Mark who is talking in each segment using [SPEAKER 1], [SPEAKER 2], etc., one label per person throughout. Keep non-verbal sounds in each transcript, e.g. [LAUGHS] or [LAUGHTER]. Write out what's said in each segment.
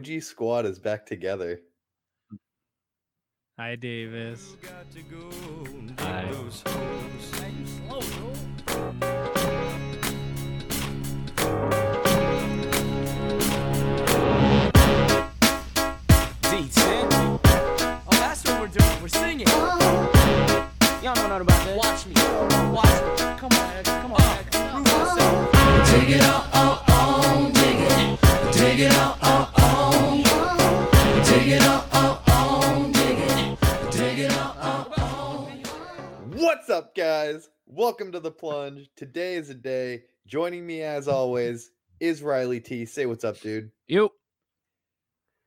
[SPEAKER 1] G squad is back together.
[SPEAKER 2] Hi, Davis.
[SPEAKER 3] Hi.
[SPEAKER 2] eh?
[SPEAKER 4] D10.
[SPEAKER 5] Oh, that's what we're doing. We're singing.
[SPEAKER 4] Y'all know nothing about that.
[SPEAKER 5] Watch me. Watch me. Come on, X. Come on, X. Prove yourself.
[SPEAKER 6] Dig it up, oh, oh, dig it. Dig it up, oh, oh. Dig it up, oh, oh, dig it. Dig it up, oh, oh.
[SPEAKER 1] What's up, guys? Welcome to the plunge. Today is a day. Joining me, as always, is Riley T. Say what's up, dude.
[SPEAKER 2] You.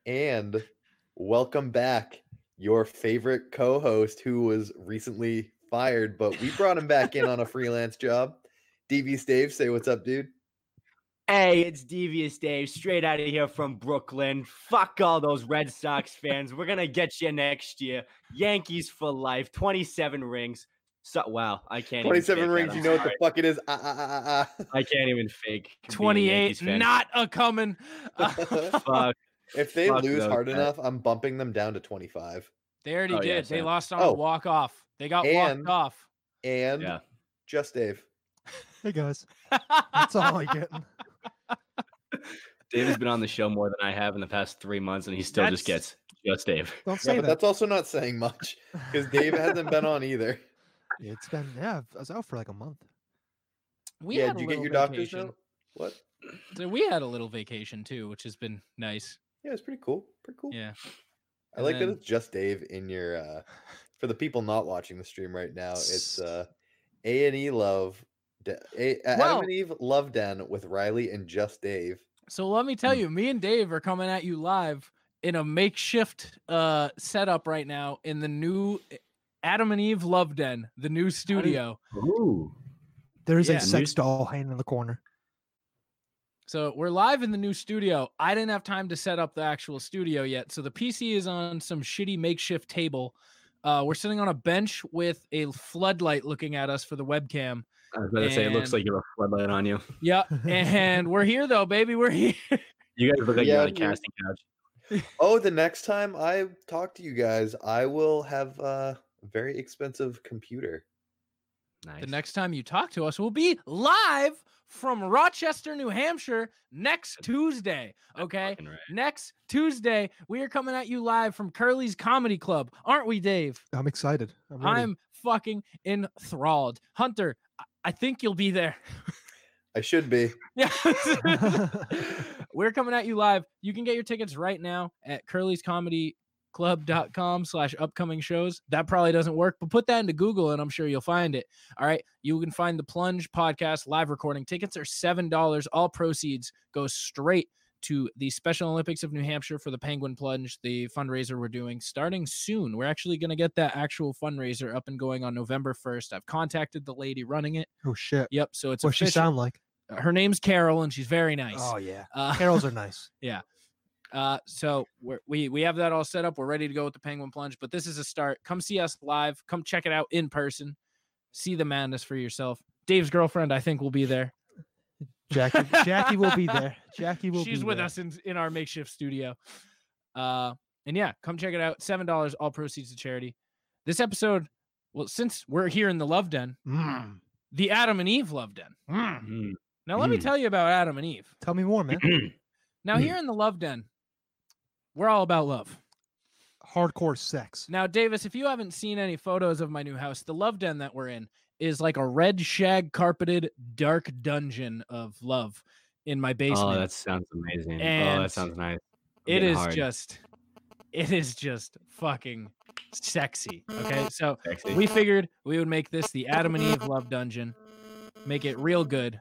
[SPEAKER 1] And welcome back, your favorite co host who was recently fired, but we brought him back in on a freelance job. DV Stave, say what's up, dude.
[SPEAKER 4] Hey, it's Devious Dave, straight out of here from Brooklyn. Fuck all those Red Sox fans. We're gonna get you next year. Yankees for life. Twenty-seven rings. So wow, I can't. even
[SPEAKER 1] 27
[SPEAKER 4] fake that,
[SPEAKER 1] rings,
[SPEAKER 4] I'm
[SPEAKER 1] you know what the
[SPEAKER 4] sorry.
[SPEAKER 1] fuck it is. Ah, ah, ah, ah, ah.
[SPEAKER 4] [LAUGHS] I can't even fake. being a
[SPEAKER 2] 28,
[SPEAKER 4] Yankees fan.
[SPEAKER 2] not a
[SPEAKER 4] [LAUGHS]
[SPEAKER 2] coming. [LAUGHS]
[SPEAKER 4] Fuck.
[SPEAKER 1] ah, If they
[SPEAKER 4] Fuck
[SPEAKER 1] lose
[SPEAKER 4] those
[SPEAKER 1] hard
[SPEAKER 4] guys.
[SPEAKER 1] enough, I'm bumping them down to 25.
[SPEAKER 2] they already
[SPEAKER 4] Oh,
[SPEAKER 2] did.
[SPEAKER 4] yeah,
[SPEAKER 2] they
[SPEAKER 4] Sam.
[SPEAKER 2] lost on
[SPEAKER 1] Oh.
[SPEAKER 2] a walk off. They got
[SPEAKER 1] And-
[SPEAKER 2] walked off. [LAUGHS]
[SPEAKER 1] And
[SPEAKER 4] Yeah.
[SPEAKER 1] just Dave.
[SPEAKER 7] Hey guys, that's all I get.
[SPEAKER 4] Dave has been on the show more than I have in the past three months, and he still just
[SPEAKER 2] That's-
[SPEAKER 4] gets just Dave.
[SPEAKER 7] Don't
[SPEAKER 1] Yeah,
[SPEAKER 7] say
[SPEAKER 1] but
[SPEAKER 7] that.
[SPEAKER 1] that's also not saying much because Dave hasn't been on either.
[SPEAKER 7] It's been yeah, I was out for like a month.
[SPEAKER 2] [LAUGHS] We
[SPEAKER 1] yeah,
[SPEAKER 2] had
[SPEAKER 1] did
[SPEAKER 2] a
[SPEAKER 1] you get
[SPEAKER 2] little
[SPEAKER 1] your doctor's
[SPEAKER 2] vacation.
[SPEAKER 1] note? What?
[SPEAKER 2] So we had a little vacation too, which has been nice.
[SPEAKER 1] Yeah, it's pretty cool. Pretty cool.
[SPEAKER 2] Yeah.
[SPEAKER 1] I
[SPEAKER 2] and
[SPEAKER 1] like
[SPEAKER 2] then-
[SPEAKER 1] that it's just Dave in your uh for the people not watching the stream right now, it's
[SPEAKER 2] S- [LAUGHS]
[SPEAKER 1] uh A and E love de- a- uh, Adam
[SPEAKER 2] Well-
[SPEAKER 1] and Eve Love Den with Riley and just Dave.
[SPEAKER 2] So let me tell
[SPEAKER 1] Hmm.
[SPEAKER 2] you, me and Dave are coming at you live in a makeshift uh setup right now in the new eh, Adam and Eve Love Den, the new studio.
[SPEAKER 4] Ooh.
[SPEAKER 7] There is
[SPEAKER 2] Yeah.
[SPEAKER 7] a sex
[SPEAKER 4] News-
[SPEAKER 7] doll hanging in the corner.
[SPEAKER 2] So we're live in the new studio. I didn't have time to set up the actual studio yet. So the PC is on some shitty makeshift table. Uh, we're sitting on a bench with a floodlight looking at us for the webcam.
[SPEAKER 4] I was about to say, it looks
[SPEAKER 2] And-
[SPEAKER 4] like you have a floodlight on you.
[SPEAKER 2] Yeah. And we're here though, baby. We're here.
[SPEAKER 4] You guys look like
[SPEAKER 1] Yeah,
[SPEAKER 4] you're on a
[SPEAKER 1] we-
[SPEAKER 4] casting couch.
[SPEAKER 1] Oh, the next time I talk to you guys, I will have uh, a very expensive computer.
[SPEAKER 4] Nice.
[SPEAKER 2] The next time you talk to us, we'll be live from Rochester, New Hampshire next Tuesday. Okay.
[SPEAKER 4] Fucking right.
[SPEAKER 2] Next Tuesday, we are coming at you live from Curly's Comedy Club. Aren't we, Dave?
[SPEAKER 7] I'm excited. I'm, ready.
[SPEAKER 2] I'm fucking enthralled. Hunter, I- I think you'll be there.
[SPEAKER 1] I should be.
[SPEAKER 2] Yeah. We're coming at you live. You can get your tickets right now at Curly's Comedy club.com slash upcoming shows that probably doesn't work but put that into google and i'm sure you'll find it all right you can find the plunge podcast live recording tickets are seven dollars all proceeds go straight to the special olympics of new hampshire for the penguin plunge the fundraiser we're doing starting soon we're actually going to get that actual fundraiser up and going on november 1st i've contacted the lady running it
[SPEAKER 7] Oh shit.
[SPEAKER 2] yep so it's
[SPEAKER 7] What she
[SPEAKER 2] official
[SPEAKER 7] sound like?
[SPEAKER 2] her name's Carol, and she's very nice.
[SPEAKER 7] Oh yeah.
[SPEAKER 2] Uh,
[SPEAKER 7] Carols are nice.
[SPEAKER 2] [LAUGHS] uh, so we're, we we have that all set up. We're ready to go with the Penguin Plunge, but this is a start. Come see us live. Come check it out in person. See the madness for yourself. Dave's girlfriend, I think, will be there.
[SPEAKER 7] Jackie. Jackie will be there. Jackie will.
[SPEAKER 2] She's
[SPEAKER 7] be
[SPEAKER 2] with
[SPEAKER 7] there.
[SPEAKER 2] us in, in our makeshift studio. Uh, and yeah, come check it out. Seven dollars, all proceeds to charity. This episode, well, since we're here in the Love Den,
[SPEAKER 7] Mm.
[SPEAKER 2] the Adam and Eve Love Den. Hmm.
[SPEAKER 4] [CLEARS THROAT] Mm.
[SPEAKER 2] Now let me
[SPEAKER 7] Hmm.
[SPEAKER 4] Mm.
[SPEAKER 2] tell you about Adam and Eve.
[SPEAKER 7] Tell me
[SPEAKER 2] [CLEARS THROAT]
[SPEAKER 7] more, man.
[SPEAKER 2] Now
[SPEAKER 7] Hmm.
[SPEAKER 4] Mm.
[SPEAKER 2] here in the Love Den, we're all about love. [LAUGHS]
[SPEAKER 7] Hardcore sex.
[SPEAKER 2] Now, Davis, if you haven't seen any photos of my new house, the love den that we're in is like a red shag carpeted dark dungeon of love in my
[SPEAKER 4] Oh,
[SPEAKER 2] basement.
[SPEAKER 4] that sounds amazing. oh,
[SPEAKER 2] And
[SPEAKER 4] that sounds nice. I'm
[SPEAKER 2] it
[SPEAKER 4] getting
[SPEAKER 2] is
[SPEAKER 4] hard.
[SPEAKER 2] just it is just fucking sexy.
[SPEAKER 1] [LAUGHS]
[SPEAKER 2] Okay. So
[SPEAKER 4] Sexy.
[SPEAKER 2] we figured we would make this the Adam and Eve love dungeon, make it real good.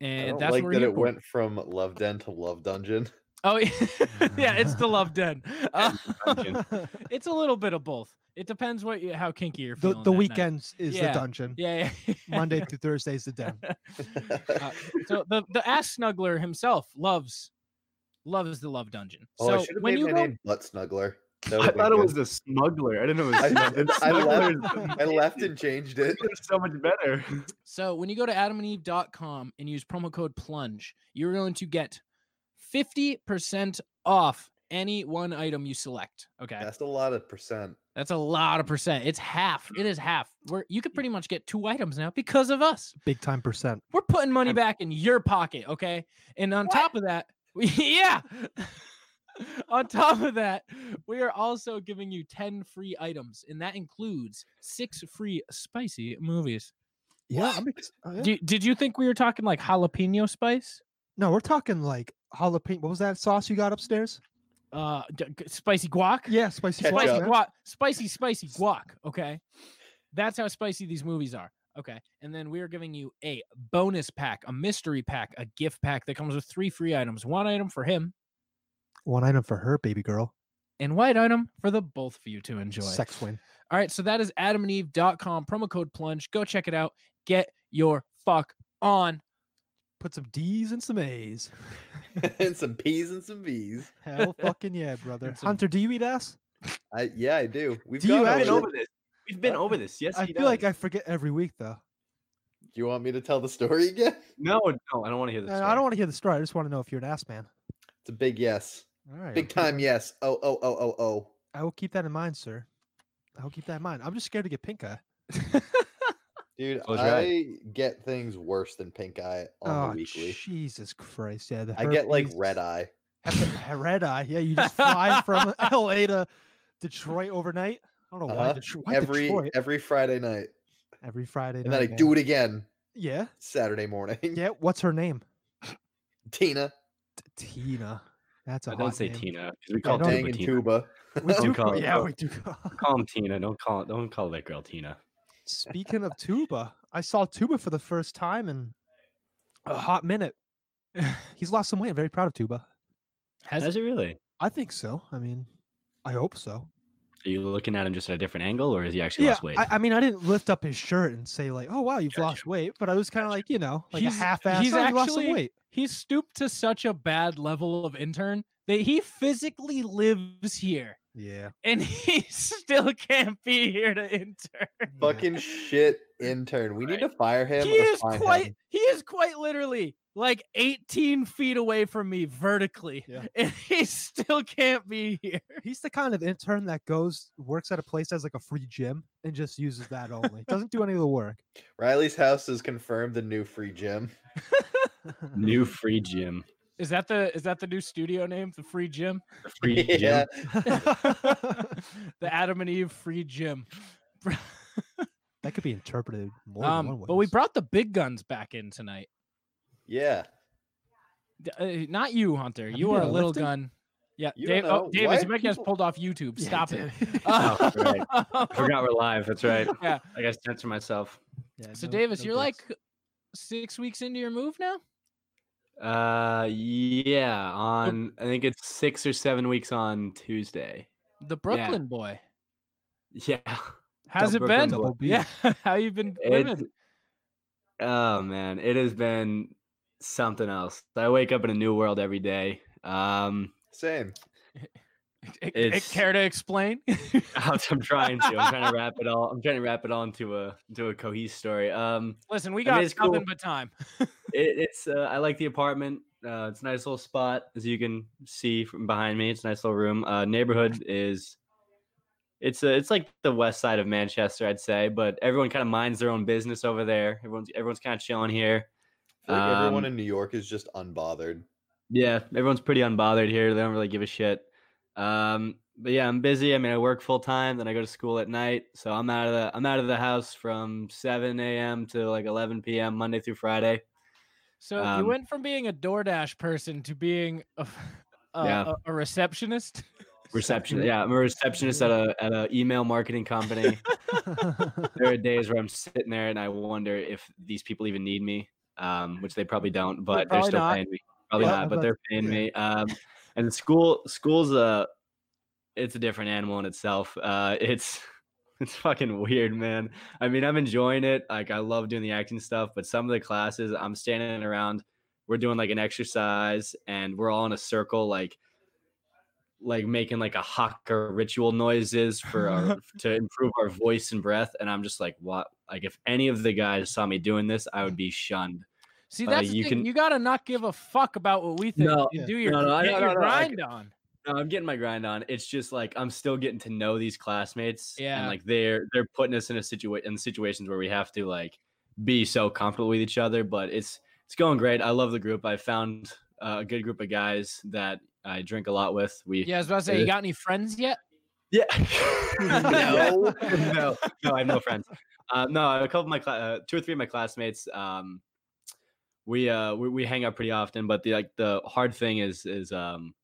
[SPEAKER 1] I
[SPEAKER 2] And
[SPEAKER 1] don't
[SPEAKER 2] that's
[SPEAKER 1] like
[SPEAKER 2] where
[SPEAKER 1] that it went from Love Den to Love Dungeon. [LAUGHS]
[SPEAKER 2] Oh, [LAUGHS] yeah, it's the
[SPEAKER 4] [LAUGHS]
[SPEAKER 2] love den. Uh,
[SPEAKER 4] Dungeon.
[SPEAKER 7] [LAUGHS] the
[SPEAKER 2] [LAUGHS] it's a little bit of both. It depends what you, how kinky you're feeling. that
[SPEAKER 7] the
[SPEAKER 2] night.
[SPEAKER 7] weekends is
[SPEAKER 2] Yeah. [LAUGHS]
[SPEAKER 7] the dungeon.
[SPEAKER 2] Yeah, yeah.
[SPEAKER 7] Monday through Thursday is
[SPEAKER 2] [LAUGHS]
[SPEAKER 7] the den.
[SPEAKER 1] [LAUGHS]
[SPEAKER 2] Uh, so the the ass snuggler himself loves loves the love dungeon.
[SPEAKER 1] oh, I
[SPEAKER 2] so
[SPEAKER 1] should have
[SPEAKER 2] when
[SPEAKER 1] made
[SPEAKER 2] you
[SPEAKER 1] my
[SPEAKER 2] go,
[SPEAKER 1] name Butt Snuggler. That
[SPEAKER 4] I
[SPEAKER 1] would've been
[SPEAKER 4] thought it
[SPEAKER 1] good.
[SPEAKER 4] was the smuggler. I didn't know it was
[SPEAKER 1] I-
[SPEAKER 4] smug- the
[SPEAKER 1] I
[SPEAKER 4] smuggler. [LAUGHS]
[SPEAKER 1] I left and changed it.
[SPEAKER 4] It's so much better.
[SPEAKER 2] so when you go to adamandeve.com and use promo code plunge, you're going to get 50% off any one item you select. Okay.
[SPEAKER 1] That's a lot of percent. [LAUGHS]
[SPEAKER 2] That's a lot of percent. It's half. It is half. We're, you could pretty much get two items now because of us.
[SPEAKER 7] Big time percent.
[SPEAKER 2] We're putting money
[SPEAKER 4] I'm-
[SPEAKER 2] back in your pocket, okay? And on top of that, [LAUGHS] we, yeah. on top of that, we are also giving you 10 free items, and that includes six free spicy movies.
[SPEAKER 7] Yeah. I'm ex- oh, yeah.
[SPEAKER 2] Do, did you think we were talking like jalapeno spice?
[SPEAKER 7] no, we're talking like jalapeno. What was that sauce you got upstairs?
[SPEAKER 2] Uh, d- g- spicy guac?
[SPEAKER 7] Yeah, spicy sauce.
[SPEAKER 1] Ketchup.
[SPEAKER 2] spicy
[SPEAKER 7] man.
[SPEAKER 2] guac, spicy, spicy guac. Okay, that's how spicy these movies are. Okay, and then we are giving you a bonus pack, a mystery pack, a gift pack that comes with three free items: one item for him
[SPEAKER 7] One item for her, baby girl.
[SPEAKER 2] and white item for the both of you to enjoy.
[SPEAKER 7] Sex win.
[SPEAKER 2] All right, so that is AdamAndEve.com promo code plunge. Go check it out. Get your fuck on.
[SPEAKER 7] Put some D's and some
[SPEAKER 4] [LAUGHS]
[SPEAKER 7] A's.
[SPEAKER 1] and some P's and some V's.
[SPEAKER 7] Hell fucking yeah, brother.
[SPEAKER 2] some-
[SPEAKER 7] Hunter, do you eat ass?
[SPEAKER 1] I yeah, I do. We've
[SPEAKER 7] Do you
[SPEAKER 1] gone
[SPEAKER 4] We've
[SPEAKER 7] have
[SPEAKER 4] been
[SPEAKER 1] over.
[SPEAKER 4] over this. We've been over this. Yes,
[SPEAKER 7] I
[SPEAKER 4] he
[SPEAKER 7] feel like
[SPEAKER 4] does.
[SPEAKER 7] I forget every week though.
[SPEAKER 1] Do you want me to tell the story again?
[SPEAKER 4] no, no, I don't want to hear this.
[SPEAKER 7] And I don't want to hear the story. I just want to know if you're an ass man.
[SPEAKER 1] It's a big yes.
[SPEAKER 7] All right.
[SPEAKER 1] Big time yes. Oh oh oh oh oh.
[SPEAKER 7] I will keep that in mind, sir. I will keep that in mind. I'm just scared to get
[SPEAKER 1] [LAUGHS]
[SPEAKER 7] pink eye.
[SPEAKER 1] Dude,
[SPEAKER 4] Close your eye.
[SPEAKER 1] I get things worse than pink eye on
[SPEAKER 7] oh,
[SPEAKER 1] the weekly.
[SPEAKER 7] Jesus Christ. Yeah. The
[SPEAKER 1] I get like
[SPEAKER 7] herpes.
[SPEAKER 1] red eye.
[SPEAKER 7] Hepa- red eye. Yeah, you
[SPEAKER 1] [LAUGHS]
[SPEAKER 7] just fly from LA to Detroit overnight. I don't know why,
[SPEAKER 1] Uh-huh.
[SPEAKER 7] Detro- why
[SPEAKER 1] every
[SPEAKER 7] Detroit
[SPEAKER 1] every Friday night.
[SPEAKER 7] every Friday.
[SPEAKER 1] And then I
[SPEAKER 7] night,
[SPEAKER 1] do
[SPEAKER 7] man.
[SPEAKER 1] it again
[SPEAKER 7] Yeah,
[SPEAKER 1] Saturday morning.
[SPEAKER 7] yeah. What's her name?
[SPEAKER 1] [LAUGHS] Tina,
[SPEAKER 7] T- Tina. That's a
[SPEAKER 4] I
[SPEAKER 7] hot
[SPEAKER 4] don't say
[SPEAKER 7] name.
[SPEAKER 4] Tina. 'cause We
[SPEAKER 7] Yeah,
[SPEAKER 4] call
[SPEAKER 7] don't-
[SPEAKER 1] Tang
[SPEAKER 4] Tina
[SPEAKER 1] and
[SPEAKER 4] Tina.
[SPEAKER 1] Tuba.
[SPEAKER 7] We
[SPEAKER 4] Don't
[SPEAKER 7] do
[SPEAKER 4] call
[SPEAKER 7] call,
[SPEAKER 4] it-
[SPEAKER 7] yeah,
[SPEAKER 4] don't-
[SPEAKER 7] we do. call-
[SPEAKER 4] Call him Tina. Don't call don't call that girl Tina.
[SPEAKER 7] Speaking of tuba, I saw tuba for the first time in a hot minute. [SIGHS] He's lost some weight. I'm very proud of tuba.
[SPEAKER 2] Has
[SPEAKER 4] Is it really?
[SPEAKER 7] I think so. I mean, I hope so.
[SPEAKER 4] Are you looking at him just at a different angle, or has he actually lost weight?
[SPEAKER 7] I, I mean, I didn't lift up his shirt and say like, "Oh wow, you've
[SPEAKER 4] Gotcha.
[SPEAKER 7] lost weight," but I was kind of like, you know, like
[SPEAKER 2] He's-
[SPEAKER 7] a half-ass.
[SPEAKER 2] he's
[SPEAKER 7] "Oh, you lost some
[SPEAKER 2] actually-
[SPEAKER 7] weight.
[SPEAKER 2] he stooped to such a bad level of intern that he physically lives here. [LAUGHS]
[SPEAKER 7] Yeah.
[SPEAKER 2] and he still can't be here to intern.
[SPEAKER 1] Fucking
[SPEAKER 2] [LAUGHS]
[SPEAKER 1] shit intern. We need to fire him.
[SPEAKER 2] He
[SPEAKER 1] or
[SPEAKER 2] is
[SPEAKER 1] fine
[SPEAKER 2] quite
[SPEAKER 1] him.
[SPEAKER 2] he is quite literally like 18 feet away from me vertically.
[SPEAKER 7] Yeah.
[SPEAKER 2] And [LAUGHS] he still can't be here.
[SPEAKER 7] He's the kind of intern that goes works at a place as like a free gym and just uses that only. Doesn't do any of the work.
[SPEAKER 1] Riley's house has confirmed the new free gym.
[SPEAKER 4] New free gym.
[SPEAKER 2] Is that the is that the new studio name? The free gym?
[SPEAKER 4] [LAUGHS] The free
[SPEAKER 1] [LAUGHS] Yeah.
[SPEAKER 4] gym.
[SPEAKER 2] [LAUGHS] the Adam and Eve free gym.
[SPEAKER 7] That could be interpreted more than one
[SPEAKER 2] Um,
[SPEAKER 7] way.
[SPEAKER 2] but we brought the big guns back in tonight.
[SPEAKER 1] Yeah.
[SPEAKER 2] D- uh, not you, Hunter.
[SPEAKER 7] Have
[SPEAKER 2] You
[SPEAKER 7] you
[SPEAKER 2] are a
[SPEAKER 7] been
[SPEAKER 2] little
[SPEAKER 7] lifting?
[SPEAKER 2] gun. Yeah,
[SPEAKER 1] You don't
[SPEAKER 2] Dave, oh,
[SPEAKER 1] know.
[SPEAKER 2] Dave,
[SPEAKER 1] Why
[SPEAKER 2] his
[SPEAKER 1] are
[SPEAKER 2] mic gets
[SPEAKER 1] people-
[SPEAKER 2] pulled off YouTube. Stop it.
[SPEAKER 4] [LAUGHS] Oh,
[SPEAKER 2] [LAUGHS]
[SPEAKER 4] right.
[SPEAKER 2] Uh,
[SPEAKER 4] I forgot we're live. That's right.
[SPEAKER 2] Yeah.
[SPEAKER 4] I gotta censor myself.
[SPEAKER 2] So Davis, you're like six weeks into your move now.
[SPEAKER 4] Uh, yeah. On I think it's six or seven weeks on Tuesday.
[SPEAKER 2] The Brooklyn boy.
[SPEAKER 4] Yeah.
[SPEAKER 2] How's it been?
[SPEAKER 4] Brooklyn boy.
[SPEAKER 7] Double B.
[SPEAKER 2] Yeah. [LAUGHS] How you been
[SPEAKER 4] It's,
[SPEAKER 2] living? [LAUGHS]
[SPEAKER 4] oh man, it has been something else. I wake up in a new world every day. Um, [LAUGHS]
[SPEAKER 1] Same.
[SPEAKER 2] It,
[SPEAKER 4] it's-
[SPEAKER 2] care to explain? [LAUGHS]
[SPEAKER 4] I'm I'm trying to. I'm trying to wrap it all. I'm trying to wrap it all into a into a cohesive story. Um,
[SPEAKER 2] Listen, we
[SPEAKER 4] I mean,
[SPEAKER 2] got
[SPEAKER 4] it's
[SPEAKER 2] nothing
[SPEAKER 4] cool.
[SPEAKER 2] but time.
[SPEAKER 4] it, it's uh, I like the apartment. Uh, it's a nice little spot, as you can see from behind me. It's a nice little room. Uh, neighborhood is it's a, it's like the west side of Manchester, I'd say. But everyone kind of minds their own business over there. Everyone's everyone's kind of chilling here.
[SPEAKER 1] I feel like everyone
[SPEAKER 4] Um,
[SPEAKER 1] in New York is just
[SPEAKER 4] [LAUGHS]
[SPEAKER 1] unbothered.
[SPEAKER 4] Yeah, everyone's pretty unbothered here. They don't really give a shit. Um, but yeah, I'm busy. I mean, I work full time, then I go to school at night. So I'm out of the I'm out of the house from 7 a.m. to like 11 p.m. Monday through Friday.
[SPEAKER 2] So you
[SPEAKER 4] Um,
[SPEAKER 2] went from being a DoorDash person to being a, [LAUGHS] a,
[SPEAKER 4] Yeah.
[SPEAKER 2] a- a receptionist. [LAUGHS]
[SPEAKER 4] Reception. Yeah, I'm a receptionist at a at a email marketing company. there are days where I'm sitting there and I wonder if these people even need me, um, which they probably don't, but they're
[SPEAKER 2] probably
[SPEAKER 4] still
[SPEAKER 2] not.
[SPEAKER 4] paying me. Probably
[SPEAKER 7] Yeah,
[SPEAKER 4] not, but
[SPEAKER 7] but-
[SPEAKER 4] they're paying
[SPEAKER 7] yeah.
[SPEAKER 4] me. Um, and school, school's a, it's a different animal in itself. Uh, it's, [LAUGHS] it's fucking weird, man. I mean, I'm enjoying it. Like, I love doing the acting stuff, but some of the classes, I'm standing around. We're doing like an exercise, and we're all in a circle, like like making like a hawk or ritual noises for our, to improve our voice and breath. And I'm just like, what? Like, if any of the guys saw me doing this, I would be shunned.
[SPEAKER 2] See,
[SPEAKER 4] Uh,
[SPEAKER 2] that's the
[SPEAKER 4] you
[SPEAKER 2] thing.
[SPEAKER 4] can-
[SPEAKER 2] You gotta not give a fuck about what we think.
[SPEAKER 4] No,
[SPEAKER 2] and
[SPEAKER 7] yeah.
[SPEAKER 2] do your,
[SPEAKER 4] no, no, I-
[SPEAKER 2] get
[SPEAKER 4] no,
[SPEAKER 2] your
[SPEAKER 4] no, no, I
[SPEAKER 2] grind on.
[SPEAKER 4] No, I'm getting my grind on. It's just like I'm still getting to know these classmates.
[SPEAKER 2] Yeah.
[SPEAKER 4] And like they're they're putting us in a situation in situations where we have to like be so comfortable with each other. But it's it's going great. I love the group. I found uh, a good group of guys that I drink a lot with. We
[SPEAKER 2] Yeah, I was about to say, you got any friends yet?
[SPEAKER 4] [LAUGHS] yeah.
[SPEAKER 2] [LAUGHS]
[SPEAKER 1] No.
[SPEAKER 4] [LAUGHS] no, no, I have no friends. Uh, no, a couple of my cla- uh, two or three of my classmates. Um, we uh we, we hang out pretty often, but the like the hard thing is is um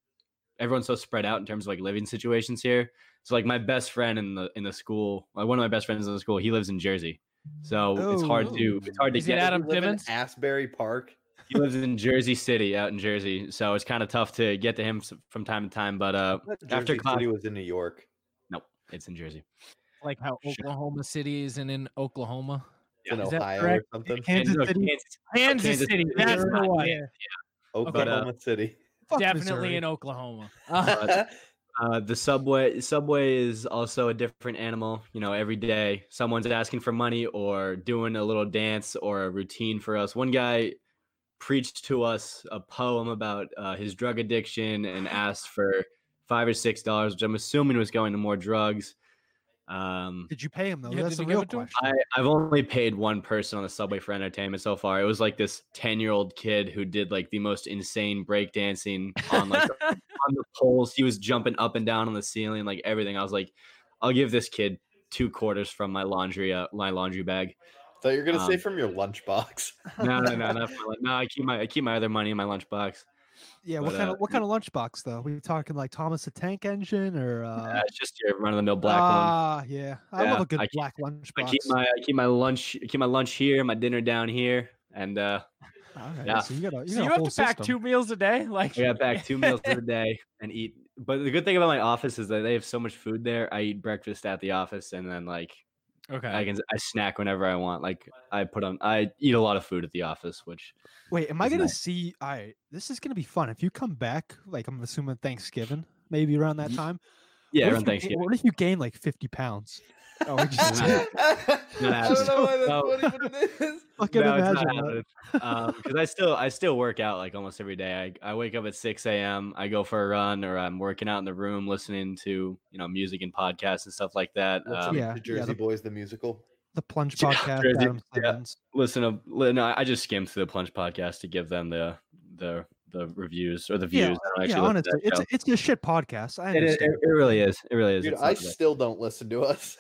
[SPEAKER 4] everyone's so spread out in terms of like living situations here. So like my best friend in the in the school, like one of my best friends in the school, he lives in Jersey, so it's hard to it's hard to
[SPEAKER 2] Is it
[SPEAKER 4] get.
[SPEAKER 2] Adam
[SPEAKER 1] You live in
[SPEAKER 2] Timmons?
[SPEAKER 1] Asbury Park.
[SPEAKER 4] he lives in Jersey City, out in Jersey, so it's kind of tough to get to him s- from time to time. But uh, after
[SPEAKER 1] After
[SPEAKER 4] class,
[SPEAKER 1] City was in New York.
[SPEAKER 4] nope, it's in Jersey.
[SPEAKER 2] Like how
[SPEAKER 4] Shut up.
[SPEAKER 2] Oklahoma City is in, in Oklahoma.
[SPEAKER 1] It's in
[SPEAKER 2] Is that
[SPEAKER 1] Ohio or
[SPEAKER 2] correct?
[SPEAKER 1] something.
[SPEAKER 4] And,
[SPEAKER 7] Kansas
[SPEAKER 4] no,
[SPEAKER 7] City.
[SPEAKER 4] Kansas-
[SPEAKER 2] Kansas,
[SPEAKER 4] Kansas
[SPEAKER 2] City.
[SPEAKER 4] City.
[SPEAKER 2] That's the
[SPEAKER 7] Yeah.
[SPEAKER 2] one.
[SPEAKER 7] Yeah.
[SPEAKER 4] But, uh,
[SPEAKER 1] Oklahoma
[SPEAKER 4] [LAUGHS]
[SPEAKER 1] City.
[SPEAKER 7] Fuck
[SPEAKER 2] Definitely
[SPEAKER 7] Missouri.
[SPEAKER 2] in Oklahoma. [LAUGHS]
[SPEAKER 4] Uh, Uh, the subway subway is also a different animal. You know, every day someone's asking for money or doing a little dance or a routine for us. One guy preached to us a poem about uh, his drug addiction and asked for five or six dollars, which I'm assuming was going to more drugs. Um,
[SPEAKER 7] Did you pay him though?
[SPEAKER 2] Yeah,
[SPEAKER 7] That's
[SPEAKER 2] did
[SPEAKER 7] a
[SPEAKER 2] you give
[SPEAKER 7] real
[SPEAKER 2] it to him?
[SPEAKER 7] question.
[SPEAKER 4] I, I've only paid one person on the subway for entertainment so far. It was like this 10 year old kid who did like the most insane breakdancing on like the- on the poles. He was jumping up and down on the ceiling, like everything. I was like, I'll give this kid two quarters from my laundry uh, my laundry bag.
[SPEAKER 1] [LAUGHS] Thought you were gonna say
[SPEAKER 4] um,
[SPEAKER 1] from your
[SPEAKER 4] [LAUGHS]
[SPEAKER 1] lunchbox.
[SPEAKER 4] No, no, no, not for, no. I keep my I keep my other money in my lunchbox.
[SPEAKER 7] yeah, what
[SPEAKER 4] but,
[SPEAKER 7] kind
[SPEAKER 4] uh,
[SPEAKER 7] of what kind of lunchbox though? We talking like Thomas the Tank Engine or
[SPEAKER 4] Uh,
[SPEAKER 7] uh,
[SPEAKER 4] it's just your run of the mill black one.
[SPEAKER 7] ah, yeah, I
[SPEAKER 4] Yeah,
[SPEAKER 7] love a good
[SPEAKER 4] I keep-
[SPEAKER 7] black
[SPEAKER 4] I
[SPEAKER 7] lunchbox.
[SPEAKER 4] keep my I keep my lunch I keep my lunch here, my dinner down here, and uh,
[SPEAKER 7] All right,
[SPEAKER 4] yeah.
[SPEAKER 7] so you got a, you,
[SPEAKER 2] so
[SPEAKER 7] got
[SPEAKER 2] you
[SPEAKER 7] a
[SPEAKER 2] have
[SPEAKER 7] whole
[SPEAKER 2] to pack
[SPEAKER 7] system.
[SPEAKER 2] two meals a day. [LAUGHS] Like
[SPEAKER 4] I got back two meals a day and eat. But the good thing about my office is that they have so much food there. I eat breakfast at the office, and then like
[SPEAKER 2] Okay.
[SPEAKER 4] I can I snack whenever I want. Like I put on I eat a lot of food at the office, which
[SPEAKER 7] Wait, am I
[SPEAKER 4] Isn't
[SPEAKER 7] gonna
[SPEAKER 4] it?
[SPEAKER 7] see? All right, this is gonna be fun. If you come back, like I'm assuming Thanksgiving, maybe around that
[SPEAKER 4] Mhm.
[SPEAKER 7] time.
[SPEAKER 4] yeah,
[SPEAKER 7] what
[SPEAKER 4] around
[SPEAKER 7] if you ga-
[SPEAKER 4] Thanksgiving.
[SPEAKER 7] What if you gain like 50 pounds?
[SPEAKER 4] [LAUGHS]
[SPEAKER 7] Oh, we
[SPEAKER 1] [LAUGHS]
[SPEAKER 7] just [LAUGHS]
[SPEAKER 1] I don't
[SPEAKER 4] happening.
[SPEAKER 1] know why that's
[SPEAKER 4] No.
[SPEAKER 1] funny, but
[SPEAKER 4] [LAUGHS]
[SPEAKER 1] it is.
[SPEAKER 7] fucking
[SPEAKER 4] No, it's not
[SPEAKER 7] imagine. that.
[SPEAKER 4] happening. Um, because I still I still work out like almost every day. I, I wake up at six a.m. I go for a run, or I'm working out in the room listening to you know music and podcasts and stuff like that.
[SPEAKER 1] Listen
[SPEAKER 4] Um,
[SPEAKER 7] yeah,
[SPEAKER 1] to
[SPEAKER 7] yeah,
[SPEAKER 1] Jersey
[SPEAKER 7] the-
[SPEAKER 1] Boys the musical.
[SPEAKER 7] The plunge
[SPEAKER 4] Yeah,
[SPEAKER 7] podcast.
[SPEAKER 4] Jersey-
[SPEAKER 7] Adam
[SPEAKER 4] [LAUGHS] yeah.
[SPEAKER 7] Simmons.
[SPEAKER 4] listen to li- no, I I just skimmed through the Plunge podcast to give them the the the reviews or the views.
[SPEAKER 7] Yeah,
[SPEAKER 4] I don't
[SPEAKER 7] Yeah,
[SPEAKER 4] actually listen to
[SPEAKER 7] honestly,
[SPEAKER 4] that
[SPEAKER 7] it's a, it's a shit podcast. I
[SPEAKER 4] show. it, it,
[SPEAKER 7] understand.
[SPEAKER 4] it- it really is. It really is.
[SPEAKER 1] Dude,
[SPEAKER 4] it's
[SPEAKER 1] I
[SPEAKER 4] not that-
[SPEAKER 1] still don't listen to us.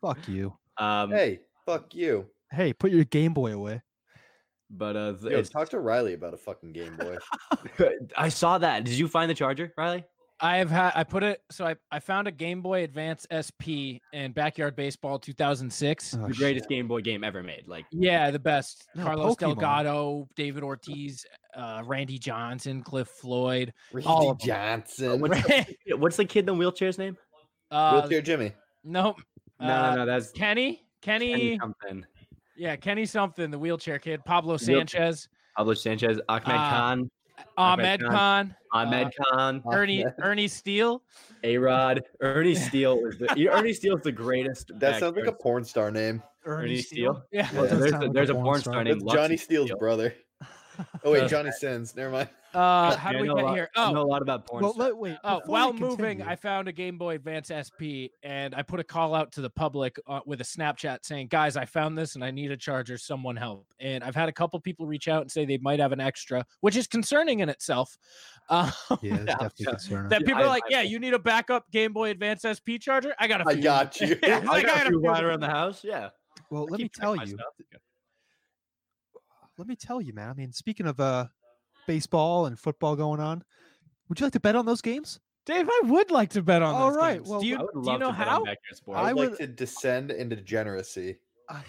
[SPEAKER 7] Fuck you.
[SPEAKER 4] [LAUGHS] um,
[SPEAKER 1] Hey, fuck you.
[SPEAKER 7] Hey, put your Game Boy away.
[SPEAKER 4] but uh, th-
[SPEAKER 1] Yo,
[SPEAKER 4] it's- [LAUGHS]
[SPEAKER 1] talk to Riley about a fucking Game
[SPEAKER 2] [LAUGHS]
[SPEAKER 1] Boy.
[SPEAKER 4] I saw that. Did you find the charger, Riley?
[SPEAKER 2] I have had I put it so I, I found a Game Boy Advance SP in Backyard Baseball 2006.
[SPEAKER 7] Oh,
[SPEAKER 4] the
[SPEAKER 7] shit.
[SPEAKER 4] greatest Game Boy game ever made. Like
[SPEAKER 2] Yeah, the best.
[SPEAKER 7] No,
[SPEAKER 2] Carlos
[SPEAKER 7] Pokemon.
[SPEAKER 2] Delgado, David Ortiz, uh, Randy Johnson, Cliff Floyd,
[SPEAKER 1] Randy
[SPEAKER 2] All of 'em.
[SPEAKER 1] Johnson.
[SPEAKER 4] What's the- what's the kid in the wheelchair's name?
[SPEAKER 2] [LAUGHS] uh,
[SPEAKER 1] Wheelchair Jimmy.
[SPEAKER 2] nope,
[SPEAKER 4] No,
[SPEAKER 2] uh,
[SPEAKER 4] no, that's
[SPEAKER 2] Kenny, Kenny,
[SPEAKER 4] Kenny something.
[SPEAKER 2] yeah, Kenny something, the wheelchair kid, Pablo
[SPEAKER 4] Wheel-
[SPEAKER 2] Sanchez,
[SPEAKER 4] Pablo Sanchez, Ahmed
[SPEAKER 2] Uh,
[SPEAKER 4] Khan,
[SPEAKER 2] Ahmed
[SPEAKER 4] Ahmed
[SPEAKER 2] Khan,
[SPEAKER 4] Ahmed Khan,
[SPEAKER 2] [LAUGHS] Ernie Ernie Steele.
[SPEAKER 4] A Rod, Ernie Steele is the E, Ernie Steele's the greatest.
[SPEAKER 1] [LAUGHS] That sounds like a
[SPEAKER 4] backyard-
[SPEAKER 1] porn star
[SPEAKER 2] [LAUGHS]
[SPEAKER 1] name.
[SPEAKER 4] Ernie Steele.
[SPEAKER 2] Yeah,
[SPEAKER 1] Yeah,
[SPEAKER 4] Yeah,
[SPEAKER 7] does
[SPEAKER 1] [LAUGHS]
[SPEAKER 4] there's
[SPEAKER 7] sound
[SPEAKER 4] a,
[SPEAKER 7] like
[SPEAKER 4] there's a porn star named
[SPEAKER 1] That's Johnny
[SPEAKER 4] Lutzy
[SPEAKER 1] Steele's
[SPEAKER 2] [LAUGHS]
[SPEAKER 4] Steele.
[SPEAKER 1] brother. Oh wait,
[SPEAKER 4] Does
[SPEAKER 1] Johnny Sins. Never mind.
[SPEAKER 2] uh, how do
[SPEAKER 4] Yeah, I
[SPEAKER 2] we
[SPEAKER 4] know a
[SPEAKER 2] get
[SPEAKER 4] lot-
[SPEAKER 2] here?
[SPEAKER 4] I know
[SPEAKER 2] Oh,
[SPEAKER 4] a lot about porn.
[SPEAKER 7] Well,
[SPEAKER 4] stuff.
[SPEAKER 7] let, wait.
[SPEAKER 2] Oh,
[SPEAKER 7] before we
[SPEAKER 2] while moving,
[SPEAKER 7] continue-
[SPEAKER 2] I found a Game Boy Advance SP and I put a call out to the public uh, with a Snapchat saying, "Guys, I found this and I need a charger. Someone help!" And I've had a couple people reach out and say they might have an extra, which is concerning in itself. [LAUGHS] Uh,
[SPEAKER 7] yeah, it's definitely
[SPEAKER 4] yeah.
[SPEAKER 7] concerning.
[SPEAKER 2] that
[SPEAKER 4] Yeah,
[SPEAKER 2] people
[SPEAKER 4] I-
[SPEAKER 2] are like,
[SPEAKER 4] I-
[SPEAKER 2] "Yeah, you need a backup Game Boy Advance SP charger? I got a
[SPEAKER 1] I
[SPEAKER 2] few."
[SPEAKER 1] got you.
[SPEAKER 4] [LAUGHS]
[SPEAKER 2] Yeah, it's
[SPEAKER 4] I
[SPEAKER 2] like, I
[SPEAKER 4] got
[SPEAKER 2] got
[SPEAKER 4] a
[SPEAKER 2] a
[SPEAKER 4] few
[SPEAKER 2] few.
[SPEAKER 4] right around the house. Yeah.
[SPEAKER 7] Well,
[SPEAKER 4] I
[SPEAKER 7] let me
[SPEAKER 4] keep track of
[SPEAKER 7] tell
[SPEAKER 4] my
[SPEAKER 7] you.
[SPEAKER 4] stuff.
[SPEAKER 7] Let me tell you, man. I mean, speaking of uh, baseball and football going on, would you like to bet on those games?
[SPEAKER 2] [LAUGHS] Dave, I would like to bet on.
[SPEAKER 7] All
[SPEAKER 2] those
[SPEAKER 7] right,
[SPEAKER 2] games.
[SPEAKER 7] well,
[SPEAKER 2] do you,
[SPEAKER 4] I would
[SPEAKER 2] do you
[SPEAKER 4] love
[SPEAKER 2] know
[SPEAKER 4] to bet on
[SPEAKER 2] how?
[SPEAKER 4] backyard
[SPEAKER 1] [LAUGHS]
[SPEAKER 4] sports.
[SPEAKER 1] I
[SPEAKER 7] I
[SPEAKER 1] would like
[SPEAKER 7] would-
[SPEAKER 1] to descend into degeneracy.
[SPEAKER 7] I-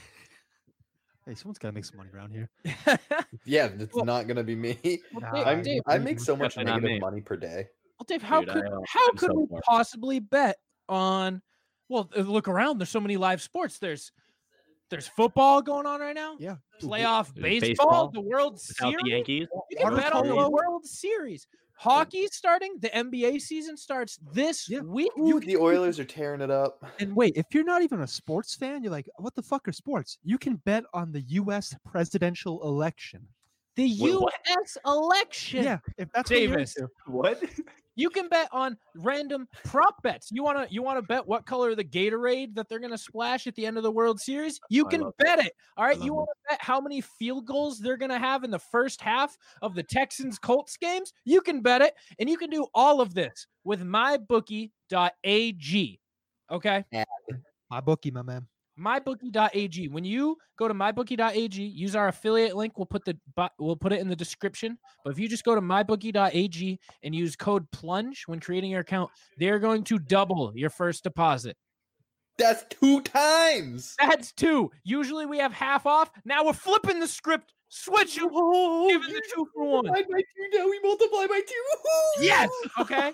[SPEAKER 7] hey, someone's got to make some money around here.
[SPEAKER 2] [LAUGHS]
[SPEAKER 1] Yeah, it's
[SPEAKER 2] Well-
[SPEAKER 1] not gonna be me.
[SPEAKER 2] Well,
[SPEAKER 7] Nah,
[SPEAKER 2] Dave,
[SPEAKER 1] I'm,
[SPEAKER 2] Dave,
[SPEAKER 1] I make so much
[SPEAKER 4] Definitely not
[SPEAKER 1] negative
[SPEAKER 4] me.
[SPEAKER 1] money per day.
[SPEAKER 2] Well, Dave, how
[SPEAKER 4] Dude, I
[SPEAKER 2] could
[SPEAKER 4] know.
[SPEAKER 2] how
[SPEAKER 4] I'm
[SPEAKER 2] could
[SPEAKER 4] so
[SPEAKER 2] we
[SPEAKER 4] far.
[SPEAKER 2] possibly bet on? Well, uh, look around. There's so many live sports. There's there's football going on right now.
[SPEAKER 7] Yeah.
[SPEAKER 2] Playoff
[SPEAKER 4] There's
[SPEAKER 2] baseball,
[SPEAKER 4] baseball
[SPEAKER 2] the World
[SPEAKER 4] without
[SPEAKER 2] Series.
[SPEAKER 4] the Yankees.
[SPEAKER 2] You can
[SPEAKER 7] Water
[SPEAKER 2] bet on the
[SPEAKER 7] polo.
[SPEAKER 2] World Series. Hockey's starting. The NBA season starts this
[SPEAKER 7] Yeah.
[SPEAKER 2] week.
[SPEAKER 1] Ooh, the Oilers are tearing it up.
[SPEAKER 7] And wait, if you're not even a sports fan, you're like, what the fuck are sports? You can bet on the U.S. presidential election.
[SPEAKER 2] The
[SPEAKER 4] Wait, what?
[SPEAKER 2] U.S. election.
[SPEAKER 7] Yeah, if that's what you're
[SPEAKER 2] Davis.
[SPEAKER 7] into.
[SPEAKER 4] What?
[SPEAKER 2] You can bet on random prop bets. You wanna you wanna bet what color the Gatorade that they're gonna splash at the end of the World Series? You
[SPEAKER 4] I
[SPEAKER 2] can
[SPEAKER 4] love
[SPEAKER 2] bet it. All right. You
[SPEAKER 4] love
[SPEAKER 2] wanna bet how many field goals they're gonna have in the first half of the Texans Colts games? You can bet it, and you can do all of this with mybookie.ag. Okay.
[SPEAKER 7] My bookie, my man.
[SPEAKER 2] mybookie.ag when you go to mybookie.ag use our affiliate link we'll put the bu- we'll put it in the description but if you just go to mybookie.ag and use code plunge when creating your account they're going to double your first deposit
[SPEAKER 1] That's two times.
[SPEAKER 2] that's two usually we have half off now we're flipping the script switch 'em, giving the two for one
[SPEAKER 1] Divide by two. Now we multiply by two. Woohoo!
[SPEAKER 2] Yes.
[SPEAKER 1] [LAUGHS]
[SPEAKER 2] Okay.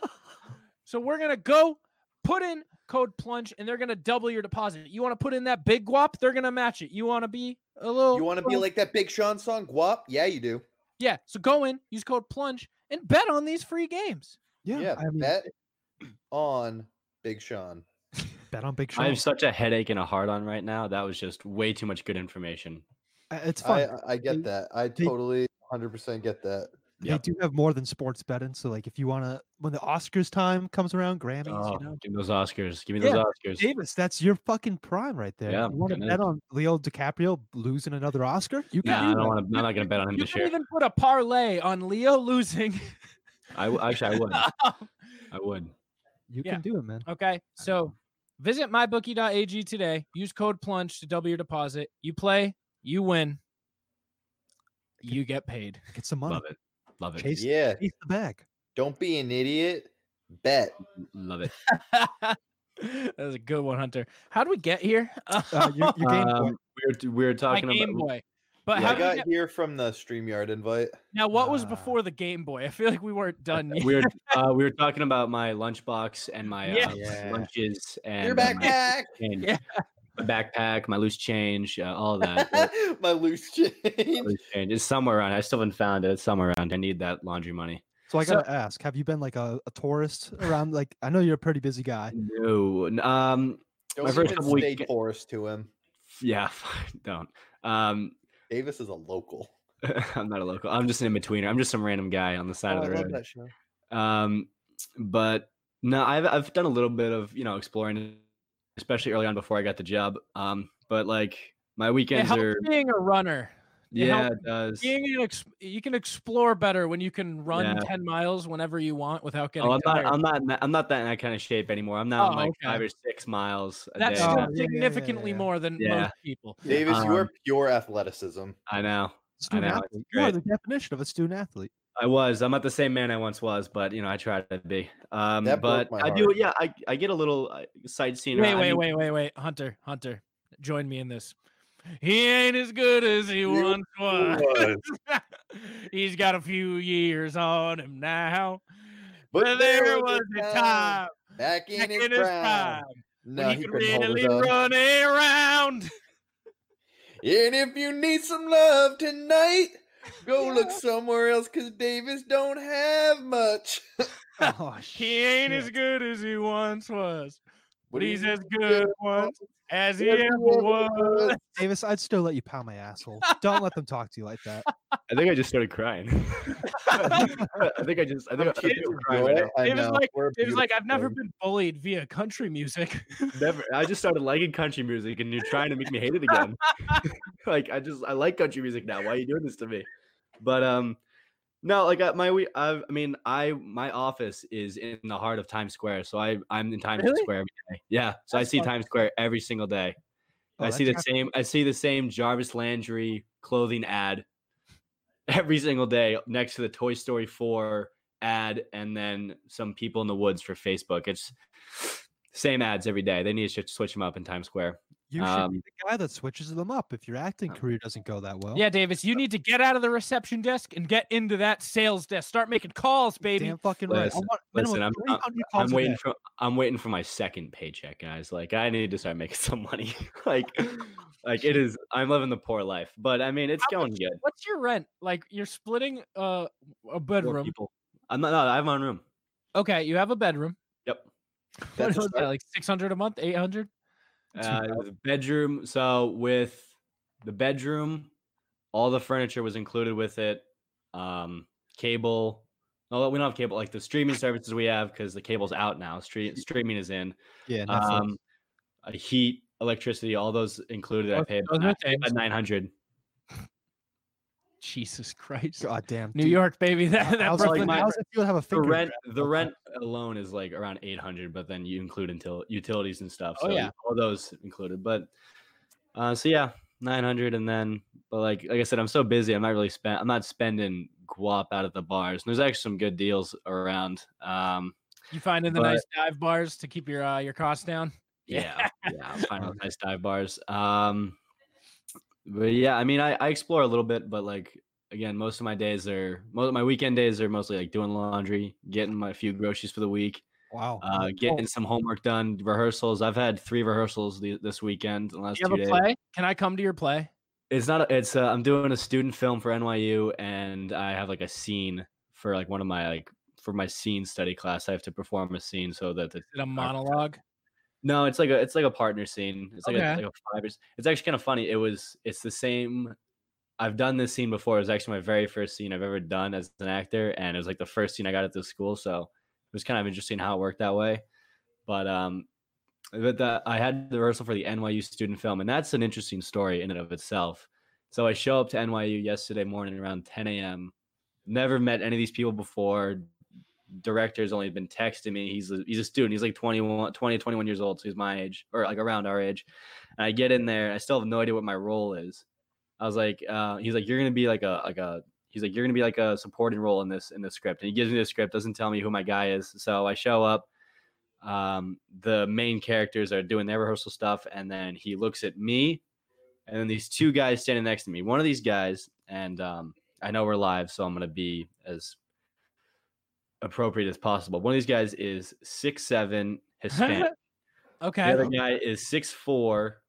[SPEAKER 2] so we're gonna go put in code plunge, and they're gonna double your deposit. You want to put in that big guap, they're gonna match it. You want to be a little.
[SPEAKER 1] You want to be like that Big Sean song, Guap? Yeah, you do.
[SPEAKER 2] yeah. So go in, use code plunge, and bet on these free games.
[SPEAKER 7] Yeah, I mean, bet.
[SPEAKER 1] bet on Big Sean.
[SPEAKER 7] on Big Sean.
[SPEAKER 4] I have such a headache and a heart on right now. That was just way too much good information.
[SPEAKER 7] Uh, It's fun.
[SPEAKER 1] I, I get that. I
[SPEAKER 7] They-
[SPEAKER 1] totally 100% get that.
[SPEAKER 4] yeah.
[SPEAKER 7] They do have more than sports betting. So, like, if you want to, when the Oscars time comes around, Grammys,
[SPEAKER 4] Oh,
[SPEAKER 7] you know,
[SPEAKER 4] give me those Oscars. Give me
[SPEAKER 7] Yeah,
[SPEAKER 4] those Oscars.
[SPEAKER 7] Davis, that's your fucking prime right there.
[SPEAKER 4] Yeah,
[SPEAKER 7] you want to
[SPEAKER 4] it
[SPEAKER 7] bet
[SPEAKER 4] is.
[SPEAKER 7] on Leo DiCaprio losing another Oscar? You can
[SPEAKER 4] Nah, I
[SPEAKER 7] do
[SPEAKER 4] don't
[SPEAKER 7] that.
[SPEAKER 4] want to. I'm not gonna bet on him
[SPEAKER 2] You
[SPEAKER 4] this
[SPEAKER 2] can
[SPEAKER 4] year.
[SPEAKER 2] even put a parlay on Leo [LAUGHS] losing.
[SPEAKER 4] I w- actually I would.
[SPEAKER 2] [LAUGHS] Oh.
[SPEAKER 4] I would.
[SPEAKER 7] You
[SPEAKER 2] Yeah.
[SPEAKER 7] can do it, man.
[SPEAKER 2] okay. So visit mybookie.ag today. Use code plunge to double your deposit. You play, you win, you get paid. [LAUGHS]
[SPEAKER 7] Get some money.
[SPEAKER 4] Love it. Love it.
[SPEAKER 7] Chase,
[SPEAKER 1] Yeah.
[SPEAKER 7] chase the bag.
[SPEAKER 1] Don't be an idiot. Bet.
[SPEAKER 4] Love it.
[SPEAKER 2] that was a good one, Hunter. How did we get here? [LAUGHS]
[SPEAKER 7] Uh, your, your game
[SPEAKER 4] Um,
[SPEAKER 7] point.
[SPEAKER 4] we were we were
[SPEAKER 2] My
[SPEAKER 4] talking about
[SPEAKER 2] Game Boy. But
[SPEAKER 1] Yeah,
[SPEAKER 2] how
[SPEAKER 1] I
[SPEAKER 2] did we
[SPEAKER 1] got
[SPEAKER 2] get-
[SPEAKER 1] here from the StreamYard invite.
[SPEAKER 2] now, what was
[SPEAKER 7] Uh,
[SPEAKER 2] before the Game Boy? I feel like we weren't done
[SPEAKER 4] [LAUGHS]
[SPEAKER 2] yet. [LAUGHS]
[SPEAKER 4] we were uh, we were talking about my lunchbox and my uh,
[SPEAKER 2] Yes.
[SPEAKER 1] Yeah.
[SPEAKER 4] lunches and
[SPEAKER 1] Your
[SPEAKER 4] uh, my
[SPEAKER 1] backpack.
[SPEAKER 4] change-
[SPEAKER 2] Yeah.
[SPEAKER 4] my backpack, my loose change, uh, all that.
[SPEAKER 2] [LAUGHS]
[SPEAKER 4] uh,
[SPEAKER 1] [LAUGHS] My loose change.
[SPEAKER 4] loose change is somewhere around. I still haven't found it. It's somewhere around. I need that
[SPEAKER 2] [LAUGHS]
[SPEAKER 4] laundry money.
[SPEAKER 7] So I
[SPEAKER 2] So-
[SPEAKER 7] gotta ask, have you been like a, a tourist around? Like I know you're a pretty busy guy.
[SPEAKER 4] No. n- Um.
[SPEAKER 1] Don't
[SPEAKER 4] first
[SPEAKER 1] even
[SPEAKER 4] couple
[SPEAKER 1] stay
[SPEAKER 4] week-
[SPEAKER 1] porous to him.
[SPEAKER 4] Yeah. [LAUGHS] Don't. Um. [LAUGHS]
[SPEAKER 1] Davis is a local.
[SPEAKER 4] I'm not a local. I'm just an in betweener. I'm just some random guy on the side
[SPEAKER 1] Oh,
[SPEAKER 4] of
[SPEAKER 1] I
[SPEAKER 4] the
[SPEAKER 1] love
[SPEAKER 4] road.
[SPEAKER 1] that show.
[SPEAKER 4] Um, but no, I've I've done a little bit of you know exploring, especially early on before I got the job. Um, but like my
[SPEAKER 2] it [LAUGHS]
[SPEAKER 4] weekends
[SPEAKER 2] helps
[SPEAKER 4] are
[SPEAKER 2] being a runner. It
[SPEAKER 4] yeah,
[SPEAKER 2] helps
[SPEAKER 4] it does.
[SPEAKER 2] Being an ex- you can explore better when you can run
[SPEAKER 4] Yeah.
[SPEAKER 2] ten miles whenever you want without getting
[SPEAKER 4] Oh, I'm not.
[SPEAKER 2] tired.
[SPEAKER 4] I'm not. in that- I'm not that in that kind of shape anymore. I'm now
[SPEAKER 2] Oh,
[SPEAKER 4] on like
[SPEAKER 2] okay.
[SPEAKER 4] five or six miles a
[SPEAKER 2] That's
[SPEAKER 4] day.
[SPEAKER 7] Oh,
[SPEAKER 2] still
[SPEAKER 7] yeah, yeah, yeah, yeah,
[SPEAKER 2] significantly
[SPEAKER 7] yeah.
[SPEAKER 2] more than
[SPEAKER 4] Yeah.
[SPEAKER 2] most people.
[SPEAKER 1] Davis, you
[SPEAKER 4] Um,
[SPEAKER 1] are pure
[SPEAKER 2] [LAUGHS]
[SPEAKER 1] athleticism.
[SPEAKER 4] I know.
[SPEAKER 7] Student
[SPEAKER 4] know,
[SPEAKER 7] athlete.
[SPEAKER 4] it's
[SPEAKER 7] You are
[SPEAKER 4] great.
[SPEAKER 7] the definition of a student athlete.
[SPEAKER 4] [LAUGHS] I was. I'm not the same man I once was, but you know, I tried to be. Um,
[SPEAKER 1] That
[SPEAKER 4] but
[SPEAKER 1] broke my
[SPEAKER 4] I do.
[SPEAKER 1] heart.
[SPEAKER 4] Yeah, I, I get a little uh, sightseeing.
[SPEAKER 2] Wait,
[SPEAKER 4] around- I
[SPEAKER 2] wait,
[SPEAKER 4] mean,
[SPEAKER 2] wait, wait, wait, Hunter, Hunter, join me in this. He ain't as good as he once was. [LAUGHS] He's got a few years on him now. But, there, was a time,
[SPEAKER 1] back in
[SPEAKER 2] back
[SPEAKER 1] his
[SPEAKER 2] in his
[SPEAKER 1] prime.
[SPEAKER 2] prime,
[SPEAKER 1] No,
[SPEAKER 2] when
[SPEAKER 1] he
[SPEAKER 2] he could
[SPEAKER 1] couldn't hold
[SPEAKER 2] really
[SPEAKER 1] his own.
[SPEAKER 2] run around.
[SPEAKER 1] And if you need some love tonight, go look somewhere else because Davis don't have much. [LAUGHS]
[SPEAKER 7] Oh,
[SPEAKER 2] He ain't as
[SPEAKER 7] shit.
[SPEAKER 2] good as he once was,
[SPEAKER 1] What
[SPEAKER 2] but
[SPEAKER 1] do you
[SPEAKER 2] he's
[SPEAKER 1] mean?
[SPEAKER 2] as good once as he
[SPEAKER 1] Yes, he
[SPEAKER 2] ever
[SPEAKER 1] ever
[SPEAKER 2] was.
[SPEAKER 1] was.
[SPEAKER 7] Davis, I'd still let you pound my asshole. Don't let them talk to you like that.
[SPEAKER 4] I think I just started crying. [LAUGHS] I think I just. I think I- I think
[SPEAKER 1] Kids
[SPEAKER 4] I'm
[SPEAKER 1] enjoy
[SPEAKER 4] crying right now.
[SPEAKER 1] it. I
[SPEAKER 2] Davis
[SPEAKER 1] know,
[SPEAKER 2] like-
[SPEAKER 1] we're a
[SPEAKER 2] It was like I've
[SPEAKER 1] beautiful
[SPEAKER 2] never
[SPEAKER 1] thing.
[SPEAKER 2] been bullied via country music. [LAUGHS]
[SPEAKER 4] Never. I just started liking country music, and you're trying to make me hate
[SPEAKER 2] [LAUGHS]
[SPEAKER 4] it again. like I just I like country music now. Why are you doing this to me? But um, no, like I, my we. I, I mean, I my office is in the heart of Times Square, so I I'm in Times
[SPEAKER 2] Really?
[SPEAKER 4] Square every day. Yeah, so I
[SPEAKER 2] That's
[SPEAKER 4] see
[SPEAKER 2] fun.
[SPEAKER 4] Times Square every single day.
[SPEAKER 7] Oh,
[SPEAKER 4] I see the
[SPEAKER 7] that's
[SPEAKER 4] same. I see the same Jarvis Landry clothing ad every single day next to the Toy Story Four ad, and then some people in the woods for Facebook. It's same ads every day. They need to sh- switch them up in Times Square.
[SPEAKER 7] You should be
[SPEAKER 4] Um,
[SPEAKER 7] the guy that switches them up if your acting
[SPEAKER 4] Um,
[SPEAKER 7] career doesn't go that well.
[SPEAKER 2] Yeah, Davis, you need to get out of the reception desk and get into that sales desk. Start making calls, baby.
[SPEAKER 7] damn fucking right. I
[SPEAKER 4] Listen,
[SPEAKER 7] want minimum
[SPEAKER 4] listen, I'm- I'm-
[SPEAKER 7] 300
[SPEAKER 4] I'm
[SPEAKER 7] calls a
[SPEAKER 4] waiting
[SPEAKER 7] day.
[SPEAKER 4] for. I'm waiting for my second paycheck, guys. Like I need to start making [LAUGHS] some money. like, like it is. I'm living the poor life, but I mean, it's
[SPEAKER 2] How
[SPEAKER 4] going good.
[SPEAKER 2] What's your rent? Like you're splitting uh, a
[SPEAKER 4] Four
[SPEAKER 2] bedroom.
[SPEAKER 4] people. I'm not. No, I have my own room.
[SPEAKER 2] Okay, you have a bedroom.
[SPEAKER 4] Yep.
[SPEAKER 2] What
[SPEAKER 1] That's a
[SPEAKER 2] was that,
[SPEAKER 1] start.
[SPEAKER 2] like 600 a month, 800?
[SPEAKER 4] Uh, the bedroom. So with the bedroom, all the furniture was included with it. Um, cable. No, we don't have cable. Like the streaming services we have because the cable's out now. Street streaming is in.
[SPEAKER 7] Yeah. Netflix.
[SPEAKER 4] Um, uh, heat, electricity, all those included. I
[SPEAKER 2] Those-
[SPEAKER 4] paid
[SPEAKER 2] those are things.
[SPEAKER 4] nine hundred.
[SPEAKER 2] Jesus Christ.
[SPEAKER 7] God damn.
[SPEAKER 2] New
[SPEAKER 7] dude.
[SPEAKER 2] York, baby. [LAUGHS]
[SPEAKER 4] [LAUGHS]
[SPEAKER 7] How-
[SPEAKER 2] That, that
[SPEAKER 7] How's,
[SPEAKER 4] like
[SPEAKER 2] Brooklyn
[SPEAKER 4] my-
[SPEAKER 2] house-
[SPEAKER 7] how's it feel to have a
[SPEAKER 4] The
[SPEAKER 7] finger?
[SPEAKER 4] rent,
[SPEAKER 7] grab?
[SPEAKER 4] the rent alone is like around eight hundred, but then you include until utilities and stuff.
[SPEAKER 2] Oh,
[SPEAKER 4] So
[SPEAKER 2] yeah.
[SPEAKER 4] all those included. But uh, so yeah, nine hundred, and then but like like I said, I'm so busy. I'm not really spend. I'm not spending guap out at the bars. And there's actually some good deals around. Um,
[SPEAKER 2] You find in the
[SPEAKER 4] But-
[SPEAKER 2] nice dive bars to keep your uh, your costs down. [LAUGHS]
[SPEAKER 4] yeah, yeah, I'm finding those nice dive bars. Um, but yeah, I mean, I, I explore a little bit, but like again, most of my days are most of my weekend days are mostly like doing laundry, getting my few groceries for the week.
[SPEAKER 7] Wow.
[SPEAKER 4] uh, getting some homework done, rehearsals. I've had three rehearsals the, this weekend in the
[SPEAKER 2] Do
[SPEAKER 4] last
[SPEAKER 2] you
[SPEAKER 4] two
[SPEAKER 2] have a
[SPEAKER 4] days.
[SPEAKER 2] play? Can I come to your play?
[SPEAKER 4] It's not. A, it's. i I'm doing a student film for NYU, and I have like a scene for like one of my like for my scene study class. I have to perform a scene so that the
[SPEAKER 2] Is it a monologue?
[SPEAKER 4] no, it's like a it's like a partner scene. It's like,
[SPEAKER 2] Okay.
[SPEAKER 4] a, like a five. or s- It's actually kind of funny. It was. It's the same. I've done this scene before. It was actually my very first scene I've ever done as an actor, and it was like the first scene I got at this school. So it was kind of interesting how it worked that way. But um, but the, I had the rehearsal for the NYU student film, and that's an interesting story in and of itself. So I show up to NYU yesterday morning around 10 a.m. Never met any of these people before. Director's only been texting me. He's a, he's a student. He's like 21, 20, 21 years old. So he's my age or like around our age. And I get in there. I still have no idea what my role is. I was like, uh, he's like, you're gonna be like a like a he's like, you're gonna be like a supporting role in this in this script. And he gives me the script, doesn't tell me who my guy is. So I show up. Um, the main characters are doing their rehearsal stuff, and then he looks at me, and then these two guys standing next to me. One of these guys, and um, I know we're live, so I'm gonna be as appropriate as possible. One of these guys is six seven Hispanic.
[SPEAKER 2] Okay.
[SPEAKER 4] The other guy is six four,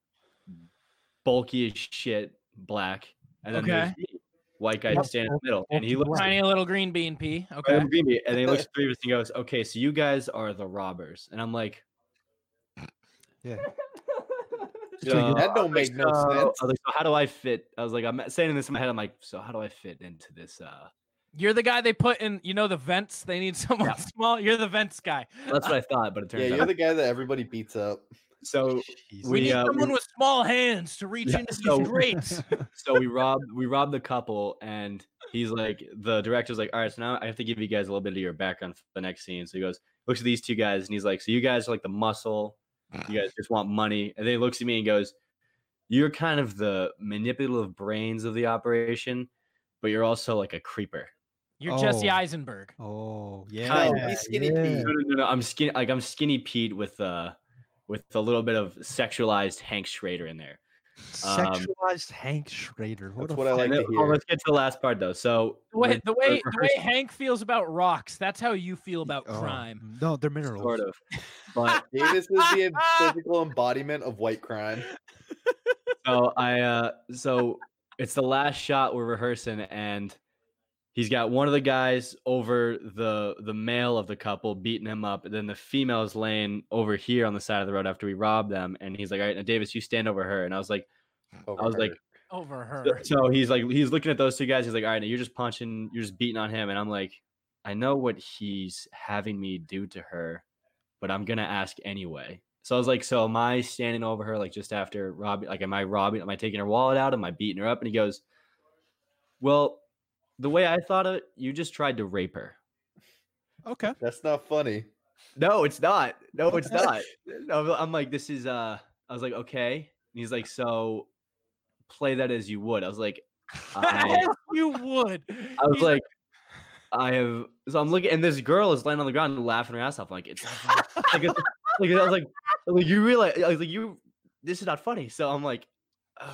[SPEAKER 4] bulky as shit, black, and then there's
[SPEAKER 2] Okay.
[SPEAKER 4] me, white guy
[SPEAKER 7] Yep,
[SPEAKER 4] standing in the middle, and he
[SPEAKER 7] bulky
[SPEAKER 4] looks
[SPEAKER 2] Tiny little green bean pea.
[SPEAKER 4] at
[SPEAKER 2] Okay.
[SPEAKER 4] him creepy, and
[SPEAKER 1] [LAUGHS]
[SPEAKER 4] he looks at three of us and goes, "Okay, so you guys are the robbers," and I'm like,
[SPEAKER 7] Yeah.
[SPEAKER 4] "Yeah."
[SPEAKER 1] that
[SPEAKER 4] I was
[SPEAKER 1] don't
[SPEAKER 4] like,
[SPEAKER 1] make no
[SPEAKER 4] "So-" I
[SPEAKER 1] sense.
[SPEAKER 4] was like, so how do I fit? I was like, I'm saying this in my head. I'm like, so how do I fit into this? Uh,
[SPEAKER 2] You're the guy they put in, you know, the vents. They need [LAUGHS] someone small. You're the vents guy.
[SPEAKER 4] that's what I thought, but it turns
[SPEAKER 1] Yeah, you're
[SPEAKER 4] out
[SPEAKER 1] the guy that everybody beats up.
[SPEAKER 4] so
[SPEAKER 7] Jeez.
[SPEAKER 2] Oh, We,
[SPEAKER 4] we,
[SPEAKER 2] need
[SPEAKER 4] uh, we-
[SPEAKER 2] someone with small hands to reach
[SPEAKER 4] Yeah,
[SPEAKER 2] into
[SPEAKER 4] so-
[SPEAKER 2] these
[SPEAKER 4] [LAUGHS]
[SPEAKER 2] grates.
[SPEAKER 4] so we rob we rob the couple and he's like the director's like all right so now i have to give you guys a little bit of your background for the next scene so he goes looks at these two guys and he's like so you guys are like the muscle
[SPEAKER 1] Mm.
[SPEAKER 4] you guys just want money and then he looks at me and goes you're kind of the manipulative brains of the operation but you're also like a creeper
[SPEAKER 2] You're Jesse
[SPEAKER 7] Oh.
[SPEAKER 2] Eisenberg.
[SPEAKER 7] [LAUGHS] Oh
[SPEAKER 4] Kyle,
[SPEAKER 7] yeah.
[SPEAKER 4] he's
[SPEAKER 1] skinny
[SPEAKER 4] no,
[SPEAKER 7] yeah.
[SPEAKER 4] no, no, no, i'm skinny like i'm skinny pete with uh with a little bit of sexualized hank schrader in there Um,
[SPEAKER 7] Sexualized Hank Schrader. What
[SPEAKER 1] That's
[SPEAKER 7] a
[SPEAKER 1] what I
[SPEAKER 7] fuck-
[SPEAKER 1] like
[SPEAKER 4] And then-
[SPEAKER 1] to
[SPEAKER 4] oh,
[SPEAKER 1] hear.
[SPEAKER 4] let's get to the last part though so
[SPEAKER 2] The way,
[SPEAKER 4] we're-
[SPEAKER 2] the
[SPEAKER 4] we're
[SPEAKER 2] way the way
[SPEAKER 4] rehearsing.
[SPEAKER 2] Hank feels about rocks, that's how you feel about
[SPEAKER 7] oh,
[SPEAKER 2] crime.
[SPEAKER 7] No, they're minerals.
[SPEAKER 4] sort of but
[SPEAKER 1] Davis is
[SPEAKER 2] [LAUGHS]
[SPEAKER 1] the em- physical embodiment of white crime.
[SPEAKER 4] so I uh so it's the last shot we're rehearsing and he's got one of the guys over the the male of the couple beating him up and then the female is laying over here on the side of the road after we rob them and he's like all right now Davis you stand over her and I was like
[SPEAKER 1] over
[SPEAKER 4] I was like
[SPEAKER 1] her.
[SPEAKER 2] Over
[SPEAKER 4] so-
[SPEAKER 2] her.
[SPEAKER 4] so he's like he's looking at those two guys he's like all right now you're just punching you're just beating on him and I'm like I know what he's having me do to her but I'm gonna ask anyway. So I was like, so am I standing over her like just after robbing? Like, am I robbing? Am I taking her wallet out? Am I beating her up? And he goes, well, the way I thought of it, you just tried to rape her.
[SPEAKER 7] Okay.
[SPEAKER 1] that's not funny.
[SPEAKER 4] No, it's not. No, [LAUGHS] it's not. I'm I'm like, this is. uh I was like, okay. And he's like, so play that as you would. I was like, [LAUGHS] I-
[SPEAKER 2] [LAUGHS] As you would.
[SPEAKER 4] I was
[SPEAKER 2] He's
[SPEAKER 4] like, I have. So I'm looking, and this girl is laying on the ground and laughing her ass off. Like it's [LAUGHS] like, it's, like I was like, like you realize, I was like you, this is not funny. So I'm like,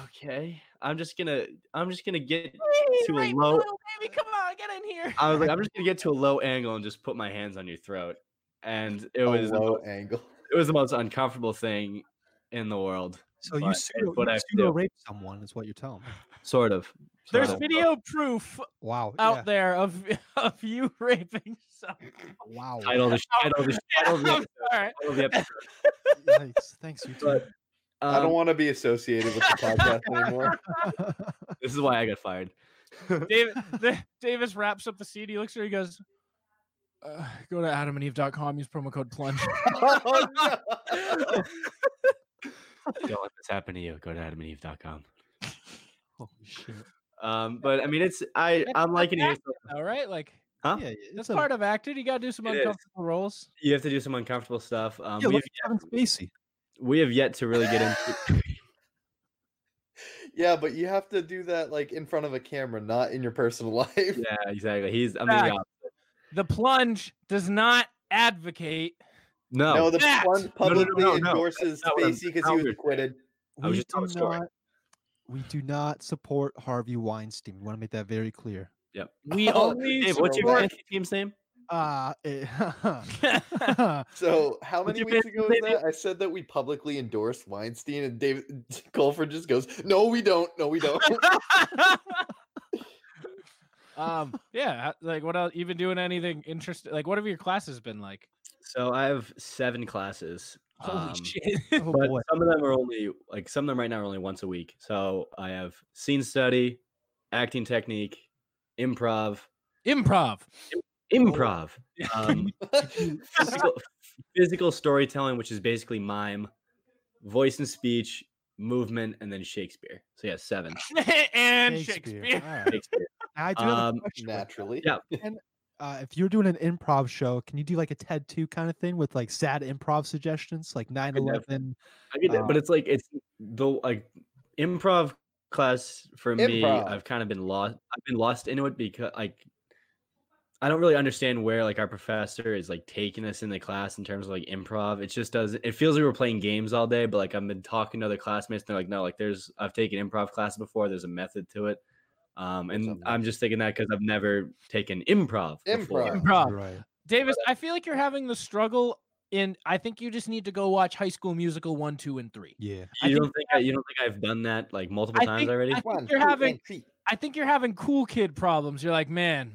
[SPEAKER 4] okay, I'm just gonna, I'm just gonna get
[SPEAKER 2] "Please,
[SPEAKER 4] to a
[SPEAKER 2] wait,
[SPEAKER 4] low.
[SPEAKER 2] little baby, come on, get in here.
[SPEAKER 4] I was like, I'm just gonna get to a low angle and just put my hands on your throat. And it
[SPEAKER 1] A
[SPEAKER 4] was, uh, the
[SPEAKER 1] low
[SPEAKER 4] most-
[SPEAKER 1] angle.
[SPEAKER 4] it was the most uncomfortable thing in the world.
[SPEAKER 7] So you
[SPEAKER 4] But it's
[SPEAKER 7] pseudo,
[SPEAKER 4] what I
[SPEAKER 7] you
[SPEAKER 4] have to
[SPEAKER 7] pseudo
[SPEAKER 4] do.
[SPEAKER 7] rape someone is what you're telling me.
[SPEAKER 4] Sort of.
[SPEAKER 2] There's
[SPEAKER 4] sort of.
[SPEAKER 2] video proof
[SPEAKER 7] Wow.
[SPEAKER 4] Oh,
[SPEAKER 2] out
[SPEAKER 4] [LAUGHS]
[SPEAKER 7] yeah,
[SPEAKER 2] there of [LAUGHS] of you raping [LAUGHS] someone.
[SPEAKER 7] Wow.
[SPEAKER 4] Title of the title of the title of the episode. Title of the episode.
[SPEAKER 7] Yikes. Thanks,
[SPEAKER 4] [LAUGHS]
[SPEAKER 7] you two.
[SPEAKER 4] But,
[SPEAKER 1] I
[SPEAKER 4] um,
[SPEAKER 1] don't want to be associated with
[SPEAKER 4] [LAUGHS]
[SPEAKER 1] the podcast anymore. [LAUGHS]
[SPEAKER 4] This is why I got fired.
[SPEAKER 2] David, Da- Davis wraps up the CD, looks at her, he goes, uh, go to adamandeve.com, use promo code plunge.
[SPEAKER 1] Oh, no.
[SPEAKER 4] Don't let this happen to you. Go to adamandeve.com.
[SPEAKER 7] Holy shit.
[SPEAKER 4] Um, but I mean, it's I I'm liking it.
[SPEAKER 2] [LAUGHS] All right, like
[SPEAKER 4] Huh?
[SPEAKER 7] Yeah,
[SPEAKER 2] that's part of acted. You gotta do some
[SPEAKER 4] It is.
[SPEAKER 2] uncomfortable roles.
[SPEAKER 4] You have to do some uncomfortable stuff. Um,
[SPEAKER 7] Yeah,
[SPEAKER 4] we,
[SPEAKER 7] look
[SPEAKER 4] have
[SPEAKER 7] at Kevin Spacey.
[SPEAKER 4] yet, we have yet to really get into.
[SPEAKER 1] yeah, but you have to do that like in front of a camera, not in your personal [LAUGHS] life.
[SPEAKER 4] yeah, exactly. He's I'm
[SPEAKER 2] Fact.
[SPEAKER 4] the op-
[SPEAKER 2] The plunge does not advocate. [LAUGHS]
[SPEAKER 4] no.
[SPEAKER 1] No, the
[SPEAKER 2] That-
[SPEAKER 1] one
[SPEAKER 4] No, no, no,
[SPEAKER 1] publicly
[SPEAKER 4] no, no.
[SPEAKER 1] endorses
[SPEAKER 4] That's not what I'm-
[SPEAKER 1] Spacey because
[SPEAKER 4] Albert
[SPEAKER 1] he was
[SPEAKER 4] said.
[SPEAKER 1] acquitted.
[SPEAKER 4] I was
[SPEAKER 7] We
[SPEAKER 4] just telling
[SPEAKER 7] do
[SPEAKER 4] a story.
[SPEAKER 7] Not, we do not support Harvey Weinstein. We want to make that very clear.
[SPEAKER 2] We
[SPEAKER 1] Oh,
[SPEAKER 2] only [LAUGHS]
[SPEAKER 4] Dave, what's your
[SPEAKER 1] Sorry.
[SPEAKER 4] fantasy team's name?
[SPEAKER 7] Uh, eh, [LAUGHS]
[SPEAKER 1] So how many
[SPEAKER 4] What's your
[SPEAKER 1] weeks
[SPEAKER 4] fantasy
[SPEAKER 1] ago was
[SPEAKER 4] baby?
[SPEAKER 1] that? I said that we publicly endorsed Weinstein, and David [LAUGHS] Colford just goes, "No, we don't. No, we
[SPEAKER 4] [LAUGHS]
[SPEAKER 1] don't." [LAUGHS]
[SPEAKER 2] um yeah, h- like what else you've been doing anything interesting like what have your classes been like?
[SPEAKER 4] So I have seven classes.
[SPEAKER 2] Holy
[SPEAKER 4] um,
[SPEAKER 2] shit.
[SPEAKER 7] oh
[SPEAKER 4] But
[SPEAKER 7] boy.
[SPEAKER 4] some of them are only like some of them right now are only once a week. So I have scene study, acting technique, improv,
[SPEAKER 2] Improv.
[SPEAKER 4] improv, um, physical, physical storytelling, which is basically mime, voice and speech, movement, and then Shakespeare. So yeah, seven.
[SPEAKER 2] [LAUGHS] and Shakespeare.
[SPEAKER 7] All
[SPEAKER 4] [LAUGHS]
[SPEAKER 7] right.
[SPEAKER 4] Shakespeare.
[SPEAKER 7] I do have a
[SPEAKER 4] Um,
[SPEAKER 7] question.
[SPEAKER 1] Naturally,
[SPEAKER 4] Yeah.
[SPEAKER 7] Uh, if you're doing an improv show, can you do like a TED 2 kind of thing with like sad improv suggestions, like 9 11?
[SPEAKER 4] I get that, but
[SPEAKER 7] Uh,
[SPEAKER 4] it's like it's the like improv class for me.
[SPEAKER 1] Improv.
[SPEAKER 4] I've kind of been lost. I've been lost into it because like I don't really understand where like our professor is like taking us in the class in terms of like improv. It just doesn't. It feels like we're playing games all day. But like I've been talking to other classmates, and they're like, no, like there's I've taken improv class before. There's a method to it. Um,
[SPEAKER 1] There's a
[SPEAKER 4] and I'm just thinking that because I've never taken improv. before. [LAUGHS]
[SPEAKER 1] Improv.
[SPEAKER 2] Improv.
[SPEAKER 7] Right.
[SPEAKER 2] Davis, I feel like you're having the struggle in I think you just need to go watch High School Musical 1, 2 and 3.
[SPEAKER 7] Yeah.
[SPEAKER 2] I
[SPEAKER 4] You
[SPEAKER 2] think
[SPEAKER 4] don't think I, you don't think I've done that like multiple
[SPEAKER 2] I
[SPEAKER 4] times
[SPEAKER 2] think-
[SPEAKER 4] already?
[SPEAKER 2] I
[SPEAKER 1] One,
[SPEAKER 2] you're
[SPEAKER 1] two,
[SPEAKER 2] having-
[SPEAKER 1] and three.
[SPEAKER 2] I think you're having cool kid problems. You're like, "Man,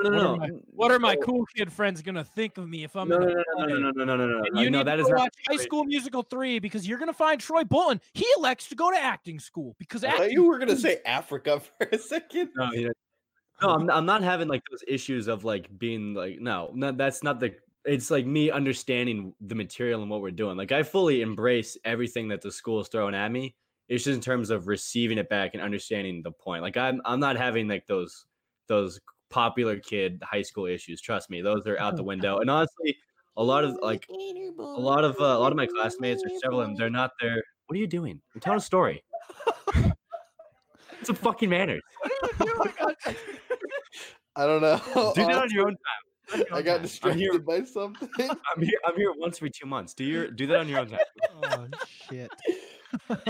[SPEAKER 4] no,
[SPEAKER 2] what
[SPEAKER 4] no,
[SPEAKER 2] are
[SPEAKER 4] no.
[SPEAKER 2] my- what are my
[SPEAKER 4] So-
[SPEAKER 2] cool kid friends going to think of me if I'm
[SPEAKER 4] no,
[SPEAKER 2] in
[SPEAKER 4] no,
[SPEAKER 2] a
[SPEAKER 4] no, no,
[SPEAKER 2] play?"
[SPEAKER 4] no, no, no, no, no, no,
[SPEAKER 2] And
[SPEAKER 4] no,
[SPEAKER 2] you
[SPEAKER 4] no,
[SPEAKER 2] need
[SPEAKER 4] that
[SPEAKER 2] to
[SPEAKER 4] is
[SPEAKER 2] go
[SPEAKER 4] not
[SPEAKER 2] watch
[SPEAKER 4] the
[SPEAKER 2] High
[SPEAKER 4] situation.
[SPEAKER 2] School Musical 3 because you're going to find Troy Bolton. He elects to go to acting school because
[SPEAKER 1] I thought
[SPEAKER 2] acting
[SPEAKER 1] you were gonna say Africa [LAUGHS] for a second.
[SPEAKER 4] No, you know, no, [LAUGHS] I'm, I'm not having like those issues of like being like no, no, that's not the. It's like me understanding the material and what we're doing. Like I fully embrace everything that the school is throwing at me. It's just in terms of receiving it back and understanding the point. Like I'm, I'm not having like those, those popular kid high school issues. Trust me, those are [LAUGHS] out the window. And honestly, a lot of like a lot of uh, a lot of my classmates or several of them they're not there what are you doing i'm telling a story [LAUGHS] it's a fucking manners
[SPEAKER 1] I don't know.
[SPEAKER 4] [LAUGHS] do
[SPEAKER 1] [LAUGHS]
[SPEAKER 4] that on
[SPEAKER 1] Honestly,
[SPEAKER 4] your own
[SPEAKER 1] Oh, I
[SPEAKER 4] time Do that on your own
[SPEAKER 1] got
[SPEAKER 4] time. I'm here,
[SPEAKER 1] distracted by something.
[SPEAKER 4] I'm here i'm here once every two months do your do that on your own time
[SPEAKER 7] Oh, shit.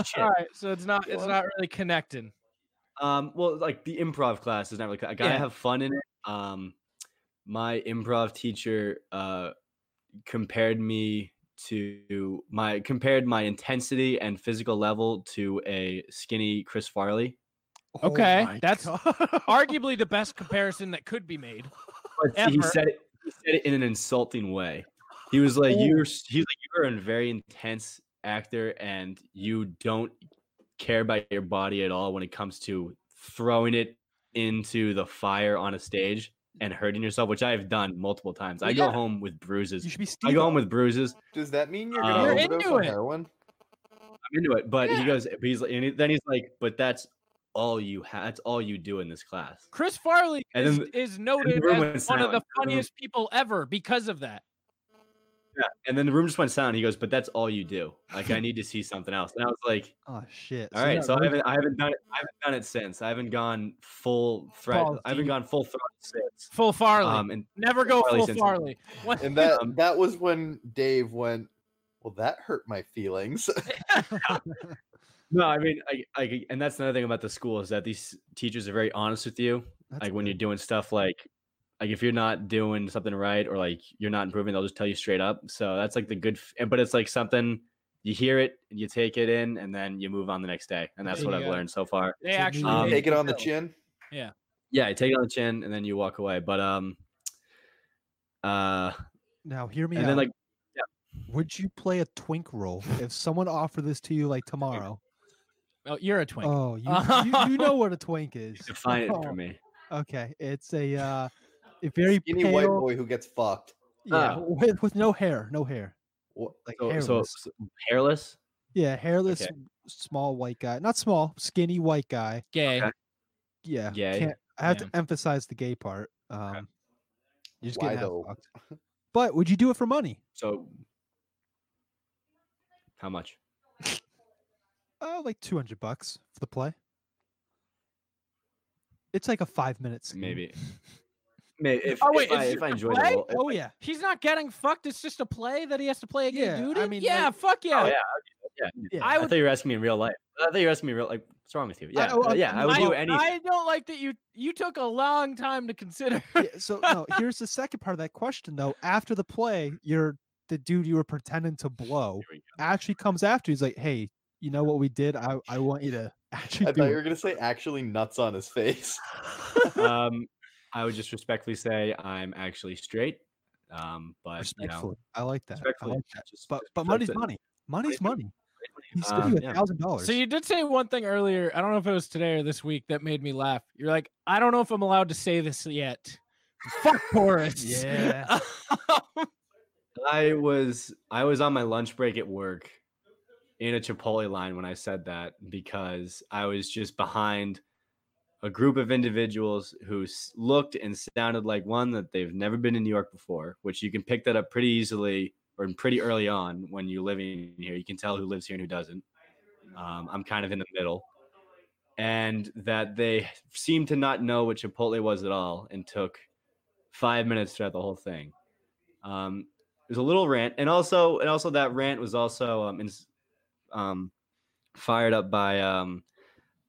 [SPEAKER 4] Shit.
[SPEAKER 2] All right, so it's not it's
[SPEAKER 1] Well-
[SPEAKER 2] not really connecting.
[SPEAKER 4] um well like the improv class is not really i gotta
[SPEAKER 2] Yeah.
[SPEAKER 4] have fun in it um my improv teacher uh compared me to my compared my intensity and physical level to a skinny chris farley
[SPEAKER 7] Oh
[SPEAKER 2] Okay,
[SPEAKER 7] my
[SPEAKER 2] that's
[SPEAKER 7] God.
[SPEAKER 2] Arguably the best comparison that could be made.
[SPEAKER 4] But see, he
[SPEAKER 2] ever.
[SPEAKER 4] said it. He said it in an insulting way. He was like,
[SPEAKER 2] Oh.
[SPEAKER 4] "You're." s- He's like, "You're a very intense actor, and you don't care about your body at all when it comes to throwing it into the fire on a stage and hurting yourself, which I have done multiple times. I go
[SPEAKER 2] Yeah.
[SPEAKER 4] home with bruises.
[SPEAKER 7] You should be
[SPEAKER 4] I
[SPEAKER 7] Steve.
[SPEAKER 4] go home with bruises.
[SPEAKER 1] Does that mean you're
[SPEAKER 4] Um,
[SPEAKER 1] gonna
[SPEAKER 4] You're
[SPEAKER 1] overdose
[SPEAKER 2] into
[SPEAKER 1] on
[SPEAKER 2] it.
[SPEAKER 1] heroin?
[SPEAKER 4] I'm into it." But
[SPEAKER 2] Yeah.
[SPEAKER 4] he goes, but "He's like," and he- then he's like, "But that's all you have. That's all you do in this class."
[SPEAKER 2] Chris Farley
[SPEAKER 4] And
[SPEAKER 2] is,
[SPEAKER 4] then-
[SPEAKER 2] is noted as
[SPEAKER 4] room went
[SPEAKER 2] one of the
[SPEAKER 4] silent. The room-
[SPEAKER 2] funniest people ever because of that.
[SPEAKER 4] Yeah. And then the room just went silent. He goes, "But that's all you do. Like I need to see something else." And I was like.
[SPEAKER 7] Oh, shit.
[SPEAKER 4] All right,
[SPEAKER 7] yeah,
[SPEAKER 4] so I
[SPEAKER 7] those-
[SPEAKER 4] haven't, I haven't done it. I haven't done it since. I haven't gone full threat.
[SPEAKER 7] Balls
[SPEAKER 4] I haven't
[SPEAKER 7] deep.
[SPEAKER 4] gone full threat since.
[SPEAKER 2] Full Farley.
[SPEAKER 4] Um, and
[SPEAKER 2] Never go
[SPEAKER 4] Farley
[SPEAKER 2] full
[SPEAKER 4] Simpson.
[SPEAKER 2] Farley. What-
[SPEAKER 1] And that
[SPEAKER 4] Um,
[SPEAKER 1] that was when Dave went. Well, that hurt my feelings. [LAUGHS]
[SPEAKER 4] no, I mean, I, I, and that's another thing about the school is that these teachers are very honest with you.
[SPEAKER 7] that's
[SPEAKER 4] like when you're
[SPEAKER 7] good.
[SPEAKER 4] doing stuff like, like if you're not doing something right or like you're not improving, they'll just tell you straight up. So that's like the good. f- And but it's like something you hear it and you take it in and then you move on the next day. And that's
[SPEAKER 2] There
[SPEAKER 4] what
[SPEAKER 2] you
[SPEAKER 4] I've
[SPEAKER 2] go.
[SPEAKER 4] learned so far.
[SPEAKER 2] They
[SPEAKER 7] It's a
[SPEAKER 2] actually
[SPEAKER 4] Um,
[SPEAKER 2] made
[SPEAKER 1] Take it
[SPEAKER 2] me
[SPEAKER 1] on the
[SPEAKER 2] go.
[SPEAKER 1] chin.
[SPEAKER 4] Yeah, you take it on the chin and then you walk away. But um uh
[SPEAKER 7] Now hear me
[SPEAKER 4] and
[SPEAKER 7] out.
[SPEAKER 4] then like
[SPEAKER 7] would you play a twink role if someone offered this to you like tomorrow?
[SPEAKER 2] Oh, you're a twink.
[SPEAKER 7] Oh, you, you, you know [LAUGHS] what a twink is.
[SPEAKER 4] define it for
[SPEAKER 7] Oh,
[SPEAKER 4] me.
[SPEAKER 7] Okay, it's a uh, a very
[SPEAKER 1] Skinny
[SPEAKER 7] pale,
[SPEAKER 1] white boy who gets fucked.
[SPEAKER 7] yeah,
[SPEAKER 4] Oh.
[SPEAKER 7] with, with no hair, no hair,
[SPEAKER 4] [LAUGHS]
[SPEAKER 1] Wha-
[SPEAKER 7] like
[SPEAKER 4] So,
[SPEAKER 7] hairless.
[SPEAKER 4] so, so hairless?
[SPEAKER 7] yeah, hairless, small white guy. Not small, skinny white guy.
[SPEAKER 2] Gay.
[SPEAKER 4] okay.
[SPEAKER 7] Yeah,
[SPEAKER 4] Gay.
[SPEAKER 7] can't- I have
[SPEAKER 2] Yeah.
[SPEAKER 7] to emphasize the gay part. Um, You're just
[SPEAKER 1] Why
[SPEAKER 7] getting half
[SPEAKER 1] though?
[SPEAKER 7] fucked. But would you do it for money?
[SPEAKER 4] So how much?
[SPEAKER 7] Oh, like two hundred bucks for the play. It's like a five minute scene.
[SPEAKER 4] Maybe. Maybe if,
[SPEAKER 2] Oh,
[SPEAKER 4] if
[SPEAKER 2] wait,
[SPEAKER 4] I,
[SPEAKER 2] is
[SPEAKER 4] if I
[SPEAKER 2] it
[SPEAKER 4] enjoy the
[SPEAKER 2] play?
[SPEAKER 4] role. if-
[SPEAKER 7] Oh yeah.
[SPEAKER 2] He's not getting fucked. It's just a play that he has to play a gay
[SPEAKER 7] Yeah,
[SPEAKER 2] dude.
[SPEAKER 7] I
[SPEAKER 2] in?
[SPEAKER 7] mean,
[SPEAKER 2] yeah,
[SPEAKER 7] like-
[SPEAKER 2] fuck yeah.
[SPEAKER 4] Oh, yeah. Yeah.
[SPEAKER 7] Yeah.
[SPEAKER 4] I,
[SPEAKER 2] I would.
[SPEAKER 4] thought you were asking me in real life. I thought you were asking me in real like what's wrong with you? Yeah.
[SPEAKER 7] oh,
[SPEAKER 4] uh, yeah, I would do anything.
[SPEAKER 2] I don't like that you you took a long time to consider. [LAUGHS]
[SPEAKER 7] yeah, so
[SPEAKER 4] [LAUGHS]
[SPEAKER 7] no, here's the second part of that question though. After the play, you're the dude you were pretending to blow
[SPEAKER 4] Here we go.
[SPEAKER 7] actually comes after. you, He's like, "Hey, you know what we did? I, I want you to [LAUGHS] actually
[SPEAKER 1] I
[SPEAKER 7] do
[SPEAKER 1] thought you
[SPEAKER 7] it."
[SPEAKER 1] were gonna say actually nuts on his face. [LAUGHS]
[SPEAKER 4] um, I would just respectfully say I'm actually straight. Um, but
[SPEAKER 7] respectfully."
[SPEAKER 4] You know,
[SPEAKER 7] I like that. I
[SPEAKER 4] respectfully.
[SPEAKER 7] like that.
[SPEAKER 4] just-
[SPEAKER 7] But
[SPEAKER 4] just
[SPEAKER 7] but
[SPEAKER 4] respect
[SPEAKER 7] money's
[SPEAKER 4] it.
[SPEAKER 7] money.
[SPEAKER 4] Money's
[SPEAKER 7] Money's money. He's still
[SPEAKER 4] Um,
[SPEAKER 7] you a
[SPEAKER 4] yeah.
[SPEAKER 7] thousand dollars.
[SPEAKER 2] So you did say one thing earlier. I don't know if it was today or this week that made me laugh. You're like, I don't know if I'm allowed to say this yet. [LAUGHS] Fuck Horace.
[SPEAKER 7] Yeah.
[SPEAKER 4] I was I was on my lunch break at work in a Chipotle line when I said that because I was just behind a group of individuals who s- looked and sounded like one that they've never been in New York before, which you can pick that up pretty easily or pretty early on when you're living here. You can tell who lives here and who doesn't. Um, I'm kind of in the middle. And that they seemed to not know what Chipotle was at all and took five minutes throughout the whole thing. Um, it was a little rant, and also and also that rant was also um, ins- um fired up by um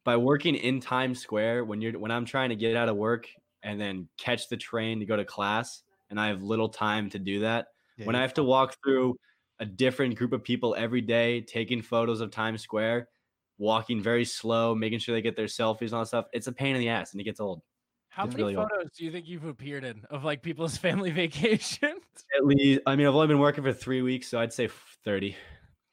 [SPEAKER 4] by working in Times Square when you're when I'm trying to get out of work and then catch the train to go to class, and I have little time to do that.
[SPEAKER 7] Yeah,
[SPEAKER 4] when
[SPEAKER 7] you-
[SPEAKER 4] I have to walk through a different group of people every day, taking photos of Times Square, walking very slow, making sure they get their selfies and all that stuff, it's a pain in the ass, and it gets old.
[SPEAKER 2] [LAUGHS] How
[SPEAKER 4] It's
[SPEAKER 2] many
[SPEAKER 4] really old.
[SPEAKER 2] photos do you think you've appeared in of like people's [LAUGHS] family vacations? [LAUGHS]
[SPEAKER 4] At least, I mean, I've only been working for three weeks, so I'd say f-
[SPEAKER 7] [LAUGHS]
[SPEAKER 4] 30,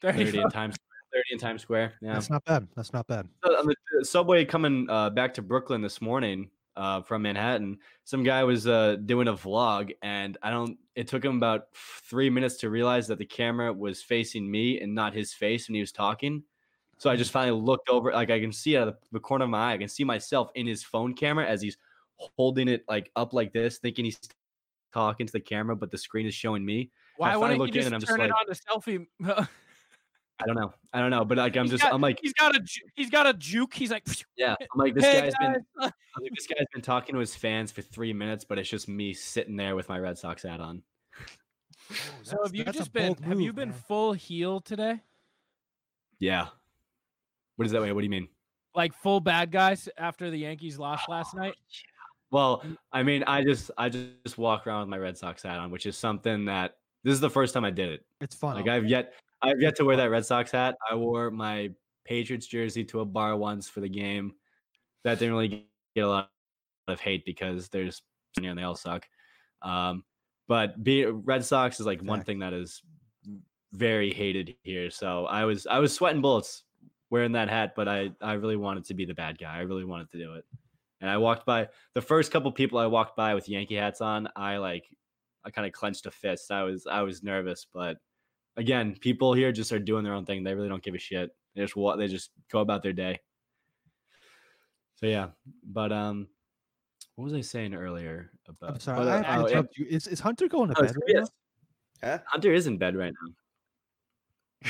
[SPEAKER 2] 30
[SPEAKER 4] 30 in Times, 30 in Times Square. Yeah.
[SPEAKER 7] that's not bad. That's not bad.
[SPEAKER 2] Oh,
[SPEAKER 4] So on the subway coming uh, back to Brooklyn this morning uh, from Manhattan, some guy was uh, doing a vlog, and I don't. It took him about f- three minutes to realize that the camera was facing me and not his face when he was talking. So I
[SPEAKER 2] Mm.
[SPEAKER 4] just finally looked over, like I can see out of the corner of my eye, I can see myself in his phone camera as he's holding it like up like this, thinking he's talking to the camera, but the screen is showing me.
[SPEAKER 2] Why
[SPEAKER 4] finally
[SPEAKER 2] wouldn't you
[SPEAKER 4] looked in
[SPEAKER 2] just
[SPEAKER 4] and I'm just
[SPEAKER 2] turn it on
[SPEAKER 4] like-
[SPEAKER 2] to selfie? [LAUGHS]
[SPEAKER 4] I don't know, I don't know, but like I'm
[SPEAKER 2] He's
[SPEAKER 4] just,
[SPEAKER 2] got-
[SPEAKER 4] I'm like,
[SPEAKER 2] he's got a ju- he's got a juke. He's like,
[SPEAKER 4] yeah, I'm like this
[SPEAKER 2] "Hey,
[SPEAKER 4] guy's been
[SPEAKER 2] guys."
[SPEAKER 4] I think this guy's been talking to his fans for three minutes, but it's just me sitting there with my Red Sox hat on.
[SPEAKER 2] So
[SPEAKER 7] That's-
[SPEAKER 2] have you
[SPEAKER 7] that's a
[SPEAKER 2] just been
[SPEAKER 7] bold
[SPEAKER 2] have you
[SPEAKER 7] move,
[SPEAKER 2] been
[SPEAKER 7] man.
[SPEAKER 2] full heel today?
[SPEAKER 4] Yeah. What is that? Wait, what do you mean?
[SPEAKER 2] Like full bad guys after the Yankees lost last night?
[SPEAKER 4] Well, I mean, I just I ju- just walk around with my Red Sox hat on, which is something that this is the first time I did it.
[SPEAKER 7] It's fun.
[SPEAKER 4] Like I've yet I've yet to wear that Red Sox hat. I wore my Patriots jersey to a bar once for the game. That didn't really get a lot of hate because there's and they all suck. Um, but be Red Sox is like one
[SPEAKER 7] Fact.
[SPEAKER 4] thing that is very hated here. So I was I was sweating bullets wearing that hat, but I I really wanted to be the bad guy. I really wanted to do it. And I walked by the first couple people I walked by with Yankee hats on. I like I kind of clenched a fist. I was I was nervous, but again, people here just are doing their own thing. They really don't give a shit. They just what they just go about their day. So yeah, but um, what was I saying earlier about?
[SPEAKER 7] I'm sorry.
[SPEAKER 1] but,
[SPEAKER 7] I
[SPEAKER 1] uh,
[SPEAKER 7] have to
[SPEAKER 4] oh, yeah.
[SPEAKER 7] interrupt you. Is, is Hunter going to
[SPEAKER 4] Oh,
[SPEAKER 7] bed? Right
[SPEAKER 2] [LAUGHS]
[SPEAKER 7] now?
[SPEAKER 4] yes.
[SPEAKER 1] Huh?
[SPEAKER 4] Hunter is in bed right now.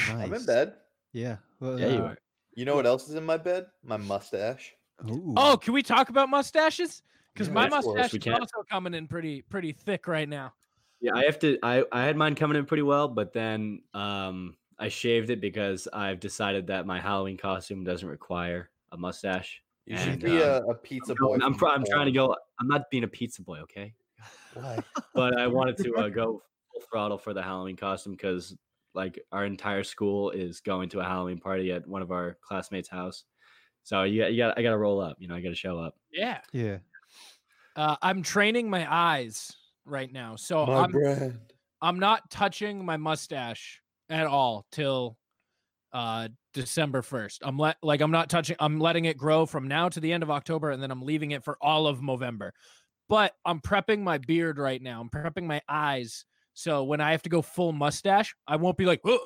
[SPEAKER 1] I'm in
[SPEAKER 7] Nice.
[SPEAKER 1] bed.
[SPEAKER 7] Yeah. well,
[SPEAKER 4] Yeah, you
[SPEAKER 7] uh,
[SPEAKER 4] are.
[SPEAKER 1] You know what else is in my bed? My mustache.
[SPEAKER 7] ooh.
[SPEAKER 2] Oh, can we talk about mustaches? Because
[SPEAKER 1] Yeah,
[SPEAKER 2] my
[SPEAKER 1] of course, we
[SPEAKER 2] mustache is
[SPEAKER 4] can.
[SPEAKER 2] also coming in pretty pretty thick right now.
[SPEAKER 4] Yeah, I have to. I I had mine coming in pretty well, but then um, I shaved it because I've decided that my Halloween costume doesn't require a mustache.
[SPEAKER 1] You should
[SPEAKER 4] And,
[SPEAKER 1] be
[SPEAKER 4] um,
[SPEAKER 1] a, a pizza
[SPEAKER 4] I'm,
[SPEAKER 1] boy.
[SPEAKER 4] going- I'm,
[SPEAKER 1] from
[SPEAKER 4] pro- I'm trying to
[SPEAKER 1] Poland.
[SPEAKER 4] go. I'm not being a pizza boy, okay?
[SPEAKER 1] Why?
[SPEAKER 4] [LAUGHS] But I wanted to uh, go full throttle for the Halloween costume because like our entire school is going to a Halloween party at one of our classmates' house. So you, got- you got I got to roll up. You know, I got to show up.
[SPEAKER 2] Yeah.
[SPEAKER 7] Yeah.
[SPEAKER 2] Uh, I'm training my eyes right now. So
[SPEAKER 1] My
[SPEAKER 2] Oh, I'm
[SPEAKER 1] brand.
[SPEAKER 2] I'm not touching my mustache at all till uh December 1st. I'm let like I'm not touching I'm letting it grow from now to the end of October and then I'm leaving it for all of November. But I'm prepping my beard right now. I'm prepping my eyes so when I have to go full mustache, I won't be like Whoa!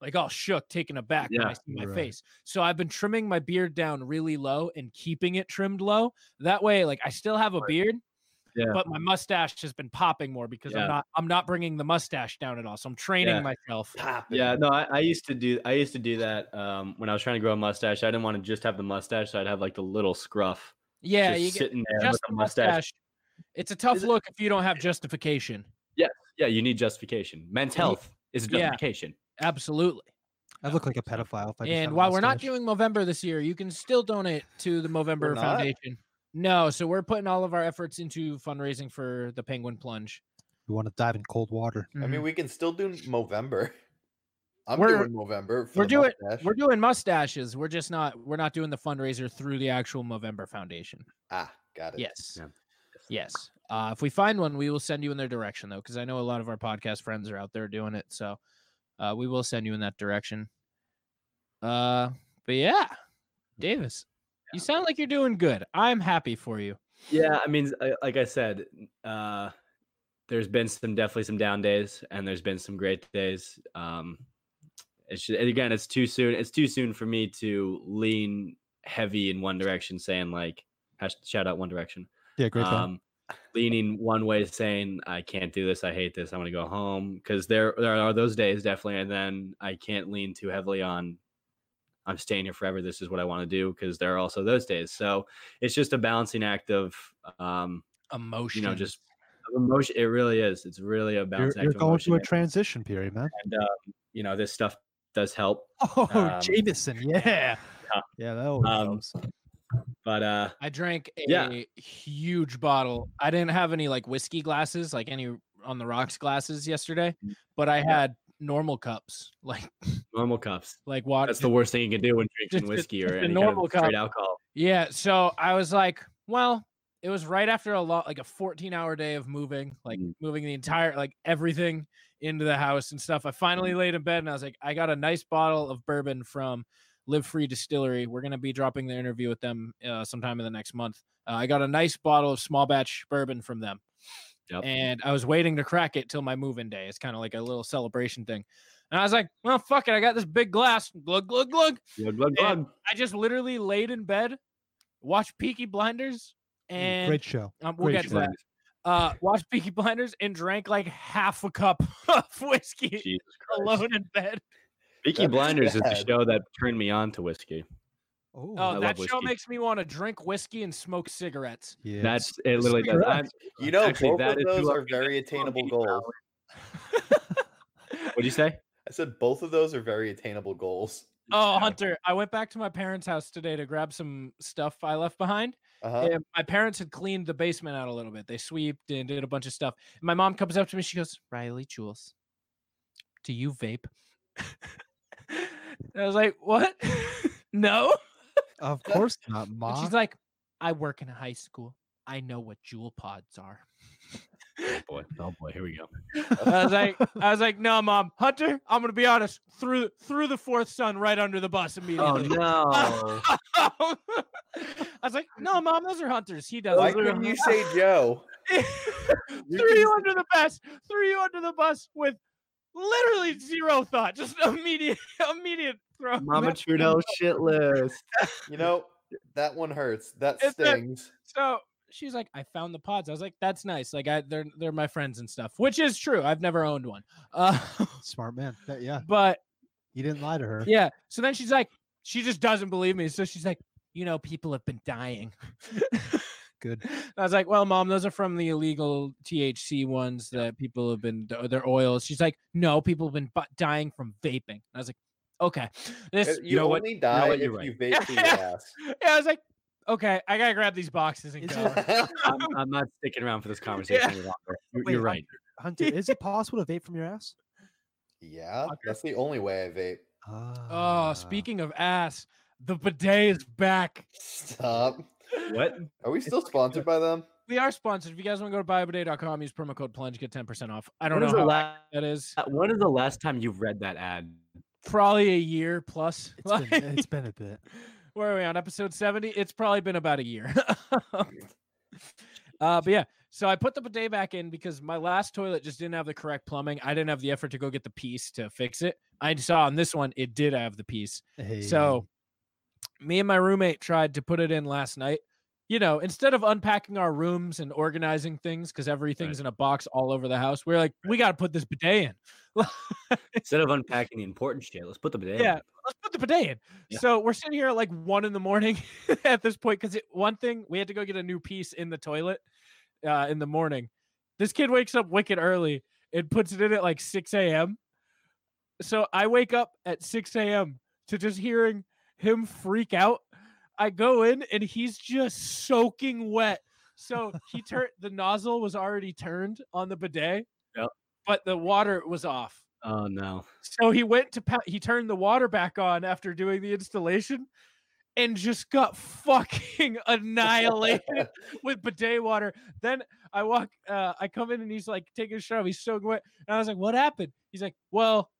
[SPEAKER 2] like all shook, taken aback when I
[SPEAKER 4] Yeah,
[SPEAKER 2] see my
[SPEAKER 7] right.
[SPEAKER 2] face. So I've been trimming my beard down really low and keeping it trimmed low. That way like I still have a beard,
[SPEAKER 4] Yeah.
[SPEAKER 2] but my mustache has been popping more because
[SPEAKER 4] Yeah.
[SPEAKER 2] I'm not I'm not bringing the mustache down at all. So I'm training
[SPEAKER 4] Yeah.
[SPEAKER 2] myself.
[SPEAKER 4] Yeah, no, I, I used to do I used to do that um, when I was trying to grow a mustache. I didn't want to just have the mustache, so I'd have like the little scruff.
[SPEAKER 2] Yeah,
[SPEAKER 4] just
[SPEAKER 2] you get
[SPEAKER 4] sitting there
[SPEAKER 2] just
[SPEAKER 4] with
[SPEAKER 2] the
[SPEAKER 4] the mustache.
[SPEAKER 2] mustache. It's a tough
[SPEAKER 4] Is it-
[SPEAKER 2] look if you don't have justification.
[SPEAKER 4] Yeah, you need justification. Men's
[SPEAKER 2] You need-
[SPEAKER 4] health is a
[SPEAKER 2] Yeah.
[SPEAKER 4] justification.
[SPEAKER 2] Absolutely.
[SPEAKER 7] I look like a pedophile. If I just had
[SPEAKER 2] And
[SPEAKER 7] a
[SPEAKER 2] while we're not
[SPEAKER 7] mustache.
[SPEAKER 2] doing Movember this year, you can still donate to the Movember
[SPEAKER 1] not?
[SPEAKER 2] Foundation. No, so we're putting all of our efforts into fundraising for the Penguin Plunge.
[SPEAKER 7] we want to dive in cold water.
[SPEAKER 1] I mean, we can still do Movember. [LAUGHS] I'm
[SPEAKER 2] Mm. We're-
[SPEAKER 1] doing Movember. For
[SPEAKER 2] we're
[SPEAKER 1] the
[SPEAKER 2] doing-
[SPEAKER 1] mustache.
[SPEAKER 2] we're doing mustaches. We're just not we're not doing the fundraiser through the actual Movember Foundation.
[SPEAKER 1] ah, got it.
[SPEAKER 2] Yes.
[SPEAKER 4] Yeah.
[SPEAKER 2] Yes. Uh, if we find one, we will send you in their direction though, because I know a lot of our podcast friends are out there doing it. So uh, we will send you in that direction. Uh, but yeah, Davis, you sound like you're doing good. I'm happy for you.
[SPEAKER 4] Yeah, I mean, I- like I said, uh, there's been some definitely some down days, and there's been some great days. Um, it's ju- and again, it's too soon. It's too soon for me to lean heavy in one direction, saying like, hash- shout out One Direction.
[SPEAKER 7] Yeah, great. film.
[SPEAKER 4] um, leaning one way, saying I can't do this, I hate this, I'm gonna go home. Because there there are those days definitely, and then I can't lean too heavily on I'm staying here forever. This is what I want to do. Because there are also those days. So it's just a balancing act of um,
[SPEAKER 2] Emotion.
[SPEAKER 4] you know just of emotion. It really is. It's really a
[SPEAKER 7] You're,
[SPEAKER 4] balancing
[SPEAKER 7] you're
[SPEAKER 4] act of
[SPEAKER 7] going
[SPEAKER 4] emotion.
[SPEAKER 7] through a transition period,
[SPEAKER 2] [LAUGHS]
[SPEAKER 7] man.
[SPEAKER 4] and um, you know this stuff does help.
[SPEAKER 7] Oh,
[SPEAKER 4] Um,
[SPEAKER 7] Jameson, yeah, yeah, that always
[SPEAKER 4] Um,
[SPEAKER 7] helps.
[SPEAKER 4] But uh,
[SPEAKER 2] I drank a
[SPEAKER 4] Yeah.
[SPEAKER 2] huge bottle. I didn't have any like whiskey glasses, like any on the rocks glasses yesterday,
[SPEAKER 4] Mm.
[SPEAKER 2] but I had normal cups, [LAUGHS] like
[SPEAKER 4] normal cups.
[SPEAKER 2] like water.
[SPEAKER 4] That's the worst thing you can do when drinking
[SPEAKER 2] just a-
[SPEAKER 4] whiskey
[SPEAKER 2] just
[SPEAKER 4] or
[SPEAKER 2] a
[SPEAKER 4] any
[SPEAKER 2] normal
[SPEAKER 4] kind of straight
[SPEAKER 2] cup.
[SPEAKER 4] alcohol.
[SPEAKER 2] Yeah, so I was like, well, it was right after a lot like a 14 hour day of moving, like
[SPEAKER 4] Mm.
[SPEAKER 2] moving the entire like everything into the house and stuff. I finally
[SPEAKER 4] Mm.
[SPEAKER 2] laid in bed and I was like, I got a nice bottle of bourbon from Live Free Distillery. We're gonna be dropping the interview with them uh, sometime in the next month. Uh, I got a nice bottle of small batch bourbon from them,
[SPEAKER 4] Yep.
[SPEAKER 2] and I was waiting to crack it till my move-in day. It's kind of like a little celebration thing. And I was like, well, fuck it. I got this big glass. Glug glug glug.
[SPEAKER 4] Glug, glug,
[SPEAKER 2] And-
[SPEAKER 4] glug.
[SPEAKER 2] I just literally laid in bed, watched Peaky Blinders, and
[SPEAKER 7] Mm, Great show.
[SPEAKER 2] um, we'll
[SPEAKER 7] great
[SPEAKER 2] get to that. Uh, watched Peaky Blinders and drank like half a cup [LAUGHS] of whiskey
[SPEAKER 4] Jesus
[SPEAKER 2] [LAUGHS]
[SPEAKER 4] Christ.
[SPEAKER 2] alone in bed.
[SPEAKER 4] Peaky
[SPEAKER 1] That's
[SPEAKER 4] Blinders is the
[SPEAKER 1] bad.
[SPEAKER 4] show that turned me on to whiskey.
[SPEAKER 7] Oh,
[SPEAKER 2] Oh,
[SPEAKER 4] love
[SPEAKER 2] that show
[SPEAKER 4] whiskey.
[SPEAKER 2] makes me want to drink whiskey and smoke cigarettes.
[SPEAKER 7] yeah.
[SPEAKER 4] That's it. Literally does.
[SPEAKER 7] Cigarettes.
[SPEAKER 4] I'm-
[SPEAKER 1] You know,
[SPEAKER 4] Actually,
[SPEAKER 1] both
[SPEAKER 4] that
[SPEAKER 1] of
[SPEAKER 4] is
[SPEAKER 1] those
[SPEAKER 4] who I
[SPEAKER 1] are very attainable goals.
[SPEAKER 4] What'd you say?
[SPEAKER 1] I said both of those are very attainable goals.
[SPEAKER 2] [LAUGHS] Oh, Hunter, I went back to my parents' house today to grab some stuff I left behind.
[SPEAKER 1] Uh-huh.
[SPEAKER 2] And my parents had cleaned the basement out a little bit. They sweeped and did a bunch of stuff. And my mom comes up to me. She goes, Riley Jules, do you vape? [LAUGHS] and I was like, what? [LAUGHS] no.
[SPEAKER 7] of course not,
[SPEAKER 2] And [LAUGHS]
[SPEAKER 7] Ma.
[SPEAKER 2] she's like, I work in a high school. I know what jewel pods are.
[SPEAKER 4] Boy, oh boy, here we go.
[SPEAKER 2] I was like, I was like, no, mom, Hunter. I'm gonna be honest. Threw threw the fourth son right under the bus immediately.
[SPEAKER 4] Oh, no!
[SPEAKER 2] [LAUGHS] I was like, no, mom, those are hunters. He does.
[SPEAKER 1] Why couldn't
[SPEAKER 2] [LAUGHS]
[SPEAKER 1] you say Joe?
[SPEAKER 2] threw you under the bus, threw you under the bus with literally zero thought, just [LAUGHS] immediate, immediate throw. [LAUGHS]
[SPEAKER 4] Mama Trudeau shitless.
[SPEAKER 1] You know, that one hurts. That
[SPEAKER 2] It's that-
[SPEAKER 1] stings.
[SPEAKER 2] So she's like, I found the pods. I was like, that's nice. Like, I they're they're my friends and stuff, which is true. I've never owned one. Uh, [LAUGHS]
[SPEAKER 7] Smart man. That- yeah,
[SPEAKER 2] but
[SPEAKER 7] you didn't lie to her.
[SPEAKER 2] yeah. So then she's like, she just doesn't believe me. So she's like, you know, people have been dying. [LAUGHS]
[SPEAKER 7] Good.
[SPEAKER 2] And I was like, "Well, mom, those are from the illegal THC ones that people have been their oils." She's like, "No, people have been bu- dying from vaping." And I was like, "Okay,
[SPEAKER 1] Uh,
[SPEAKER 2] this."
[SPEAKER 1] You,
[SPEAKER 4] know what-
[SPEAKER 1] only die
[SPEAKER 4] what,
[SPEAKER 1] if
[SPEAKER 4] you're
[SPEAKER 1] you vape through your ass.
[SPEAKER 2] [LAUGHS] Yeah, I was like, "Okay, I gotta grab these boxes and
[SPEAKER 7] Is
[SPEAKER 2] go."
[SPEAKER 7] it-
[SPEAKER 4] I'm, I'm not
[SPEAKER 2] [LAUGHS]
[SPEAKER 4] sticking around for this conversation any longer. You're,
[SPEAKER 7] Wait,
[SPEAKER 4] you're
[SPEAKER 7] I'm-
[SPEAKER 4] right.
[SPEAKER 7] Hunter, is it possible to vape from your ass?
[SPEAKER 1] [LAUGHS] Yeah,
[SPEAKER 2] Fucker.
[SPEAKER 1] that's the only way I vape.
[SPEAKER 2] Oh,
[SPEAKER 7] Ah.
[SPEAKER 2] speaking of ass, the bidet is back. [LAUGHS]
[SPEAKER 1] Stop.
[SPEAKER 4] What?
[SPEAKER 1] Are we still sponsored by them?
[SPEAKER 2] We are sponsored. If you guys want to go to biobidet.com, use promo code plunge, get 10% off. I don't
[SPEAKER 4] When is
[SPEAKER 2] know
[SPEAKER 4] the
[SPEAKER 2] how
[SPEAKER 4] la-
[SPEAKER 2] that is.
[SPEAKER 4] When is the last time you've read that ad?
[SPEAKER 2] Probably a year plus.
[SPEAKER 7] It's been,
[SPEAKER 2] Like,
[SPEAKER 7] it's been
[SPEAKER 2] [LAUGHS]
[SPEAKER 7] a bit.
[SPEAKER 2] where are we on episode 70? It's probably been about a year. [LAUGHS] Uh, but yeah, so I put the bidet back in because my last toilet just didn't have the correct plumbing. I didn't have the effort to go get the piece to fix it. I saw on this one it did have the piece. So me and my roommate tried to put it in last night. You know, instead of unpacking our rooms and organizing things because everything's in a box all over the house, we are like, we got to put this bidet in.
[SPEAKER 4] Instead of unpacking the important shit, let's put the bidet. in.
[SPEAKER 2] Yeah, let's put the bidet in.
[SPEAKER 4] Yeah.
[SPEAKER 2] So we're sitting here at like one in the morning [LAUGHS] at this point because one thing we had to go get a new piece in the toilet uh, in the morning. This kid wakes up wicked early and puts it in at like 6 a.m. So I wake up at 6 a.m. to just hearing him freak out. I go in and he's just soaking wet. So he turned the nozzle was already turned on the bidet,
[SPEAKER 4] Yep.
[SPEAKER 2] but the water was off.
[SPEAKER 4] Oh no.
[SPEAKER 2] So he went to pa- he turned the water back on after doing the installation, and just got fucking [LAUGHS] annihilated with bidet water. Then I walk, uh, I come in and he's like taking a shower. He's so wet, and I was like, "What happened?" He's like, "Well,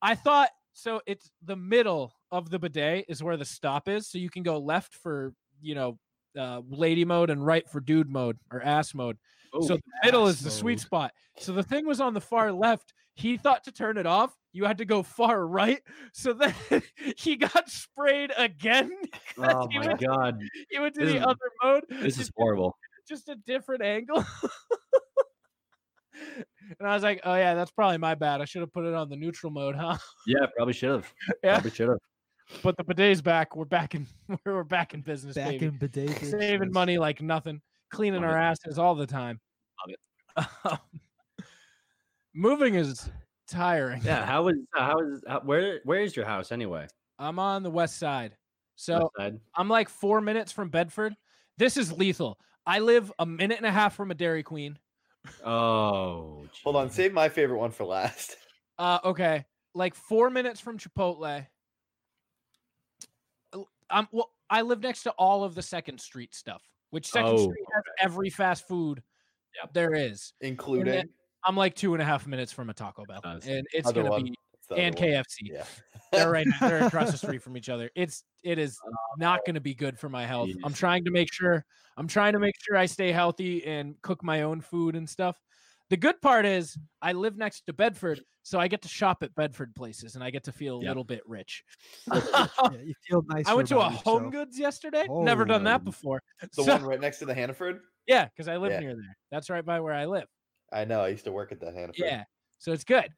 [SPEAKER 2] I thought so. It's the middle of the bidet is where the stop is, so you can go left for you know." Uh, lady mode and right for dude mode or ass mode. so the middle is the sweet spot. So the thing was on the far left. He thought to turn it off, you had to go far right. So then [LAUGHS] he got sprayed again.
[SPEAKER 4] Oh
[SPEAKER 2] [LAUGHS] he
[SPEAKER 4] my
[SPEAKER 2] was-
[SPEAKER 4] god.
[SPEAKER 2] He went to
[SPEAKER 4] This
[SPEAKER 2] the
[SPEAKER 4] is-
[SPEAKER 2] other mode.
[SPEAKER 4] This
[SPEAKER 2] just,
[SPEAKER 4] is horrible.
[SPEAKER 2] just a different angle. [LAUGHS] and I was like, oh yeah, that's probably my bad. I should have put it on the neutral mode, huh? [LAUGHS]
[SPEAKER 4] Yeah, probably should have.
[SPEAKER 2] Yeah.
[SPEAKER 4] Probably should have.
[SPEAKER 2] But the bidet's back. We're back in [LAUGHS] we're back in business,
[SPEAKER 7] back
[SPEAKER 2] baby.
[SPEAKER 7] in bidet.
[SPEAKER 2] Saving
[SPEAKER 7] business.
[SPEAKER 2] money like nothing, cleaning
[SPEAKER 4] Love
[SPEAKER 2] our asses all the time. [LAUGHS] Love it. Moving is tiring.
[SPEAKER 4] Yeah. How was? uh, How is? How, where? Where is your house anyway?
[SPEAKER 2] I'm on the west side. So
[SPEAKER 4] West side?
[SPEAKER 2] I'm like four minutes from Bedford. This is lethal. I live a minute and a half from a Dairy Queen.
[SPEAKER 4] Oh.
[SPEAKER 1] Hold on,
[SPEAKER 4] jeez.
[SPEAKER 1] save my favorite one for last. [LAUGHS]
[SPEAKER 2] Uh, okay, like four minutes from Chipotle. L- I'm well. I live next to all of the Second Street stuff, which Second
[SPEAKER 4] Oh,
[SPEAKER 2] Street has every fast food
[SPEAKER 4] Yep.
[SPEAKER 2] there is.
[SPEAKER 1] Including
[SPEAKER 2] I'm like two and a half minutes from a Taco Bell,
[SPEAKER 4] does.
[SPEAKER 2] and it's
[SPEAKER 1] other
[SPEAKER 2] gonna
[SPEAKER 1] one.
[SPEAKER 2] be
[SPEAKER 1] It's the
[SPEAKER 2] and
[SPEAKER 1] other one.
[SPEAKER 2] KFC. [LAUGHS]
[SPEAKER 1] Yeah. [LAUGHS]
[SPEAKER 2] They're right. They're across the street from each other. It's it is not going to be good for my health. I'm
[SPEAKER 4] Jeez.
[SPEAKER 2] trying to make sure. I'm trying to make sure I stay healthy and cook my own food and stuff. The good part is I live next to Bedford, so I get to shop at Bedford places and I get to feel a
[SPEAKER 4] Yeah.
[SPEAKER 2] little bit rich.
[SPEAKER 7] Yeah, you feel nice.
[SPEAKER 2] Oh, I went to a Home Goods yesterday. Never done that
[SPEAKER 4] Oh.
[SPEAKER 2] before.
[SPEAKER 1] [LAUGHS] The
[SPEAKER 2] So-
[SPEAKER 1] one right next to the Hannaford?
[SPEAKER 2] yeah, because I live
[SPEAKER 1] Yeah.
[SPEAKER 2] near there. That's right by where I live.
[SPEAKER 1] I know. I used to work at the Hannaford.
[SPEAKER 2] Yeah, so it's good.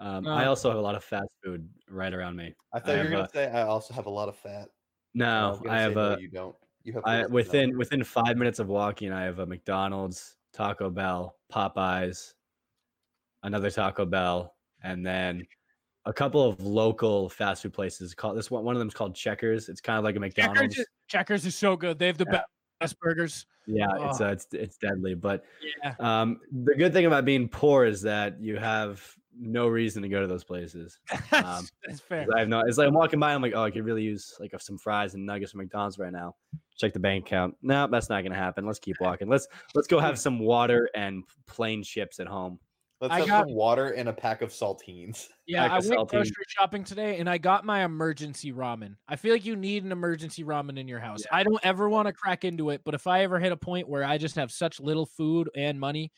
[SPEAKER 4] Um,
[SPEAKER 2] Uh,
[SPEAKER 4] I also have a lot of fast food right around me.
[SPEAKER 1] I thought
[SPEAKER 4] I
[SPEAKER 1] you were
[SPEAKER 4] have
[SPEAKER 1] gonna say
[SPEAKER 4] a-
[SPEAKER 1] I also have a lot of fat. and was
[SPEAKER 4] No,
[SPEAKER 1] gonna
[SPEAKER 4] I
[SPEAKER 1] say,
[SPEAKER 4] have
[SPEAKER 1] no,
[SPEAKER 4] a.
[SPEAKER 1] you don't. You have
[SPEAKER 4] I
[SPEAKER 1] less than
[SPEAKER 4] within
[SPEAKER 1] that.
[SPEAKER 4] within five minutes of walking, I have a McDonald's, Taco Bell, Popeyes, another Taco Bell, and then a couple of local fast food places. Called this one, one of them is called Checkers. It's kind of like a McDonald's.
[SPEAKER 2] Checkers is, Checkers is so good. They have the
[SPEAKER 4] Yeah.
[SPEAKER 2] best burgers.
[SPEAKER 4] Yeah, it's
[SPEAKER 2] Oh.
[SPEAKER 4] uh, it's it's deadly. But
[SPEAKER 2] Yeah. [LAUGHS]
[SPEAKER 4] um, the good thing about being poor is that you have no reason to go to those places.
[SPEAKER 1] Um,
[SPEAKER 2] That's, that's fair.
[SPEAKER 4] 'Cause I have no. It's like I'm walking by. I'm like, oh, I could really use like of some fries and nuggets from McDonald's right now. Check the bank account. No, that's not gonna happen. Let's keep walking. Let's let's go have some water and plain chips at home.
[SPEAKER 1] Let's
[SPEAKER 2] I
[SPEAKER 1] have
[SPEAKER 2] got-
[SPEAKER 1] some water and a pack of saltines.
[SPEAKER 2] Yeah,
[SPEAKER 4] Like
[SPEAKER 2] I
[SPEAKER 4] a
[SPEAKER 2] went
[SPEAKER 4] saltine.
[SPEAKER 2] grocery shopping today and I got my emergency ramen. I feel like you need an emergency ramen in your house. I don't ever want to crack into it, but if I ever hit a point where I just have such little food and money,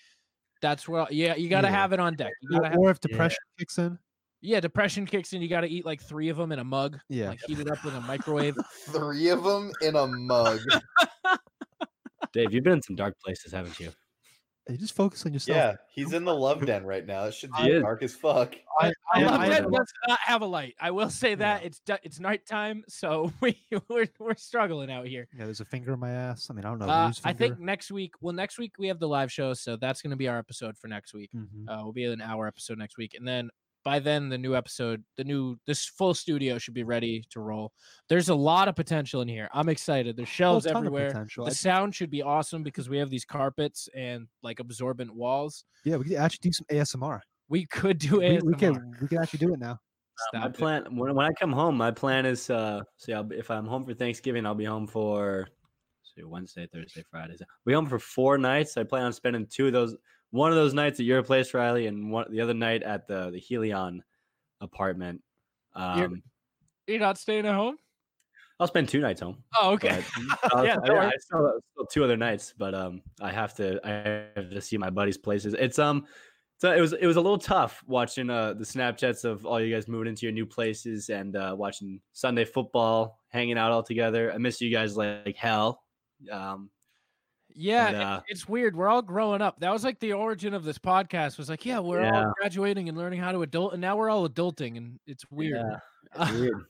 [SPEAKER 2] that's where yeah, you got to
[SPEAKER 7] Yeah.
[SPEAKER 2] have it on deck. You gotta
[SPEAKER 7] Or,
[SPEAKER 2] have,
[SPEAKER 7] [LAUGHS] or if
[SPEAKER 4] Yeah.
[SPEAKER 7] depression kicks in,
[SPEAKER 2] yeah, depression kicks in, you got to eat like 3 of them in a mug,
[SPEAKER 7] yeah,
[SPEAKER 2] like heat it up in a
[SPEAKER 7] [LAUGHS]
[SPEAKER 2] microwave.
[SPEAKER 1] Three of them in a mug.
[SPEAKER 4] Dave, you've been in some dark places, haven't you?
[SPEAKER 7] you just focus on yourself.
[SPEAKER 1] [LAUGHS] yeah, he's in the love den right now. It should
[SPEAKER 4] [LAUGHS] He
[SPEAKER 1] be
[SPEAKER 4] is.
[SPEAKER 1] dark as fuck.
[SPEAKER 7] I,
[SPEAKER 2] I
[SPEAKER 7] I,
[SPEAKER 2] love
[SPEAKER 7] I-
[SPEAKER 2] that
[SPEAKER 4] know.
[SPEAKER 2] does not have a light. I will say that it's du- it's nighttime, so [LAUGHS] we we're, we're struggling out here.
[SPEAKER 7] yeah, there's a finger in my ass. I mean, I don't know.
[SPEAKER 2] Uh,
[SPEAKER 7] whose
[SPEAKER 2] I
[SPEAKER 7] finger.
[SPEAKER 2] think next week, well next week we have the live show, so that's going to be our episode for next week.
[SPEAKER 7] Mhm.
[SPEAKER 2] Uh, we'll be an hour episode next week, and then by then the new episode, the new this full studio should be ready to roll. There's a lot of potential in here. I'm excited. There's
[SPEAKER 7] Whole
[SPEAKER 2] shelves
[SPEAKER 7] ton of
[SPEAKER 2] everywhere.
[SPEAKER 7] potential.
[SPEAKER 2] The
[SPEAKER 7] I-
[SPEAKER 2] sound should be awesome because we have these carpets and like absorbent walls.
[SPEAKER 7] yeah, we could actually do some ASMR.
[SPEAKER 2] We could do
[SPEAKER 7] We,
[SPEAKER 2] ASMR.
[SPEAKER 7] we can we can actually do it now.
[SPEAKER 4] My
[SPEAKER 2] Stop it.
[SPEAKER 4] plan when, when I come home, my plan is uh see I'll, be- if I'm home for Thanksgiving, I'll be home for see Wednesday, Thursday, Friday. So I'll be home for four nights. I plan on spending two of those one of those nights at your place, Riley, and one the other night at the the Helion apartment.
[SPEAKER 2] You're-
[SPEAKER 4] Um
[SPEAKER 2] You're not staying at home?
[SPEAKER 4] I'll spend two nights home.
[SPEAKER 2] Oh, okay. [LAUGHS]
[SPEAKER 4] but I'll-
[SPEAKER 2] Yeah,
[SPEAKER 4] I-
[SPEAKER 2] don't
[SPEAKER 4] yeah,
[SPEAKER 2] worry.
[SPEAKER 4] I still, have- still two other nights, but um, I have to I have to see my buddies' places. It's um, so it was it was a little tough watching uh the Snapchats of all you guys moving into your new places and uh, watching Sunday football, hanging out all together. I miss you guys like, hell. Um,
[SPEAKER 2] [LAUGHS] Yeah,
[SPEAKER 4] And,
[SPEAKER 2] it-
[SPEAKER 4] uh,
[SPEAKER 2] it's weird. We're all growing up. That was like the origin of this podcast. Was like, yeah, we're
[SPEAKER 4] Yeah.
[SPEAKER 2] all graduating and learning how to adult, and now we're all adulting, and it's weird.
[SPEAKER 4] yeah, it's weird,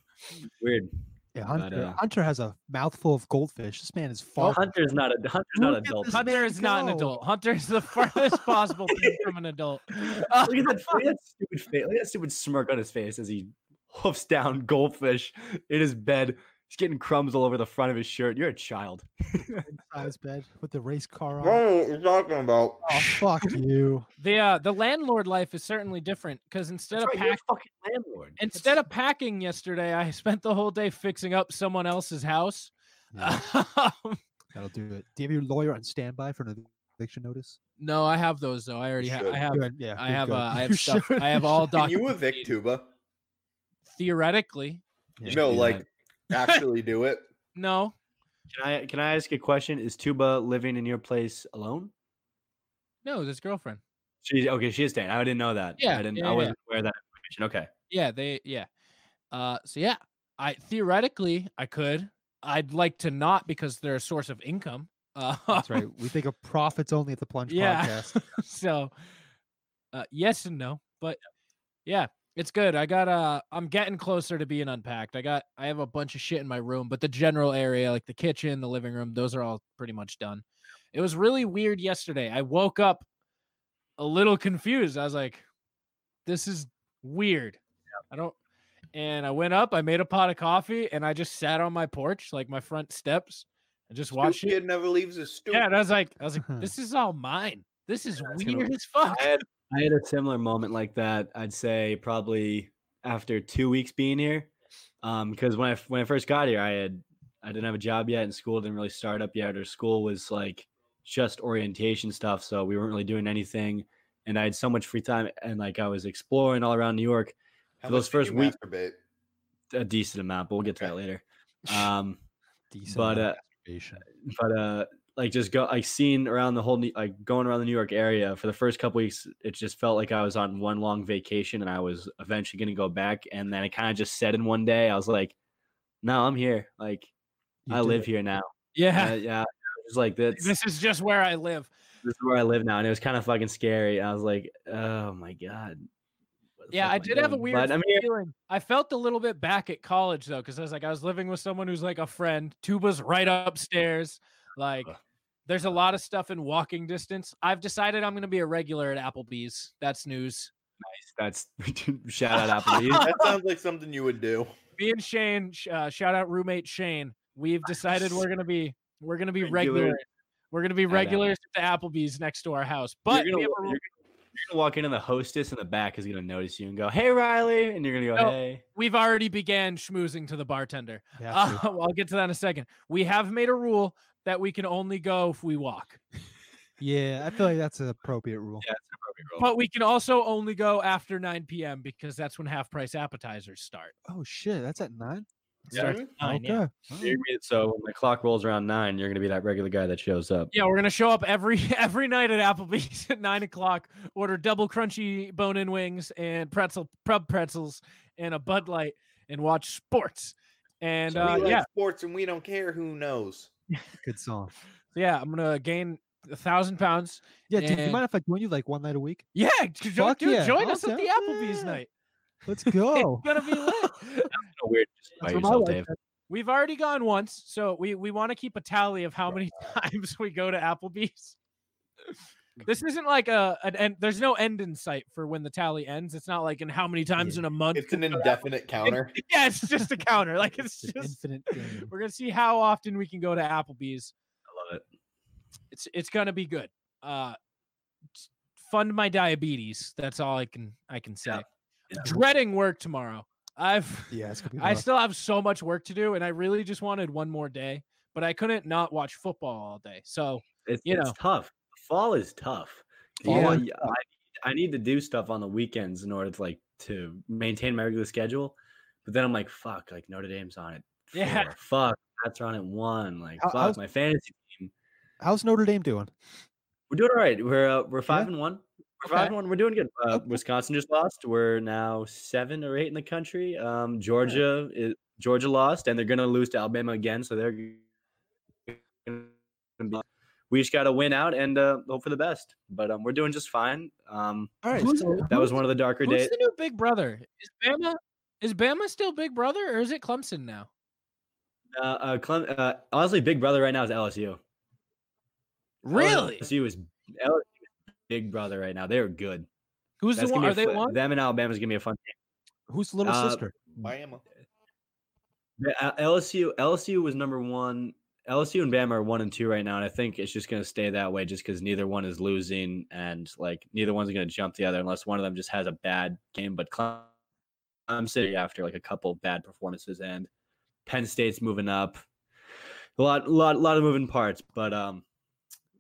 [SPEAKER 4] [LAUGHS] weird.
[SPEAKER 7] Yeah,
[SPEAKER 4] But,
[SPEAKER 7] Hunter,
[SPEAKER 4] uh,
[SPEAKER 7] Hunter has a mouthful of goldfish. This
[SPEAKER 2] Oh,
[SPEAKER 7] man is
[SPEAKER 4] Well,
[SPEAKER 7] far.
[SPEAKER 4] Hunter's not a Hunter's not
[SPEAKER 7] Look at
[SPEAKER 4] adult.
[SPEAKER 7] this
[SPEAKER 4] Look
[SPEAKER 2] Hunter
[SPEAKER 7] man
[SPEAKER 2] is not an
[SPEAKER 7] go.
[SPEAKER 2] adult. Hunter is the furthest possible thing from an adult. Uh,
[SPEAKER 4] at
[SPEAKER 2] [LAUGHS]
[SPEAKER 4] that, look at that stupid face. Look at that stupid smirk on his face as he hoofs down goldfish in his bed. He's getting crumbs all over the front of his shirt. You're a child.
[SPEAKER 7] size bed with the race car on.
[SPEAKER 1] What are you talking about?
[SPEAKER 7] Oh,
[SPEAKER 2] [LAUGHS]
[SPEAKER 7] fuck you.
[SPEAKER 2] the uh, the landlord life is certainly different because instead
[SPEAKER 4] That's
[SPEAKER 2] of
[SPEAKER 4] right, you're a
[SPEAKER 2] pack,
[SPEAKER 4] fucking landlord.
[SPEAKER 2] instead of packing yesterday, I spent the whole day fixing up someone else's house.
[SPEAKER 7] Yeah,
[SPEAKER 2] [LAUGHS] Um,
[SPEAKER 7] that'll do it. Do you have your lawyer on standby for an eviction notice?
[SPEAKER 2] no, I have those though. I already have.
[SPEAKER 1] should.
[SPEAKER 2] I have.
[SPEAKER 7] Good, Yeah,
[SPEAKER 2] I
[SPEAKER 7] good,
[SPEAKER 2] have.
[SPEAKER 7] good.
[SPEAKER 2] Uh, [LAUGHS]
[SPEAKER 7] [LAUGHS]
[SPEAKER 2] I
[SPEAKER 7] You
[SPEAKER 2] have stuff.
[SPEAKER 7] should,
[SPEAKER 2] I have [LAUGHS]
[SPEAKER 7] you
[SPEAKER 2] all
[SPEAKER 7] should.
[SPEAKER 1] Can you
[SPEAKER 2] documents.
[SPEAKER 1] evict Tuba?
[SPEAKER 2] Theoretically,
[SPEAKER 7] Yeah.
[SPEAKER 1] No,
[SPEAKER 4] Yeah.
[SPEAKER 1] like [LAUGHS] actually do
[SPEAKER 4] [LAUGHS]
[SPEAKER 1] it.
[SPEAKER 2] no.
[SPEAKER 4] can I can I ask a question? Is Tuba living in your place alone?
[SPEAKER 2] No, this girlfriend.
[SPEAKER 4] She's okay. She is staying. I didn't know that.
[SPEAKER 2] Yeah,
[SPEAKER 4] I didn't.
[SPEAKER 2] yeah,
[SPEAKER 4] I
[SPEAKER 2] yeah.
[SPEAKER 4] wasn't aware of that information. Okay.
[SPEAKER 2] Yeah, they yeah. Uh so yeah, I theoretically I could. I'd like to not because they're a source of income. [LAUGHS] Uh,
[SPEAKER 7] That's right. We think of profits only at the Plunge
[SPEAKER 2] Yeah. [LAUGHS]
[SPEAKER 7] podcast.
[SPEAKER 2] so uh yes and no, but yeah, it's good. I got uh I'm getting closer to being unpacked. I got I have a bunch of shit in my room, but the general area like the kitchen, the living room, those are all pretty much done. It was really weird yesterday. I woke up a little confused. I was like this is weird. I don't. And I went up, I made a pot of coffee, and I just sat on my porch, like my front steps, and just watched
[SPEAKER 1] Stupid
[SPEAKER 2] it.
[SPEAKER 1] kid never leaves his stoop.
[SPEAKER 2] Yeah, and I was like, I was
[SPEAKER 4] [LAUGHS]
[SPEAKER 2] like, this is all mine. This is
[SPEAKER 4] it's gonna-
[SPEAKER 2] weird as fuck.
[SPEAKER 4] I had I had a similar moment like that. I'd say probably after two weeks being here, um, because when I f- when I first got here, I had I didn't have a job yet, and school didn't really start up yet, or school was like just orientation stuff, so we weren't really doing anything, and I had so much free time, and like I was exploring all around New York
[SPEAKER 1] How
[SPEAKER 4] for those
[SPEAKER 1] much
[SPEAKER 4] first
[SPEAKER 1] did you
[SPEAKER 4] week-
[SPEAKER 1] masturbate?
[SPEAKER 4] a decent amount, but we'll get to that later. Um,
[SPEAKER 7] Decent
[SPEAKER 4] But,
[SPEAKER 7] amount of
[SPEAKER 4] uh,
[SPEAKER 7] masturbation.
[SPEAKER 4] but uh like just go like seeing around the whole New- like going around the New York area for the first couple weeks it just felt like I was on one long vacation and I was eventually going to go back and then it kind of just set in one day I was like no I'm here like
[SPEAKER 7] You
[SPEAKER 4] I
[SPEAKER 7] did
[SPEAKER 2] [LAUGHS]
[SPEAKER 4] live
[SPEAKER 7] it.
[SPEAKER 4] here now
[SPEAKER 2] yeah,
[SPEAKER 4] yeah, yeah. it's like that's this
[SPEAKER 2] [LAUGHS] this is just where I live.
[SPEAKER 4] is where I live now and it was kind of fucking scary I was like oh my god what the
[SPEAKER 2] Yeah,
[SPEAKER 4] fuck
[SPEAKER 2] I
[SPEAKER 4] am
[SPEAKER 2] did have a
[SPEAKER 4] doing?"
[SPEAKER 2] weird
[SPEAKER 4] but I'm here
[SPEAKER 2] feeling. I felt a little bit back at college though, because I was like, I was living with someone who's like a friend. Tuba's right upstairs. Like,
[SPEAKER 4] Ugh.
[SPEAKER 2] there's a lot of stuff in walking distance. I've decided I'm gonna be a regular at Applebee's. That's news.
[SPEAKER 4] that's [LAUGHS] shout out Applebee's
[SPEAKER 1] That sounds like something you would do.
[SPEAKER 2] Me and Shane, sh- uh, shout out roommate Shane. We've decided we're gonna be we're gonna be
[SPEAKER 4] Regular
[SPEAKER 2] regular. We're gonna be
[SPEAKER 4] at
[SPEAKER 2] regulars at the Applebee's next to our house. But
[SPEAKER 4] you're
[SPEAKER 2] we
[SPEAKER 4] gonna,
[SPEAKER 2] have a
[SPEAKER 4] wa- you're
[SPEAKER 2] rule-
[SPEAKER 4] gonna- you're gonna walk in and the hostess in the back is gonna notice you and go, "Hey, Riley," and you're gonna go,
[SPEAKER 2] No.
[SPEAKER 4] "Hey."
[SPEAKER 2] we've already began schmoozing to the bartender. [LAUGHS]
[SPEAKER 7] You have
[SPEAKER 2] Uh,
[SPEAKER 7] to.
[SPEAKER 2] well, I'll get to that in a second. We have made a rule that we can only go if we walk,
[SPEAKER 7] [LAUGHS] yeah, I feel like that's an appropriate rule.
[SPEAKER 4] Yeah, it's an appropriate
[SPEAKER 7] Oh.
[SPEAKER 4] role.
[SPEAKER 2] but we can also only go after 9 p.m. because that's when half price appetizers start.
[SPEAKER 7] Oh shit, that's at nine.
[SPEAKER 4] [LAUGHS] Yeah.
[SPEAKER 1] Mhm.
[SPEAKER 2] Nine, yeah.
[SPEAKER 7] Okay.
[SPEAKER 4] So you're gonna- So when the clock rolls around nine, you're gonna be that regular guy that shows up.
[SPEAKER 2] Yeah, we're gonna show up every [LAUGHS] every night at Applebee's [LAUGHS] at nine o'clock. Order double crunchy bone-in wings and pretzel prub pretzels and a Bud Light and watch sports. And
[SPEAKER 4] So
[SPEAKER 2] uh,
[SPEAKER 1] we like
[SPEAKER 2] yeah,
[SPEAKER 1] sports and we don't care who knows.
[SPEAKER 2] [LAUGHS]
[SPEAKER 7] Good song.
[SPEAKER 2] yeah, I'm gonna gain a thousand pounds.
[SPEAKER 7] Yeah, dude,
[SPEAKER 2] And-
[SPEAKER 7] you mind if I join you like one night a week?
[SPEAKER 2] Yeah, j- jo-
[SPEAKER 7] Fuck
[SPEAKER 2] dude,
[SPEAKER 7] yeah,
[SPEAKER 2] join
[SPEAKER 7] I'm
[SPEAKER 2] us at the
[SPEAKER 7] down.
[SPEAKER 2] Applebee's
[SPEAKER 7] Yeah.
[SPEAKER 2] night.
[SPEAKER 7] Let's go.
[SPEAKER 2] [LAUGHS] It's gonna
[SPEAKER 7] [LAUGHS]
[SPEAKER 2] be lit.
[SPEAKER 4] Kind of weird. Just by
[SPEAKER 7] That's what my
[SPEAKER 4] yourself,
[SPEAKER 7] wife
[SPEAKER 4] Dave.
[SPEAKER 7] said.
[SPEAKER 2] We've already gone once, so we we want to keep a tally of how many [LAUGHS] times we go to Applebee's. This isn't like a an end. There's no end in sight for when the tally ends. It's not like in how many times in a month.
[SPEAKER 1] It's an indefinite
[SPEAKER 4] [LAUGHS]
[SPEAKER 1] counter.
[SPEAKER 2] [LAUGHS] yeah, it's just a counter.
[SPEAKER 7] [LAUGHS]
[SPEAKER 2] Like it's
[SPEAKER 7] It's an
[SPEAKER 2] just
[SPEAKER 7] infinite game.
[SPEAKER 2] [LAUGHS] we're gonna see how often we can go to Applebee's.
[SPEAKER 4] I love it.
[SPEAKER 2] It's it's gonna be good. Uh, s- fund my diabetes. That's all I can I can say.
[SPEAKER 4] Yeah. Yeah.
[SPEAKER 2] Dreading work tomorrow. I've
[SPEAKER 7] Yeah, it's gonna be
[SPEAKER 2] I
[SPEAKER 7] rough.
[SPEAKER 2] still have so much work to do, and I really just wanted one more day, but I couldn't not watch football all day. So
[SPEAKER 4] It's,
[SPEAKER 2] You
[SPEAKER 4] it's
[SPEAKER 2] know.
[SPEAKER 4] tough. Fall is tough. You
[SPEAKER 2] Fall
[SPEAKER 4] know,
[SPEAKER 2] is
[SPEAKER 4] y- I, I need to do stuff on the weekends in order to like to maintain my regular schedule. But then I'm like, fuck, like Notre Dame's on it.
[SPEAKER 2] Yeah.
[SPEAKER 4] Fuck, that's on at one. Like,
[SPEAKER 7] How-
[SPEAKER 4] fuck,
[SPEAKER 7] how's-
[SPEAKER 4] my fantasy.
[SPEAKER 7] How's Notre Dame doing?
[SPEAKER 4] We're doing all right. We're uh, we're five
[SPEAKER 7] Yeah.
[SPEAKER 4] and one. We're
[SPEAKER 2] Okay.
[SPEAKER 4] five and one. We're doing good. Uh,
[SPEAKER 7] Okay.
[SPEAKER 4] Wisconsin just lost. We're now seven or eight in the country. Um, Georgia is, Georgia lost, and they're gonna lose to Alabama again. So they're gonna be, we just gotta win out and uh, hope for the best. But um, we're doing just fine. Um,
[SPEAKER 7] All right,
[SPEAKER 2] Who's-
[SPEAKER 7] so
[SPEAKER 4] that was one of the darker
[SPEAKER 2] who's
[SPEAKER 4] days.
[SPEAKER 2] the new Big Brother? Is Bama is Bama still Big Brother, or is it Clemson now?
[SPEAKER 4] Uh, uh, Clem, uh, honestly, Big Brother right now is LSU.
[SPEAKER 2] Really?
[SPEAKER 4] LSU is LSU is Big Brother right now. They're good.
[SPEAKER 2] Who's
[SPEAKER 4] That's
[SPEAKER 2] the
[SPEAKER 4] gonna
[SPEAKER 2] one?
[SPEAKER 4] be a
[SPEAKER 2] Are they
[SPEAKER 4] fu-
[SPEAKER 2] one?
[SPEAKER 4] Them and Alabama's gonna be a fun.
[SPEAKER 7] who's the little
[SPEAKER 4] Uh,
[SPEAKER 7] sister?
[SPEAKER 1] Miami.
[SPEAKER 4] The uh, L- LSU LSU was number one. LSU and Bama are one and two right now, and I think it's just going to stay that way, just because neither one is losing, and like neither one's going to jump the other unless one of them just has a bad game. But Cle- Clemson after like a couple bad performances, and Penn State's moving up. A lot, lot, lot of moving parts, but um,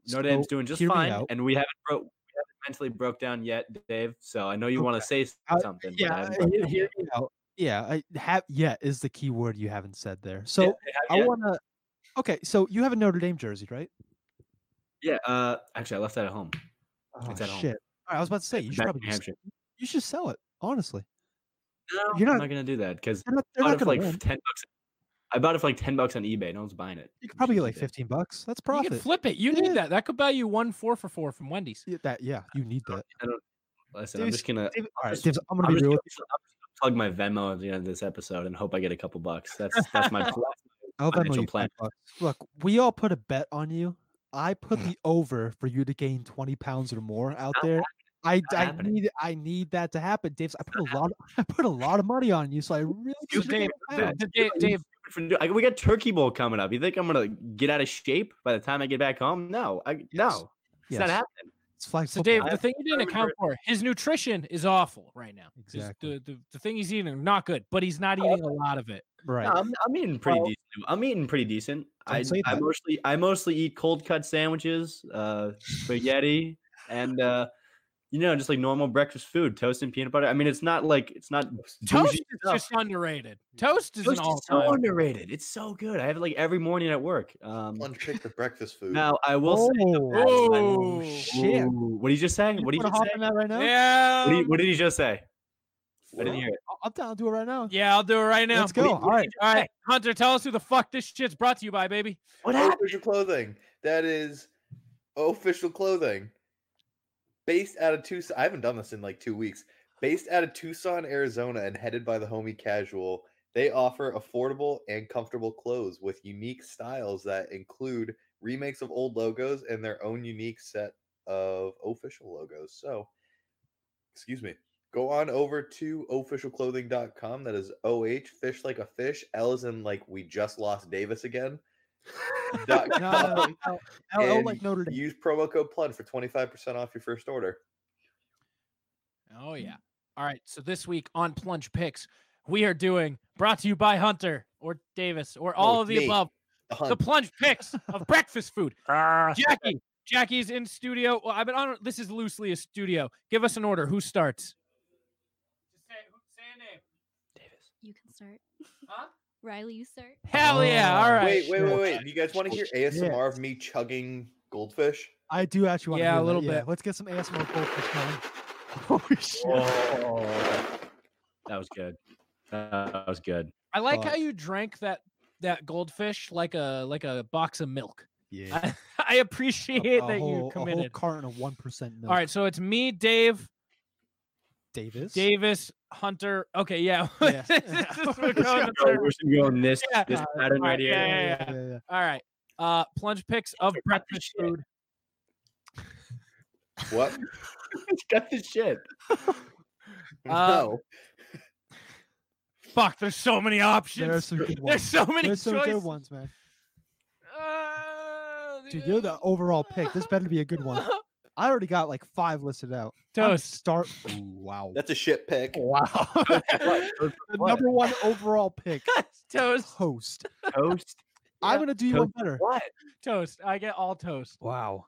[SPEAKER 4] Notre Dame's
[SPEAKER 7] So,
[SPEAKER 4] doing just
[SPEAKER 7] hear me
[SPEAKER 4] fine,
[SPEAKER 7] out.
[SPEAKER 4] and we haven't broke, we haven't mentally broke down yet, Dave. So I know you want to say
[SPEAKER 7] I-
[SPEAKER 4] something. but I
[SPEAKER 7] Yeah,
[SPEAKER 4] haven't
[SPEAKER 7] I-
[SPEAKER 4] broke
[SPEAKER 2] [LAUGHS]
[SPEAKER 7] hear-
[SPEAKER 4] down
[SPEAKER 7] hear
[SPEAKER 4] yet.
[SPEAKER 7] me out. yeah. I have yet is the key word you haven't said there. So
[SPEAKER 4] I
[SPEAKER 7] I
[SPEAKER 4] yet.
[SPEAKER 7] want to. Okay, so you have a Notre Dame jersey, right?
[SPEAKER 4] yeah. Uh, actually, I left that at home.
[SPEAKER 7] Oh,
[SPEAKER 4] It's at home.
[SPEAKER 7] shit. All right, I was about to say you should
[SPEAKER 4] Back in
[SPEAKER 7] probably
[SPEAKER 4] New
[SPEAKER 7] just,
[SPEAKER 4] Hampshire.
[SPEAKER 7] you should sell it. Honestly,
[SPEAKER 4] No,
[SPEAKER 7] You're
[SPEAKER 4] I'm
[SPEAKER 7] not-
[SPEAKER 4] not gonna do that because
[SPEAKER 7] they're not,
[SPEAKER 4] I
[SPEAKER 7] they're
[SPEAKER 4] bought
[SPEAKER 7] not
[SPEAKER 4] it for
[SPEAKER 7] gonna
[SPEAKER 4] like
[SPEAKER 7] win.
[SPEAKER 4] ten bucks. I bought it for like ten bucks on eBay. No one's buying it.
[SPEAKER 7] You could
[SPEAKER 4] which
[SPEAKER 7] probably
[SPEAKER 4] is
[SPEAKER 7] get like
[SPEAKER 4] stupid.
[SPEAKER 7] fifteen bucks. That's
[SPEAKER 2] You
[SPEAKER 7] profit.
[SPEAKER 2] can flip it. You
[SPEAKER 7] Yeah.
[SPEAKER 2] need that. That could buy you one four for four from Wendy's.
[SPEAKER 7] Yeah, that yeah, you need that.
[SPEAKER 4] Listen, I'm
[SPEAKER 7] Dude,
[SPEAKER 4] just gonna.
[SPEAKER 7] David- all right,
[SPEAKER 4] just-
[SPEAKER 7] Dibs, I'm gonna
[SPEAKER 4] I'm
[SPEAKER 7] be
[SPEAKER 4] just
[SPEAKER 7] real.
[SPEAKER 4] gonna
[SPEAKER 7] with
[SPEAKER 4] pl- I'm just gonna plug my Venmo at the end of this episode and hope I get a couple bucks. That's
[SPEAKER 7] [LAUGHS]
[SPEAKER 4] that's my pl-
[SPEAKER 7] you. I'll Venmo
[SPEAKER 4] financial
[SPEAKER 7] you five
[SPEAKER 4] plan.
[SPEAKER 7] bucks. Look, we all put a bet on you.
[SPEAKER 4] [LAUGHS]
[SPEAKER 7] I put the over for you to gain twenty pounds or more out
[SPEAKER 4] not
[SPEAKER 7] there. I,
[SPEAKER 4] not
[SPEAKER 7] I
[SPEAKER 4] happening.
[SPEAKER 7] need I need that to happen, Dibs. I put a lot I put a lot of [LAUGHS] money on you, so I really
[SPEAKER 2] You
[SPEAKER 7] need you to
[SPEAKER 2] Dave,
[SPEAKER 7] get
[SPEAKER 2] Dave,
[SPEAKER 7] that.
[SPEAKER 2] Dave, Dave,
[SPEAKER 4] for do- I- we got Turkey Bowl coming up. You think I'm gonna get out of shape by the time I get back home? No, I, no, it's
[SPEAKER 7] Yes,
[SPEAKER 4] not happening.
[SPEAKER 7] It's flag
[SPEAKER 2] So
[SPEAKER 7] football.
[SPEAKER 2] Dave,
[SPEAKER 4] I-
[SPEAKER 2] the thing you
[SPEAKER 4] I
[SPEAKER 2] didn't account for, his nutrition is awful right now. Just The,
[SPEAKER 7] Exactly.
[SPEAKER 2] the, the thing he's eating, not good, but he's not eating a lot of it.
[SPEAKER 7] right.
[SPEAKER 4] No, I'm, I'm eating pretty
[SPEAKER 7] Well-
[SPEAKER 4] decent. I'm eating pretty decent. I,
[SPEAKER 7] Don't say
[SPEAKER 4] I
[SPEAKER 7] that.
[SPEAKER 4] mostly I mostly eat cold cut sandwiches, uh, spaghetti, and uh, you know just like normal breakfast food, toast and peanut butter. I mean, it's not like it's not
[SPEAKER 2] Toast
[SPEAKER 4] bougie
[SPEAKER 2] is
[SPEAKER 4] stuff.
[SPEAKER 2] just underrated. Toast is
[SPEAKER 4] Toast
[SPEAKER 2] an all
[SPEAKER 4] is so
[SPEAKER 2] time.
[SPEAKER 4] underrated. It's so good. I have it like every morning at work. Um,
[SPEAKER 1] One chick for breakfast food.
[SPEAKER 4] now I will say,
[SPEAKER 2] Oh,
[SPEAKER 7] shit.
[SPEAKER 4] Ooh, what did you just say? What did you
[SPEAKER 7] want
[SPEAKER 4] just
[SPEAKER 7] to hop
[SPEAKER 4] say?
[SPEAKER 7] in that right now?
[SPEAKER 2] Yeah.
[SPEAKER 4] What did you, what did you just say? I didn't
[SPEAKER 1] Well,
[SPEAKER 4] hear it.
[SPEAKER 7] I- I'm down to do it right now.
[SPEAKER 2] yeah, I'll do it right now.
[SPEAKER 7] Let's go. All right.
[SPEAKER 2] All right, Hunter, tell us who the fuck this shit's brought to you by, baby.
[SPEAKER 4] What happened?
[SPEAKER 1] official clothing. That is official clothing. Based out of Tucson. I haven't done this in like two weeks. Based out of Tucson, Arizona, and headed by the homie Casual, they offer affordable and comfortable clothes with unique styles that include remakes of old logos and their own unique set of official logos. So, excuse me. Go on over to officialclothing.com. That is OH, fish like a fish. L is in like we just lost Davis again. dot
[SPEAKER 7] No, no, no,
[SPEAKER 1] com.
[SPEAKER 7] no. L- L
[SPEAKER 1] and
[SPEAKER 7] like Notre Dame.
[SPEAKER 1] Use promo code PLUD for 25% off your first order.
[SPEAKER 2] Oh, yeah. All right. So this week on Plunge Picks, we are doing brought to you by Hunter or Davis or all
[SPEAKER 1] it's
[SPEAKER 2] of the
[SPEAKER 1] me.
[SPEAKER 2] above.
[SPEAKER 1] The
[SPEAKER 2] the
[SPEAKER 1] hunt.
[SPEAKER 2] plunge picks of breakfast food. Ah. Jackie, Jackie's in studio. Well, I've been on. This is loosely a studio. Give us an order. Who starts? Say, a name.
[SPEAKER 8] You can start.
[SPEAKER 2] Huh?
[SPEAKER 8] Riley, you start.
[SPEAKER 2] Hell yeah!
[SPEAKER 7] Oh,
[SPEAKER 2] All right.
[SPEAKER 1] wait, wait,
[SPEAKER 7] shit.
[SPEAKER 1] wait, wait. Do you guys want to hear
[SPEAKER 7] Shit.
[SPEAKER 1] ASMR of me chugging goldfish?
[SPEAKER 7] I do actually want
[SPEAKER 2] Yeah, a
[SPEAKER 7] to
[SPEAKER 2] little
[SPEAKER 7] Yeah,
[SPEAKER 2] bit.
[SPEAKER 7] let's get some ASMR goldfish
[SPEAKER 2] [LAUGHS]
[SPEAKER 7] going. Holy shit.
[SPEAKER 4] That was good. That was good.
[SPEAKER 2] I like how
[SPEAKER 7] fuck.
[SPEAKER 2] you drank that that goldfish like a like a box of milk.
[SPEAKER 7] Yeah.
[SPEAKER 2] I, [LAUGHS] I appreciate that
[SPEAKER 7] whole,
[SPEAKER 2] you
[SPEAKER 7] A whole
[SPEAKER 2] committed.
[SPEAKER 7] carton of 1% milk.
[SPEAKER 2] All right, so it's me, Dave,
[SPEAKER 7] Davis.
[SPEAKER 2] Davis, Hunter. Okay, yeah. [LAUGHS]
[SPEAKER 7] Yeah.
[SPEAKER 2] This is- this
[SPEAKER 7] [LAUGHS]
[SPEAKER 2] is what
[SPEAKER 7] Let's
[SPEAKER 2] goes
[SPEAKER 4] Go,
[SPEAKER 2] in third.
[SPEAKER 4] we should go on this,
[SPEAKER 2] Yeah.
[SPEAKER 4] this pattern
[SPEAKER 2] Alright,
[SPEAKER 4] right here.
[SPEAKER 2] yeah,
[SPEAKER 4] [LAUGHS]
[SPEAKER 2] yeah, yeah. All right. Uh, plunge picks of
[SPEAKER 4] Got the
[SPEAKER 2] breakfast
[SPEAKER 4] shit.
[SPEAKER 2] food. [LAUGHS]
[SPEAKER 1] What? [LAUGHS]
[SPEAKER 2] Um,
[SPEAKER 4] It's got the shit.
[SPEAKER 2] Uh,
[SPEAKER 1] no.
[SPEAKER 2] Fuck, there's so many options.
[SPEAKER 7] There are some good
[SPEAKER 2] [LAUGHS] There's
[SPEAKER 7] ones.
[SPEAKER 2] so many
[SPEAKER 7] There's some
[SPEAKER 2] choices. Ah,
[SPEAKER 7] good
[SPEAKER 2] [LAUGHS]
[SPEAKER 7] ones, man. Dude, you're the overall pick. This better be a good one. I already got like five listed out. I'm
[SPEAKER 2] Toast.
[SPEAKER 7] start.
[SPEAKER 1] [LAUGHS]
[SPEAKER 7] Ooh, wow.
[SPEAKER 1] That's a shit pick.
[SPEAKER 2] Oh,
[SPEAKER 7] Wow. the number one overall pick.
[SPEAKER 2] [LAUGHS] Toast.
[SPEAKER 7] Host.
[SPEAKER 4] Toast.
[SPEAKER 7] I'm gonna do you one better.
[SPEAKER 4] What?
[SPEAKER 2] Toast. I get all toast.
[SPEAKER 7] Wow.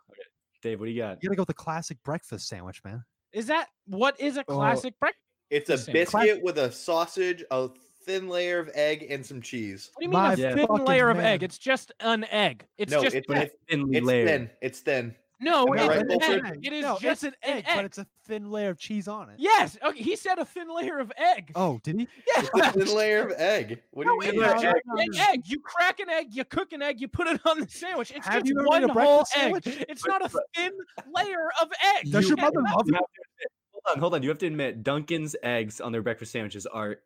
[SPEAKER 4] Dave, what do you got?
[SPEAKER 7] You gotta go with the classic breakfast sandwich, man.
[SPEAKER 2] Is that what is a
[SPEAKER 7] Oh.
[SPEAKER 2] classic breakfast?
[SPEAKER 1] It's a
[SPEAKER 2] Listen,
[SPEAKER 1] biscuit
[SPEAKER 2] class-
[SPEAKER 1] with a sausage, a thin layer of egg, and some cheese.
[SPEAKER 2] What do you mean
[SPEAKER 7] My
[SPEAKER 2] a thin
[SPEAKER 7] fucking
[SPEAKER 2] layer of egg?
[SPEAKER 7] man.
[SPEAKER 2] It's just an egg. It's
[SPEAKER 1] no,
[SPEAKER 2] just
[SPEAKER 1] it's,
[SPEAKER 2] egg.
[SPEAKER 1] it's,
[SPEAKER 4] Thinly
[SPEAKER 1] it's
[SPEAKER 4] layered.
[SPEAKER 1] thin. It's thin.
[SPEAKER 2] no,
[SPEAKER 1] Am I
[SPEAKER 2] it's
[SPEAKER 1] right,
[SPEAKER 2] an
[SPEAKER 1] Walter?
[SPEAKER 2] egg. It is
[SPEAKER 7] no,
[SPEAKER 2] just
[SPEAKER 7] it's an egg, but it's a thin layer of cheese on it.
[SPEAKER 2] yes. Okay, he said a thin layer of egg.
[SPEAKER 7] Oh, did he?
[SPEAKER 2] yeah.
[SPEAKER 1] It's a thin layer of egg. What do
[SPEAKER 2] No,
[SPEAKER 1] you
[SPEAKER 2] it's
[SPEAKER 1] mean?
[SPEAKER 2] not.
[SPEAKER 1] It's egg?
[SPEAKER 2] an egg. You crack an egg, you cook an egg, you put it on the sandwich. It's
[SPEAKER 7] Have
[SPEAKER 2] just
[SPEAKER 7] you ever
[SPEAKER 2] one
[SPEAKER 7] made a
[SPEAKER 2] whole
[SPEAKER 7] breakfast
[SPEAKER 2] egg.
[SPEAKER 7] sandwich?
[SPEAKER 2] It's not a thin layer of egg.
[SPEAKER 7] Does
[SPEAKER 2] You
[SPEAKER 7] your mother
[SPEAKER 2] cannot-
[SPEAKER 7] love
[SPEAKER 4] You have to admit- Hold on, hold on. You have to admit, Duncan's eggs on their breakfast sandwiches are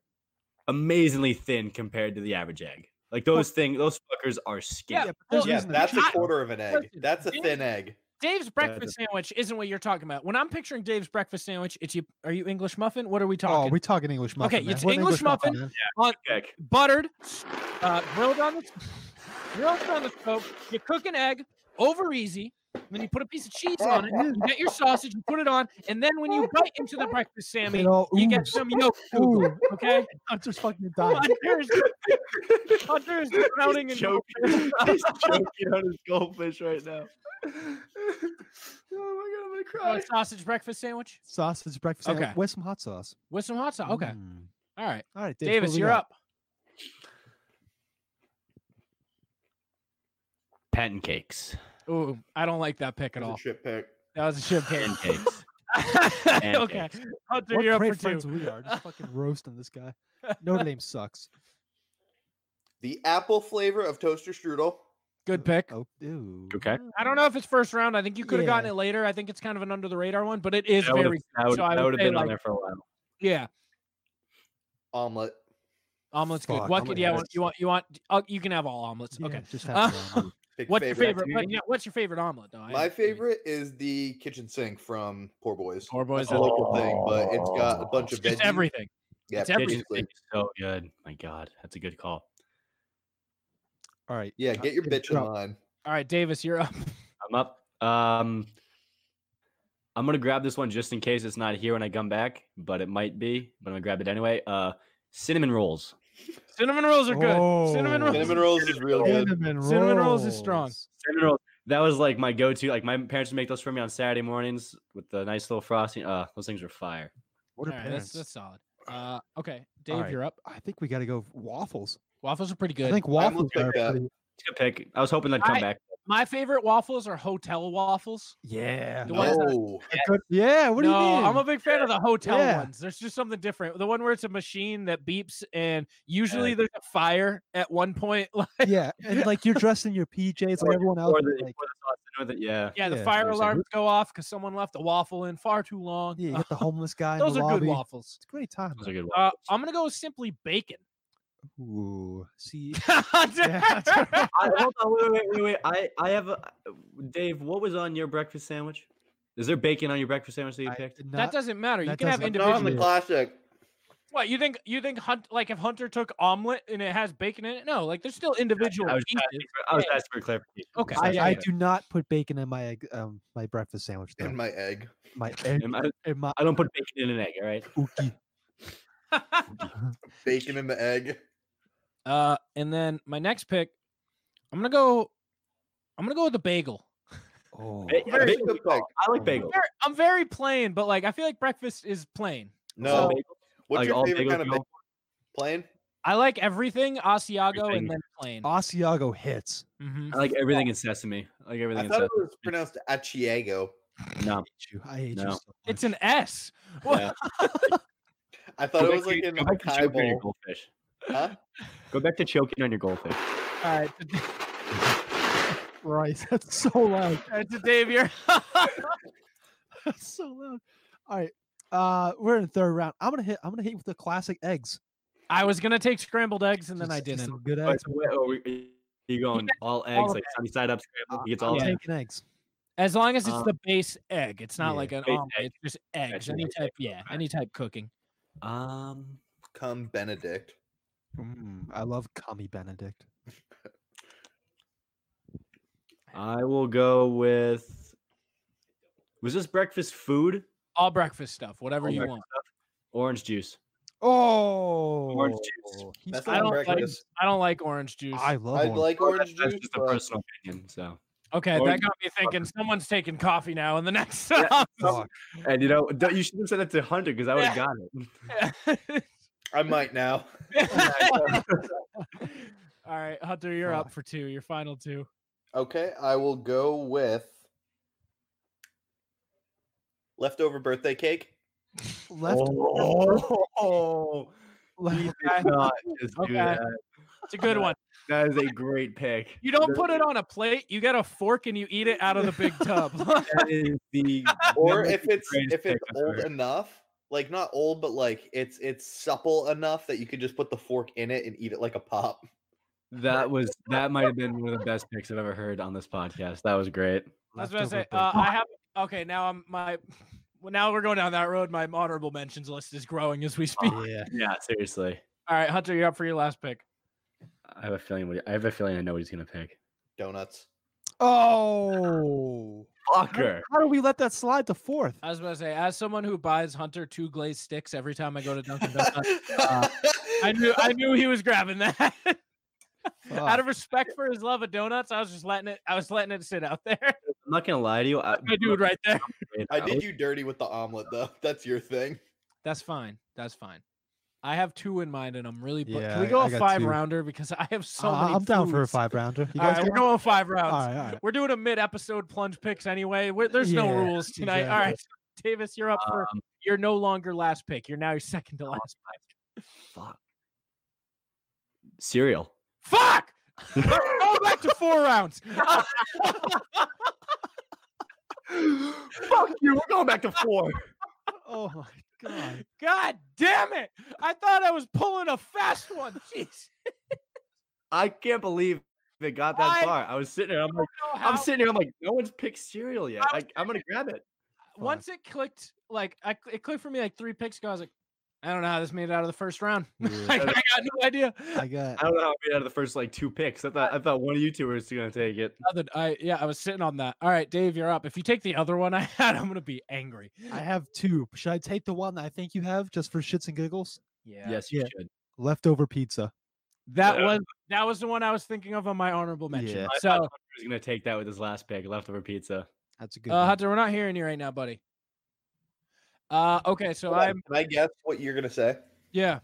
[SPEAKER 4] amazingly thin compared to the average egg. Like those thing, those fuckers are
[SPEAKER 2] Yeah,
[SPEAKER 4] skinny.
[SPEAKER 7] but there's
[SPEAKER 2] well,
[SPEAKER 1] Yeah,
[SPEAKER 7] reason to
[SPEAKER 1] that's a
[SPEAKER 7] cheat.
[SPEAKER 1] quarter of an egg.
[SPEAKER 2] Listen,
[SPEAKER 1] That's a
[SPEAKER 2] Jimmy-
[SPEAKER 1] thin egg.
[SPEAKER 2] [LAUGHS] Dave's breakfast sandwich isn't what you're talking about. When I'm picturing Dave's breakfast sandwich, it's you. Are you English muffin? What are we
[SPEAKER 7] Oh,
[SPEAKER 2] talking?
[SPEAKER 7] we talking English muffin.
[SPEAKER 2] Okay,
[SPEAKER 7] man.
[SPEAKER 2] it's
[SPEAKER 7] What an
[SPEAKER 2] English muffin.
[SPEAKER 7] man?
[SPEAKER 4] Heck,
[SPEAKER 2] buttered, uh, grilled on the grilled on the scope. You cook an egg over easy, and then you put a piece of cheese
[SPEAKER 7] Oh,
[SPEAKER 2] on it. You get your sausage, you put it on, and then when you bite into the
[SPEAKER 7] [LAUGHS]
[SPEAKER 2] breakfast
[SPEAKER 7] It
[SPEAKER 2] Sammy,
[SPEAKER 7] all
[SPEAKER 2] you get
[SPEAKER 7] oozes.
[SPEAKER 2] some yolk.
[SPEAKER 7] Ooh,
[SPEAKER 2] Google, Okay,
[SPEAKER 7] [LAUGHS] I'm just fucking dying.
[SPEAKER 2] [LAUGHS] Hunter's, Hunter's drowning in
[SPEAKER 4] he's choking. [LAUGHS] he's choking on his goldfish right now. oh my god, I'm
[SPEAKER 2] uh,
[SPEAKER 4] gonna cry.
[SPEAKER 2] sausage breakfast sandwich
[SPEAKER 7] Sausage breakfast sandwich
[SPEAKER 2] Okay.
[SPEAKER 7] with some hot sauce.
[SPEAKER 2] with some hot sauce. Okay,
[SPEAKER 7] Mm.
[SPEAKER 2] all right,
[SPEAKER 7] All right, Dave, what
[SPEAKER 2] Davis,
[SPEAKER 7] we
[SPEAKER 2] you're
[SPEAKER 7] got?
[SPEAKER 2] up.
[SPEAKER 4] Patent cakes.
[SPEAKER 2] Ooh, I don't like that pick at
[SPEAKER 1] It's a
[SPEAKER 2] all.
[SPEAKER 1] shit pick.
[SPEAKER 2] That was a ship game.
[SPEAKER 4] Pancakes.
[SPEAKER 2] [LAUGHS] okay,
[SPEAKER 4] Pancakes.
[SPEAKER 2] Hunter,
[SPEAKER 7] What
[SPEAKER 2] you're up for
[SPEAKER 7] great
[SPEAKER 2] two.
[SPEAKER 7] friends we are.
[SPEAKER 2] [LAUGHS]
[SPEAKER 7] Just fucking roasting this guy. Notre Dame sucks.
[SPEAKER 1] The apple flavor of toaster strudel.
[SPEAKER 2] Good pick.
[SPEAKER 7] Oh, ew.
[SPEAKER 4] Okay.
[SPEAKER 2] I don't know if it's first round. I think you could have gotten
[SPEAKER 7] Yeah.
[SPEAKER 2] it later. I think it's kind of an under the radar one, but it is
[SPEAKER 4] That would've-
[SPEAKER 2] very
[SPEAKER 4] that would
[SPEAKER 2] so I
[SPEAKER 4] that
[SPEAKER 2] would
[SPEAKER 4] would have
[SPEAKER 2] say,
[SPEAKER 4] been
[SPEAKER 2] like,
[SPEAKER 4] on there for a while.
[SPEAKER 2] yeah.
[SPEAKER 1] Omelet.
[SPEAKER 2] Omelet's
[SPEAKER 7] Fuck,
[SPEAKER 2] good. What
[SPEAKER 7] I'm
[SPEAKER 2] could
[SPEAKER 7] gonna
[SPEAKER 2] yeah?
[SPEAKER 7] have
[SPEAKER 2] want-
[SPEAKER 7] it.
[SPEAKER 2] You want you want uh, you can have all omelets.
[SPEAKER 7] Yeah,
[SPEAKER 2] Okay. [LAUGHS]
[SPEAKER 7] Just
[SPEAKER 2] Uh,
[SPEAKER 7] have some ramen.
[SPEAKER 1] Pick
[SPEAKER 2] What's your favorite?
[SPEAKER 1] favorite.
[SPEAKER 2] But, yeah, what's your favorite omelet though? I
[SPEAKER 1] My
[SPEAKER 2] haven't seen it.
[SPEAKER 1] favorite is the kitchen sink from Poor Boys.
[SPEAKER 2] Poor boys.
[SPEAKER 1] It's a local thing, but it's got a bunch
[SPEAKER 2] it's
[SPEAKER 1] of
[SPEAKER 2] just
[SPEAKER 1] veggies.
[SPEAKER 2] everything.
[SPEAKER 1] Yeah,
[SPEAKER 2] it's everything.
[SPEAKER 1] basically.
[SPEAKER 4] It's so good. My God, that's a good call.
[SPEAKER 7] All right.
[SPEAKER 1] Yeah, get your
[SPEAKER 7] Okay,
[SPEAKER 1] bitch in
[SPEAKER 2] [LAUGHS]
[SPEAKER 7] drop.
[SPEAKER 1] line.
[SPEAKER 2] All right, Davis, you're up.
[SPEAKER 4] I'm up. Um, I'm gonna grab this one just in case it's not here when I come back, but it might be. But I'm gonna grab it anyway. Uh, cinnamon rolls.
[SPEAKER 2] Cinnamon rolls are good. Cinnamon
[SPEAKER 7] Oh.
[SPEAKER 2] rolls.
[SPEAKER 1] Cinnamon rolls is real good.
[SPEAKER 7] Cinnamon rolls.
[SPEAKER 2] Cinnamon rolls is strong.
[SPEAKER 4] Cinnamon rolls. That was like my go-to. Like my parents would make those for me on Saturday mornings with the nice little frosting. Uh, those things were fire.
[SPEAKER 7] What are
[SPEAKER 2] All right, that's,
[SPEAKER 7] parents?
[SPEAKER 2] that's solid. Uh, okay, Dave,
[SPEAKER 7] right.
[SPEAKER 2] you're up.
[SPEAKER 7] I think we got to go waffles.
[SPEAKER 2] Waffles are pretty good.
[SPEAKER 7] I think
[SPEAKER 1] almost
[SPEAKER 7] waffles
[SPEAKER 1] picked
[SPEAKER 7] are
[SPEAKER 1] that.
[SPEAKER 7] pretty.
[SPEAKER 4] It's a good pick. I was hoping that'd come
[SPEAKER 2] I-
[SPEAKER 4] back.
[SPEAKER 2] My favorite waffles are hotel waffles.
[SPEAKER 7] Yeah.
[SPEAKER 2] The ones that-
[SPEAKER 1] No.
[SPEAKER 7] they're good- Yeah. What
[SPEAKER 2] no,
[SPEAKER 7] do you mean?
[SPEAKER 2] I'm a big fan of the hotel
[SPEAKER 7] Yeah.
[SPEAKER 2] ones. There's just something different. The one where it's a machine that beeps, and usually there's a fire at one point. [LAUGHS] Like,
[SPEAKER 7] yeah, and like you're dressed in your PJs like everyone else.
[SPEAKER 4] Or
[SPEAKER 7] but,
[SPEAKER 4] the-
[SPEAKER 7] like,
[SPEAKER 4] or the sauce, you know, the- yeah.
[SPEAKER 2] yeah, the
[SPEAKER 7] Yeah,
[SPEAKER 2] fire
[SPEAKER 4] there's a-
[SPEAKER 2] alarms go off because someone left a waffle in far too long.
[SPEAKER 7] yeah, you
[SPEAKER 2] Uh, [LAUGHS]
[SPEAKER 7] got the homeless guy.
[SPEAKER 2] those
[SPEAKER 7] in
[SPEAKER 2] are
[SPEAKER 7] the
[SPEAKER 2] good
[SPEAKER 7] lobby.
[SPEAKER 2] waffles.
[SPEAKER 7] It's a great time.
[SPEAKER 4] Those are good ones.
[SPEAKER 2] Uh, I'm gonna go with simply bacon. [LAUGHS]
[SPEAKER 7] Ooh, see,
[SPEAKER 2] Hunter.
[SPEAKER 4] I, hold on, wait, wait, wait, wait. I, I have a Dave. What was on your breakfast sandwich? Is there bacon on your breakfast sandwich that you
[SPEAKER 7] I-
[SPEAKER 4] picked?
[SPEAKER 2] that
[SPEAKER 7] not-
[SPEAKER 2] doesn't matter. You
[SPEAKER 7] that
[SPEAKER 2] can have
[SPEAKER 7] doesn't-
[SPEAKER 1] Not on the
[SPEAKER 2] individual.
[SPEAKER 7] individually.
[SPEAKER 1] classic. [CLEARS THROAT]
[SPEAKER 2] What you think? You think Hunt like if Hunter took omelet and it has bacon in it? No, like there's still individual
[SPEAKER 4] I was,
[SPEAKER 2] pieces.
[SPEAKER 4] asking for, I was
[SPEAKER 2] Yeah.
[SPEAKER 4] asking for clarification.
[SPEAKER 2] Okay.
[SPEAKER 7] I,
[SPEAKER 2] yeah,
[SPEAKER 7] I
[SPEAKER 2] yeah.
[SPEAKER 7] do not put bacon in my egg, um, my breakfast sandwich. Though.
[SPEAKER 1] And my egg.
[SPEAKER 7] my egg,
[SPEAKER 4] Am I,
[SPEAKER 7] in my
[SPEAKER 4] I don't put bacon in an egg. All right.
[SPEAKER 7] ookie.
[SPEAKER 1] Bacon in the egg.
[SPEAKER 2] Uh, and then my next pick, I'm gonna go. I'm gonna go with the bagel.
[SPEAKER 7] Oh,
[SPEAKER 4] Ba-
[SPEAKER 1] Very good
[SPEAKER 4] bagel's good call.
[SPEAKER 1] pick.
[SPEAKER 4] I
[SPEAKER 7] Oh.
[SPEAKER 4] like bagel.
[SPEAKER 2] Very- I'm very plain, but like I feel like breakfast is plain.
[SPEAKER 1] No.
[SPEAKER 4] bagel-
[SPEAKER 1] What's
[SPEAKER 4] like
[SPEAKER 1] your
[SPEAKER 4] all
[SPEAKER 1] favorite
[SPEAKER 4] bagels
[SPEAKER 1] kind of
[SPEAKER 4] you
[SPEAKER 1] bagel?
[SPEAKER 4] want?
[SPEAKER 1] Plain?
[SPEAKER 2] I like everything Asiago and
[SPEAKER 4] Everything.
[SPEAKER 2] then plain.
[SPEAKER 7] Asiago hits.
[SPEAKER 2] Mhm.
[SPEAKER 4] I like everything in sesame. I like everything
[SPEAKER 1] I
[SPEAKER 4] in
[SPEAKER 1] thought it
[SPEAKER 4] sesame.
[SPEAKER 1] was pronounced Achiego.
[SPEAKER 4] No.
[SPEAKER 7] Hate you. I hate you.
[SPEAKER 4] No.
[SPEAKER 7] So
[SPEAKER 2] It's
[SPEAKER 7] much.
[SPEAKER 2] an S.
[SPEAKER 4] Yeah.
[SPEAKER 2] [LAUGHS] What?
[SPEAKER 1] I thought
[SPEAKER 4] Go
[SPEAKER 1] it was
[SPEAKER 4] back to
[SPEAKER 1] like
[SPEAKER 4] your-
[SPEAKER 1] in
[SPEAKER 4] go back to
[SPEAKER 1] Thai
[SPEAKER 4] choking on your
[SPEAKER 1] bowl.
[SPEAKER 4] goldfish.
[SPEAKER 1] Huh?
[SPEAKER 4] Go back to choking on your goldfish.
[SPEAKER 2] [LAUGHS] [LAUGHS] All right,
[SPEAKER 7] Christ. That's so [LAUGHS] loud.
[SPEAKER 2] that's a Dave [LAUGHS] here.
[SPEAKER 7] That's so loud. All right. Uh, we're in the third round. I'm gonna hit. I'm gonna hit with the classic eggs.
[SPEAKER 2] I was gonna take scrambled eggs and then I
[SPEAKER 7] Just- just
[SPEAKER 2] didn't.
[SPEAKER 7] Some good
[SPEAKER 4] Wait,
[SPEAKER 7] eggs.
[SPEAKER 4] wait, oh, we- are you going all eggs,
[SPEAKER 2] of
[SPEAKER 4] like sunny side up, scrambled? He gets
[SPEAKER 7] I'm
[SPEAKER 4] all
[SPEAKER 2] yeah.
[SPEAKER 4] eggs.
[SPEAKER 7] taking eggs.
[SPEAKER 2] As long as it's
[SPEAKER 4] Um,
[SPEAKER 2] the base egg, it's not
[SPEAKER 7] yeah,
[SPEAKER 2] like an
[SPEAKER 4] base
[SPEAKER 2] omelet.
[SPEAKER 4] egg.
[SPEAKER 2] It's just eggs.
[SPEAKER 4] Gotcha,
[SPEAKER 2] Any
[SPEAKER 4] base
[SPEAKER 2] type,
[SPEAKER 4] egg.
[SPEAKER 2] yeah,
[SPEAKER 4] Alright.
[SPEAKER 2] any type cooking.
[SPEAKER 4] Um,
[SPEAKER 1] Come Benedict.
[SPEAKER 7] Mm, I love Kami Benedict.
[SPEAKER 4] I will go with. Was this breakfast food?
[SPEAKER 2] All breakfast stuff, whatever
[SPEAKER 4] All
[SPEAKER 2] you
[SPEAKER 4] breakfast
[SPEAKER 2] want.
[SPEAKER 4] stuff? Orange juice.
[SPEAKER 7] Oh,
[SPEAKER 4] Orange juice.
[SPEAKER 7] he's
[SPEAKER 1] That's
[SPEAKER 2] I
[SPEAKER 1] not
[SPEAKER 7] got-
[SPEAKER 2] don't like.
[SPEAKER 1] breakfast.
[SPEAKER 2] I don't like orange juice.
[SPEAKER 7] I love.
[SPEAKER 1] I'd
[SPEAKER 7] orange-
[SPEAKER 1] like
[SPEAKER 4] Oh,
[SPEAKER 1] orange
[SPEAKER 4] that's, that's
[SPEAKER 1] juice.
[SPEAKER 4] just a
[SPEAKER 1] but
[SPEAKER 4] personal opinion. So,
[SPEAKER 2] okay, that
[SPEAKER 4] orange
[SPEAKER 2] got me thinking. Someone's taking coffee now in the [LAUGHS] next.
[SPEAKER 4] Yeah.
[SPEAKER 2] song.
[SPEAKER 7] Fuck.
[SPEAKER 4] and you know, don't- you should have said that to Hunter because I would have got
[SPEAKER 1] [LAUGHS]
[SPEAKER 4] it.
[SPEAKER 1] I might now.
[SPEAKER 2] All right, Hunter, you're up
[SPEAKER 7] Fuck.
[SPEAKER 2] for two. Your final
[SPEAKER 7] [LAUGHS]
[SPEAKER 2] two.
[SPEAKER 1] Okay, I will go with leftover birthday cake.
[SPEAKER 7] left.
[SPEAKER 1] [LAUGHS]
[SPEAKER 4] Oh,
[SPEAKER 7] left.
[SPEAKER 4] not just do
[SPEAKER 2] Okay.
[SPEAKER 4] that.
[SPEAKER 2] It's a good one.
[SPEAKER 4] That is a great pick.
[SPEAKER 2] You don't
[SPEAKER 4] That-
[SPEAKER 2] put it on a plate. You get a fork and you eat it out of the big tub. [LAUGHS]
[SPEAKER 4] That is the
[SPEAKER 1] [LAUGHS] Or
[SPEAKER 4] that might
[SPEAKER 1] if
[SPEAKER 4] be the
[SPEAKER 1] it's
[SPEAKER 4] greatest
[SPEAKER 1] if it's
[SPEAKER 4] pick I've
[SPEAKER 1] old
[SPEAKER 4] heard.
[SPEAKER 1] enough, like not old, but like it's it's supple enough that you could just put the fork in it and eat it like a pop.
[SPEAKER 4] That was that might have been one of the best picks I've ever heard on this podcast. That was great.
[SPEAKER 2] I was gonna
[SPEAKER 7] leftover
[SPEAKER 2] say,
[SPEAKER 7] birthday
[SPEAKER 2] uh, I
[SPEAKER 7] cake.
[SPEAKER 2] have okay. Now I'm my. [LAUGHS] Well, now we're going down that road. My honorable mentions list is growing as we speak.
[SPEAKER 7] Oh, yeah.
[SPEAKER 4] Yeah, seriously.
[SPEAKER 2] All right, Hunter, you're up for your last pick.
[SPEAKER 4] I have a feeling. What, I have a feeling I know what he's gonna pick.
[SPEAKER 1] Donuts.
[SPEAKER 7] [LAUGHS]
[SPEAKER 2] [LAUGHS]
[SPEAKER 7] Oh.
[SPEAKER 4] Fucker.
[SPEAKER 7] How do we let that slide to fourth?
[SPEAKER 2] I was about to say, as someone who buys Hunter two glazed sticks every time I go to Dunkin'
[SPEAKER 1] [LAUGHS]
[SPEAKER 7] [LAUGHS]
[SPEAKER 2] Donuts, I knew I knew he was grabbing that. [LAUGHS] out
[SPEAKER 7] Oh.
[SPEAKER 2] of respect for his love of donuts, I was just letting it. I was letting it sit out [LAUGHS] there.
[SPEAKER 4] I'm not gonna lie to you. I,
[SPEAKER 2] My dude, right there.
[SPEAKER 1] I
[SPEAKER 4] was-
[SPEAKER 1] did you dirty with the omelet though. [LAUGHS] That's your thing.
[SPEAKER 2] That's fine. That's fine. I have two in mind, and I'm really. bu-
[SPEAKER 7] Yeah,
[SPEAKER 2] Can we
[SPEAKER 7] I-
[SPEAKER 2] go
[SPEAKER 7] I
[SPEAKER 2] a
[SPEAKER 7] got
[SPEAKER 2] five
[SPEAKER 7] two.
[SPEAKER 2] rounder because I have so
[SPEAKER 7] Uh,
[SPEAKER 2] many.
[SPEAKER 7] I'm down for a
[SPEAKER 2] foods.
[SPEAKER 7] five rounder. You
[SPEAKER 2] All right,
[SPEAKER 7] guys
[SPEAKER 2] we're
[SPEAKER 7] down?
[SPEAKER 2] going five rounds.
[SPEAKER 7] All right, all right.
[SPEAKER 2] We're doing a mid-episode plunge picks anyway. We're, there's no
[SPEAKER 7] Yeah,
[SPEAKER 2] rules tonight. All right, so Davis, you're up for.
[SPEAKER 4] Um,
[SPEAKER 2] You're no longer last pick. You're now your second to last.
[SPEAKER 4] fuck. Cereal.
[SPEAKER 2] Fuck! [LAUGHS] We're going back to four rounds.
[SPEAKER 4] [GASPS] fuck you. We're going back to four.
[SPEAKER 7] Oh my
[SPEAKER 2] [LAUGHS]
[SPEAKER 7] god.
[SPEAKER 2] God damn it! I thought I was pulling a fast one. Jeez.
[SPEAKER 4] I can't believe it got that
[SPEAKER 2] I-
[SPEAKER 4] far. I was sitting there. I'm
[SPEAKER 2] I
[SPEAKER 4] like,
[SPEAKER 2] don't know
[SPEAKER 4] I'm
[SPEAKER 2] how-
[SPEAKER 4] sitting here. I'm like, no one's picked cereal yet.
[SPEAKER 2] I
[SPEAKER 4] I, I'm gonna grab it.
[SPEAKER 2] Once it clicked, like I, it clicked for me like three picks ago. I was like, I don't know how this made it out of the first round. [LAUGHS] like, I got no idea.
[SPEAKER 7] I got
[SPEAKER 4] I don't know how I made it out of the first like two picks. I thought I thought one of you two was gonna take it.
[SPEAKER 2] Nothing. I yeah, I was sitting on that. All right, Dave, you're up. If you take the other one I had, I'm gonna be angry.
[SPEAKER 7] I have two. Should I take the one that I think you have just for shits and giggles?
[SPEAKER 2] Yeah.
[SPEAKER 4] Yes, you
[SPEAKER 7] Yeah.
[SPEAKER 4] should.
[SPEAKER 7] Leftover pizza.
[SPEAKER 2] That
[SPEAKER 4] Yeah.
[SPEAKER 2] was that was the one I was thinking of on my honorable mention.
[SPEAKER 7] Yeah.
[SPEAKER 4] I thought
[SPEAKER 2] So,
[SPEAKER 4] He was gonna take that with his last pick, leftover [LAUGHS] pizza.
[SPEAKER 7] That's a good
[SPEAKER 2] uh, Hunter, we're not hearing you right now, buddy. Uh, okay, so
[SPEAKER 1] Hold on,
[SPEAKER 2] I'm
[SPEAKER 1] Can I guess what you're gonna say?
[SPEAKER 2] yeah.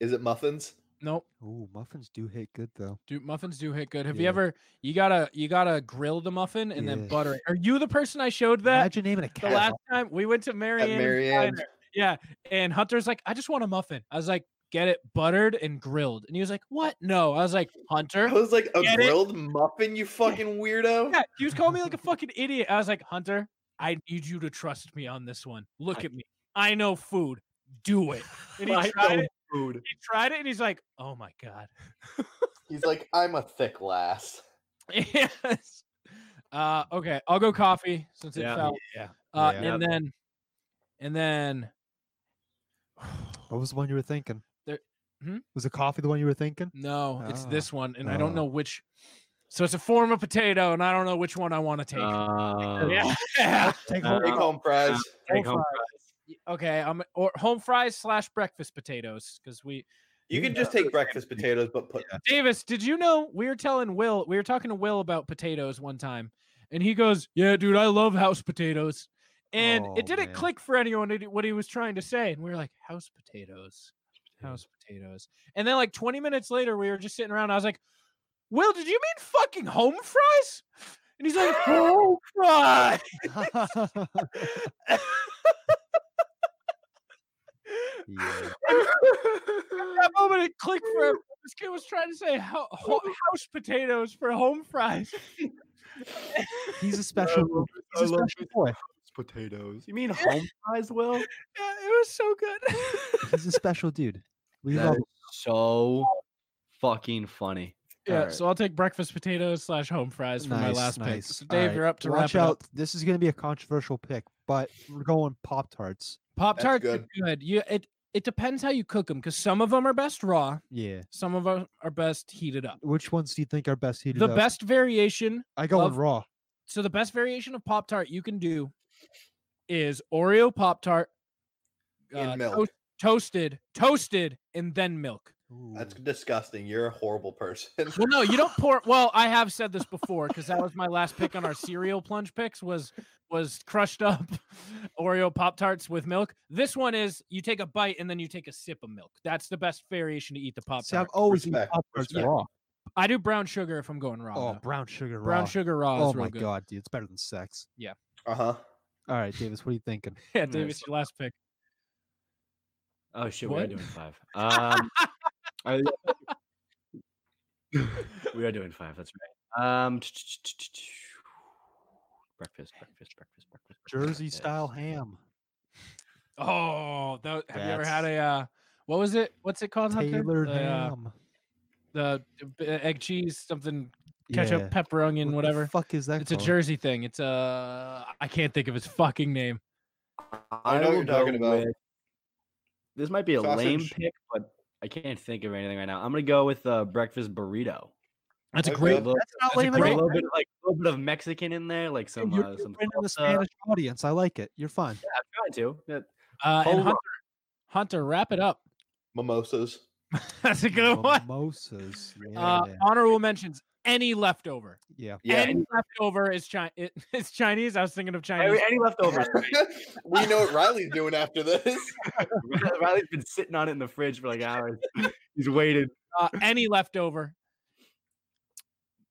[SPEAKER 1] Is it muffins?
[SPEAKER 2] Nope,
[SPEAKER 7] Ooh, muffins do hit good though.
[SPEAKER 2] dude, muffins do hit good. Have you
[SPEAKER 7] Yeah.
[SPEAKER 2] ever you gotta you gotta grill the muffin and then
[SPEAKER 7] Yeah.
[SPEAKER 2] butter it? Are you the person I showed that
[SPEAKER 7] Imagine naming a cat.
[SPEAKER 2] the last time we went to
[SPEAKER 1] At
[SPEAKER 2] Marianne's
[SPEAKER 1] Marianne's.
[SPEAKER 2] Diner? Yeah, and Hunter's like, I just want a muffin. I was like, get it buttered and grilled, and he was like, what? No, I was like, Hunter,
[SPEAKER 1] I was like a
[SPEAKER 2] Get it?
[SPEAKER 1] grilled muffin, you fucking weirdo.
[SPEAKER 2] Yeah, he was calling me like a fucking idiot. I was like, Hunter, I need you to trust me on this one. Look at me. I know food. Do it. And he
[SPEAKER 4] I
[SPEAKER 2] tried
[SPEAKER 4] know
[SPEAKER 2] it.
[SPEAKER 4] food.
[SPEAKER 2] He tried it, and he's like, "Oh my god." [LAUGHS]
[SPEAKER 1] He's like, I'm a thick lass.
[SPEAKER 2] yes. Uh, okay, I'll go coffee since it
[SPEAKER 4] Yeah.
[SPEAKER 2] fell. Uh,
[SPEAKER 7] Yeah.
[SPEAKER 2] and then, and then,
[SPEAKER 7] [SIGHS] What was the one you were thinking?
[SPEAKER 2] There- hmm?
[SPEAKER 7] Was the coffee the one you
[SPEAKER 2] [LAUGHS]
[SPEAKER 7] were thinking? [LAUGHS]
[SPEAKER 2] no, it's
[SPEAKER 7] Ah,
[SPEAKER 2] this one, and I don't
[SPEAKER 7] ah.
[SPEAKER 2] know which. So it's a form of potato, and I don't know which one I want to take.
[SPEAKER 4] Uh, [LAUGHS]
[SPEAKER 2] yeah.
[SPEAKER 7] Take
[SPEAKER 4] Uh,
[SPEAKER 7] home.
[SPEAKER 1] Take home fries.
[SPEAKER 4] take home
[SPEAKER 2] [LAUGHS] okay, I'm or home fries slash breakfast potatoes because we
[SPEAKER 1] You can just take breakfast potatoes, but put
[SPEAKER 2] Davis, did you know we were telling Will, we were talking to Will about potatoes one time, and he goes, Yeah, dude, I love house potatoes. And
[SPEAKER 7] Oh,
[SPEAKER 2] it didn't
[SPEAKER 7] man.
[SPEAKER 2] click for anyone to do- what he was trying to say. And we were like, House potatoes, house potatoes. And then, like, 20 minutes later, we were just sitting around. I was like, Will, did you mean fucking home fries? And he's like, Home fries.
[SPEAKER 7] Yeah.
[SPEAKER 2] that moment it clicked for him. This kid was trying to say ho- ho- house potatoes for home fries.
[SPEAKER 7] He's a special.
[SPEAKER 4] I
[SPEAKER 7] He's a
[SPEAKER 4] love
[SPEAKER 7] special boy.
[SPEAKER 4] potatoes. You mean [LAUGHS] home fries, Will?
[SPEAKER 2] Yeah, it was so good. [LAUGHS]
[SPEAKER 7] He's a special dude. We
[SPEAKER 4] That
[SPEAKER 7] love.
[SPEAKER 4] is so fucking funny.
[SPEAKER 2] Yeah,
[SPEAKER 4] Alright.
[SPEAKER 2] so I'll take breakfast potatoes slash home fries for my
[SPEAKER 7] Nice,
[SPEAKER 2] last pick.
[SPEAKER 7] nice.
[SPEAKER 2] So
[SPEAKER 7] All
[SPEAKER 2] Dave,
[SPEAKER 7] right,
[SPEAKER 2] you're up to
[SPEAKER 7] Watch
[SPEAKER 2] wrap
[SPEAKER 7] out.
[SPEAKER 2] it up.
[SPEAKER 7] This is going to be a controversial pick, but we're going Pop Tarts.
[SPEAKER 2] Pop
[SPEAKER 1] That's
[SPEAKER 2] tarts
[SPEAKER 1] good.
[SPEAKER 2] are good. You it it depends how you cook them because some of them are best raw,
[SPEAKER 7] Yeah.
[SPEAKER 2] some of them are best heated up.
[SPEAKER 7] Which ones do you think are best heated
[SPEAKER 2] The
[SPEAKER 7] up?
[SPEAKER 2] best variation,
[SPEAKER 7] I go on
[SPEAKER 2] of-
[SPEAKER 7] raw.
[SPEAKER 2] so the best variation of pop tart you can do is Oreo Pop Tart uh,
[SPEAKER 1] In milk.
[SPEAKER 2] toasted, toasted, and then milk.
[SPEAKER 1] That's disgusting. You're a horrible
[SPEAKER 4] [LAUGHS]
[SPEAKER 1] person.
[SPEAKER 2] Well, no, you don't pour. Well, I have said this before because that was my last pick on our cereal plunge picks was was crushed up [LAUGHS] Oreo Pop Tarts with milk. This one is you take a bite and then you take a sip of milk. That's the best variation to eat the Pop
[SPEAKER 7] See, I've
[SPEAKER 2] Tart.
[SPEAKER 7] always eaten
[SPEAKER 1] Respect,
[SPEAKER 7] Pop Tarts
[SPEAKER 1] respect.
[SPEAKER 7] raw.
[SPEAKER 2] I do brown sugar if I'm going raw.
[SPEAKER 7] Oh,
[SPEAKER 2] though.
[SPEAKER 7] brown sugar raw.
[SPEAKER 2] brown sugar raw
[SPEAKER 7] Oh
[SPEAKER 2] is real
[SPEAKER 7] my
[SPEAKER 2] good.
[SPEAKER 7] god, dude, it's better than sex.
[SPEAKER 1] Uh huh.
[SPEAKER 7] All right, Davis, what are you thinking?
[SPEAKER 2] [LAUGHS] Yeah, Dave,
[SPEAKER 4] Nice.
[SPEAKER 2] it's your last pick.
[SPEAKER 4] Oh shit, we are
[SPEAKER 2] What?
[SPEAKER 4] doing five. [LAUGHS] Um, [LAUGHS] I- we are doing five. That's right. Um, breakfast, breakfast, breakfast, breakfast.
[SPEAKER 7] Jersey style
[SPEAKER 4] breakfast.
[SPEAKER 7] ham.
[SPEAKER 2] Oh, tho- have you ever had
[SPEAKER 7] That's-
[SPEAKER 2] a uh, what was it? What's it called? Hunter?
[SPEAKER 7] Tailored
[SPEAKER 2] the, uh,
[SPEAKER 7] ham.
[SPEAKER 2] the uh, b- egg cheese something ketchup,
[SPEAKER 7] Yeah.
[SPEAKER 2] pepper, onion,
[SPEAKER 7] What the
[SPEAKER 2] whatever.
[SPEAKER 7] fuck is that?
[SPEAKER 2] It's a
[SPEAKER 7] called?
[SPEAKER 2] Jersey thing. It's a I can't think of its fucking name.
[SPEAKER 1] I know what
[SPEAKER 4] will
[SPEAKER 1] you're talking
[SPEAKER 4] go
[SPEAKER 1] about.
[SPEAKER 4] with- This might be a lame
[SPEAKER 1] Sausage.
[SPEAKER 4] pick, but I can't think of anything right now. I'm gonna go with uh, breakfast burrito.
[SPEAKER 2] That's a
[SPEAKER 1] Okay.
[SPEAKER 2] great.
[SPEAKER 4] little,
[SPEAKER 7] Not
[SPEAKER 2] That's a
[SPEAKER 7] lame
[SPEAKER 4] a
[SPEAKER 7] at
[SPEAKER 2] great-
[SPEAKER 7] all.
[SPEAKER 4] little bit like a little bit of Mexican in there, like some
[SPEAKER 7] You're
[SPEAKER 4] uh, some.
[SPEAKER 7] in the
[SPEAKER 4] salsa.
[SPEAKER 7] Spanish audience. I like it. You're fun.
[SPEAKER 4] Yeah, I'm trying to. Yeah,
[SPEAKER 2] Uh, and
[SPEAKER 4] Hold on.
[SPEAKER 2] Hunter, Hunter, wrap it up. [LAUGHS]
[SPEAKER 1] Mimosas.
[SPEAKER 2] That's a
[SPEAKER 1] Oh,
[SPEAKER 2] good one.
[SPEAKER 7] Mimosas. Yeah.
[SPEAKER 2] Uh, honorable mentions. Any leftover.
[SPEAKER 7] yeah.
[SPEAKER 1] Yeah.
[SPEAKER 2] Any leftover is Chi- it, [LAUGHS] it's Chinese. I was thinking of Chinese.
[SPEAKER 4] Any,
[SPEAKER 1] [LAUGHS]
[SPEAKER 4] any leftovers? [LAUGHS]
[SPEAKER 1] we know what Riley's doing after this.
[SPEAKER 4] Riley- Riley's been sitting on it in the fridge for like hours. He's waited.
[SPEAKER 2] Uh, any leftover.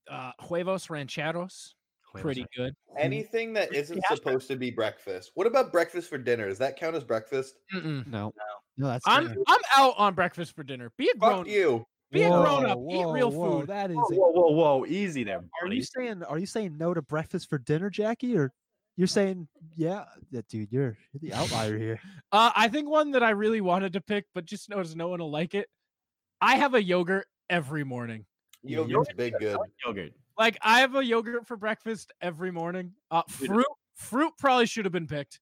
[SPEAKER 2] Uh, huevos rancheros. Pretty good.
[SPEAKER 1] Anything that isn't supposed to be breakfast. What about breakfast for dinner? Does that count as breakfast?
[SPEAKER 2] Mm-mm.
[SPEAKER 7] No. No, that's
[SPEAKER 2] I'm
[SPEAKER 7] dinner.
[SPEAKER 2] I'm out on breakfast for dinner. Be a grown.
[SPEAKER 1] Fuck you.
[SPEAKER 2] Be a grown
[SPEAKER 7] Whoa,
[SPEAKER 2] up. Eat
[SPEAKER 7] whoa,
[SPEAKER 2] real
[SPEAKER 7] whoa,
[SPEAKER 2] food.
[SPEAKER 7] That is.
[SPEAKER 4] Whoa,
[SPEAKER 7] a-
[SPEAKER 4] whoa, whoa, whoa! Easy there,
[SPEAKER 7] Are
[SPEAKER 4] buddy.
[SPEAKER 7] you saying? Are you saying no to breakfast for dinner, Jackie? Or you're saying yeah? yeah, Dude, you're, you're the outlier here.
[SPEAKER 2] Uh, I think one that I really wanted to pick, but just noticed no one will like it. I have a yogurt every morning.
[SPEAKER 1] Yogurt's big good.
[SPEAKER 4] yogurt?
[SPEAKER 2] Like I have a yogurt for breakfast every morning. Uh, fruit, fruit probably should have been picked.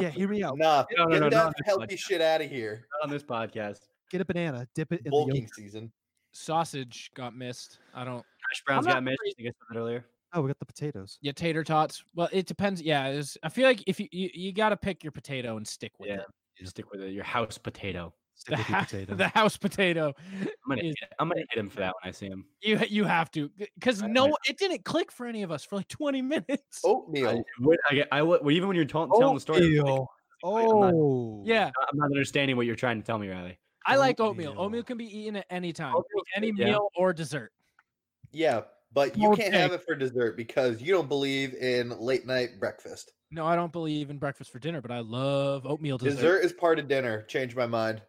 [SPEAKER 7] Yeah. Hear me out.
[SPEAKER 1] Nah,
[SPEAKER 4] [LAUGHS] No, no,
[SPEAKER 1] get
[SPEAKER 4] no, not
[SPEAKER 1] that
[SPEAKER 4] on this
[SPEAKER 1] healthy
[SPEAKER 4] podcast.
[SPEAKER 1] shit out of here.
[SPEAKER 4] Not on this podcast.
[SPEAKER 7] Get a banana. Dip it in the
[SPEAKER 1] Bulking
[SPEAKER 7] yolk.
[SPEAKER 1] season.
[SPEAKER 2] Sausage got missed. I don't.
[SPEAKER 4] Hash browns
[SPEAKER 2] not
[SPEAKER 4] got mentioned.
[SPEAKER 2] crazy.
[SPEAKER 4] I guess that earlier.
[SPEAKER 7] Oh, we got the potatoes.
[SPEAKER 2] Yeah, tater tots. Well, it depends. Yeah, it's, I feel like if you you, you got to pick your potato and stick with
[SPEAKER 4] Yeah,
[SPEAKER 2] it. [LAUGHS]
[SPEAKER 4] you stick with it. Your house potato.
[SPEAKER 7] Stick
[SPEAKER 2] The,
[SPEAKER 7] with
[SPEAKER 2] [LAUGHS]
[SPEAKER 7] your
[SPEAKER 2] ha-
[SPEAKER 7] potato.
[SPEAKER 2] the house potato.
[SPEAKER 4] I'm gonna,
[SPEAKER 2] Is-
[SPEAKER 4] hit, I'm gonna hit him for that when I see him.
[SPEAKER 2] You you have to because
[SPEAKER 4] I- Oh, I-
[SPEAKER 2] no, it didn't click for any of us for like twenty [LAUGHS] minutes.
[SPEAKER 1] Oatmeal.
[SPEAKER 4] I would. I, get- I would. well, Even when you're tell,
[SPEAKER 1] Oh,
[SPEAKER 4] telling the story, I'm, like,
[SPEAKER 7] Oatmeal.
[SPEAKER 4] like, I'm not-
[SPEAKER 7] Oh. [LAUGHS]
[SPEAKER 2] Yeah,
[SPEAKER 4] I'm not understanding what you're trying to tell me, Riley.
[SPEAKER 2] I like oatmeal.
[SPEAKER 7] Oatmeal.
[SPEAKER 2] Oatmeal can be eaten at any time,
[SPEAKER 4] Oatmeal's
[SPEAKER 2] any
[SPEAKER 4] good, oh, yeah.
[SPEAKER 2] meal or dessert.
[SPEAKER 1] Yeah, but you
[SPEAKER 2] Small
[SPEAKER 1] can't have it for dessert because you don't believe in late night breakfast.
[SPEAKER 2] No, I don't believe in breakfast for dinner, but I love oatmeal dessert.
[SPEAKER 1] Dessert is part of dinner. Changed my mind.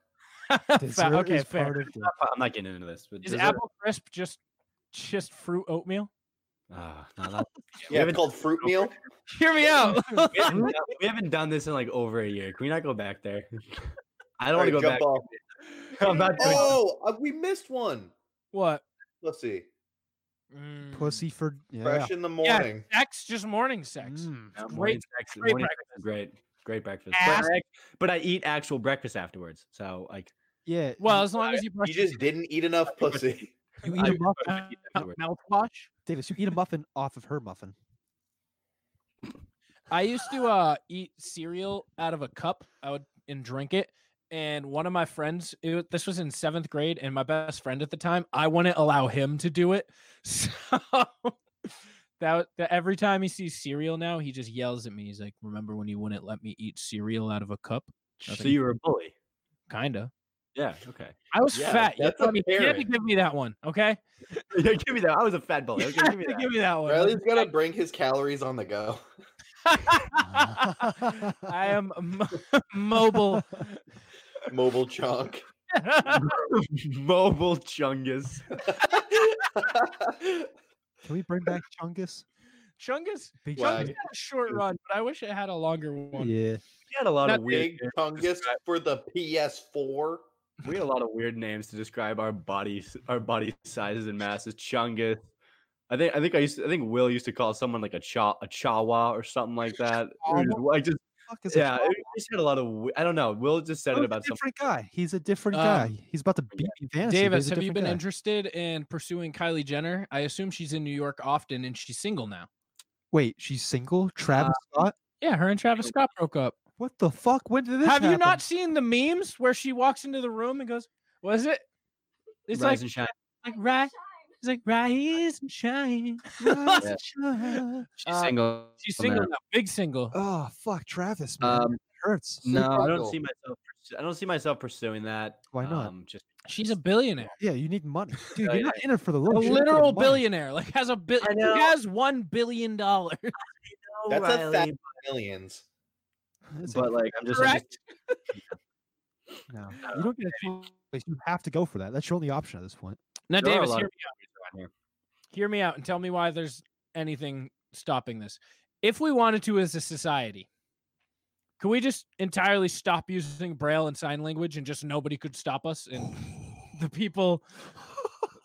[SPEAKER 2] Fa-
[SPEAKER 7] Dessert
[SPEAKER 2] okay,
[SPEAKER 7] is
[SPEAKER 2] fair.
[SPEAKER 7] part of the-
[SPEAKER 4] I'm not getting into this. but
[SPEAKER 2] Is
[SPEAKER 4] dessert-
[SPEAKER 2] apple crisp just just fruit oatmeal?
[SPEAKER 4] Ah, no, [LAUGHS] that- we
[SPEAKER 1] Yeah,
[SPEAKER 4] haven't-
[SPEAKER 1] it's called fruit meal.
[SPEAKER 2] Hear me out.
[SPEAKER 4] we haven't done- we haven't done this in like over a year. Can we not go back there? [LAUGHS] I don't want
[SPEAKER 1] Alright,
[SPEAKER 4] to go
[SPEAKER 1] jump
[SPEAKER 4] back.
[SPEAKER 1] off.
[SPEAKER 4] [LAUGHS] I'm not doing
[SPEAKER 1] Oh, uh, we missed one.
[SPEAKER 2] [LAUGHS] what?
[SPEAKER 1] Let's see.
[SPEAKER 2] Mm,
[SPEAKER 7] Pussy for yeah.
[SPEAKER 1] Fresh in the morning.
[SPEAKER 2] Sex, just morning sex.
[SPEAKER 7] Mm.
[SPEAKER 4] No,
[SPEAKER 2] Great-
[SPEAKER 4] morning sex-
[SPEAKER 2] great
[SPEAKER 4] morning sex is Great, great breakfast.
[SPEAKER 2] Ass-
[SPEAKER 4] But I, but I eat actual breakfast afterwards. So like,
[SPEAKER 7] Yeah.
[SPEAKER 2] Well, as long as you brush
[SPEAKER 1] You just didn't eat enough pussy.
[SPEAKER 7] you
[SPEAKER 4] I-
[SPEAKER 7] eat a muffin,
[SPEAKER 2] your
[SPEAKER 4] eat
[SPEAKER 2] mouth-
[SPEAKER 1] [LAUGHS]
[SPEAKER 4] afterwards.
[SPEAKER 2] mouthwash.
[SPEAKER 7] Davis. You eat a muffin off of her muffin.
[SPEAKER 2] I used to uh, eat cereal out of a cup. I would and drink it. And one of my friends, it, wa- this was in seventh grade, and my best friend at the time, I wouldn't allow him to do it. [LAUGHS] So that, wa- that every time he sees cereal now, he just yells at me. He's like, "Remember when you wouldn't let me eat cereal out of a cup?"
[SPEAKER 4] so
[SPEAKER 2] think-
[SPEAKER 4] you were a bully.
[SPEAKER 2] Kinda.
[SPEAKER 4] Yeah. Okay. [LAUGHS]
[SPEAKER 2] I was
[SPEAKER 1] Yeah,
[SPEAKER 2] fat. You had,
[SPEAKER 1] that's
[SPEAKER 2] to let me, you had to
[SPEAKER 1] apparent.
[SPEAKER 2] give me that one, okay?
[SPEAKER 4] Yeah, give me that. I was a fat
[SPEAKER 2] [LAUGHS]
[SPEAKER 4] bully.
[SPEAKER 2] You
[SPEAKER 4] Okay,
[SPEAKER 2] had
[SPEAKER 1] [LAUGHS]
[SPEAKER 4] give me
[SPEAKER 2] to
[SPEAKER 4] that.
[SPEAKER 2] Oh, give me that one.
[SPEAKER 4] [LAUGHS]
[SPEAKER 1] Riley's gonna bring his calories on the go.
[SPEAKER 2] [LAUGHS]
[SPEAKER 1] [LAUGHS]
[SPEAKER 2] I am mo- [LAUGHS] mobile.
[SPEAKER 1] Mobile chunk.
[SPEAKER 4] [LAUGHS] Mobile chungus.
[SPEAKER 7] [LAUGHS]
[SPEAKER 1] [LAUGHS]
[SPEAKER 7] Can we bring back Chungus?
[SPEAKER 2] Chungus
[SPEAKER 7] Big
[SPEAKER 2] Chungus
[SPEAKER 1] Wag.
[SPEAKER 2] had a short run, but I wish it had a longer one.
[SPEAKER 7] Yeah.
[SPEAKER 4] We had a lot of
[SPEAKER 2] That
[SPEAKER 4] weird.
[SPEAKER 1] Big chungus for the PS4.
[SPEAKER 4] We had a lot of weird names to describe our bodies, our body sizes and masses. Chungus. I think I think I used to, I think Will used to call someone like a cha a chawa or something like that. It was just- Like just
[SPEAKER 7] Fuck is
[SPEAKER 4] yeah,
[SPEAKER 7] a
[SPEAKER 4] it- we just had a lot of we- I don't know. Will just said
[SPEAKER 7] Will's
[SPEAKER 4] it
[SPEAKER 7] a
[SPEAKER 4] about something.
[SPEAKER 7] different guy. He's a different
[SPEAKER 2] Um,
[SPEAKER 7] guy. He's about to
[SPEAKER 4] yeah.
[SPEAKER 7] beat me in fantasy. but
[SPEAKER 2] Davis,
[SPEAKER 7] he's a
[SPEAKER 2] have you been
[SPEAKER 7] different guy.
[SPEAKER 2] interested in pursuing Kylie Jenner? I assume she's in New York often and she's single now. Uh,
[SPEAKER 7] Wait, she's single. Travis Scott.
[SPEAKER 2] Yeah, her and Travis Scott broke up.
[SPEAKER 7] What the fuck? When did this
[SPEAKER 2] Have you
[SPEAKER 7] happen? [LAUGHS]
[SPEAKER 2] not [LAUGHS] seen the memes where she walks into the room and goes, "Was it?" It's
[SPEAKER 4] Rise
[SPEAKER 2] like
[SPEAKER 4] and shine.
[SPEAKER 2] like right. It's like rise and shine.
[SPEAKER 7] Oh, Rise
[SPEAKER 4] Yeah.
[SPEAKER 7] and shine.
[SPEAKER 4] She's
[SPEAKER 2] uh,
[SPEAKER 4] single.
[SPEAKER 2] She's
[SPEAKER 4] on that.
[SPEAKER 2] single now, big single.
[SPEAKER 7] Oh fuck, Travis, man,
[SPEAKER 4] Um,
[SPEAKER 7] it hurts.
[SPEAKER 4] no, I don't
[SPEAKER 1] single.
[SPEAKER 4] see myself. pursu- I don't see myself pursuing that.
[SPEAKER 7] Why not?
[SPEAKER 4] Um, just
[SPEAKER 2] She's a billionaire,
[SPEAKER 7] [LAUGHS] Yeah, you need money, dude.
[SPEAKER 4] I-
[SPEAKER 7] You're not in it for the
[SPEAKER 2] a
[SPEAKER 7] look. you're in it for the
[SPEAKER 2] literal
[SPEAKER 7] money.
[SPEAKER 2] billionaire. Like has a bit,
[SPEAKER 4] I know.
[SPEAKER 2] has one billion dollars.
[SPEAKER 1] That's a
[SPEAKER 4] Oh, Riley,
[SPEAKER 1] thousand millions.
[SPEAKER 7] It's
[SPEAKER 4] But like, I'm just, I'm
[SPEAKER 2] Correct.
[SPEAKER 4] just
[SPEAKER 7] no,
[SPEAKER 2] [LAUGHS]
[SPEAKER 7] you don't get a choice. You have to go for that. That's your only option at this point.
[SPEAKER 2] Now,
[SPEAKER 4] There are a
[SPEAKER 2] Davis,
[SPEAKER 4] lot
[SPEAKER 2] hear
[SPEAKER 4] of
[SPEAKER 2] me out.
[SPEAKER 4] here.
[SPEAKER 2] Hear me out and tell me why there's anything stopping this. If we wanted to as a society, could we just entirely stop using braille and sign language and just nobody could stop us
[SPEAKER 4] [LAUGHS]
[SPEAKER 2] and the people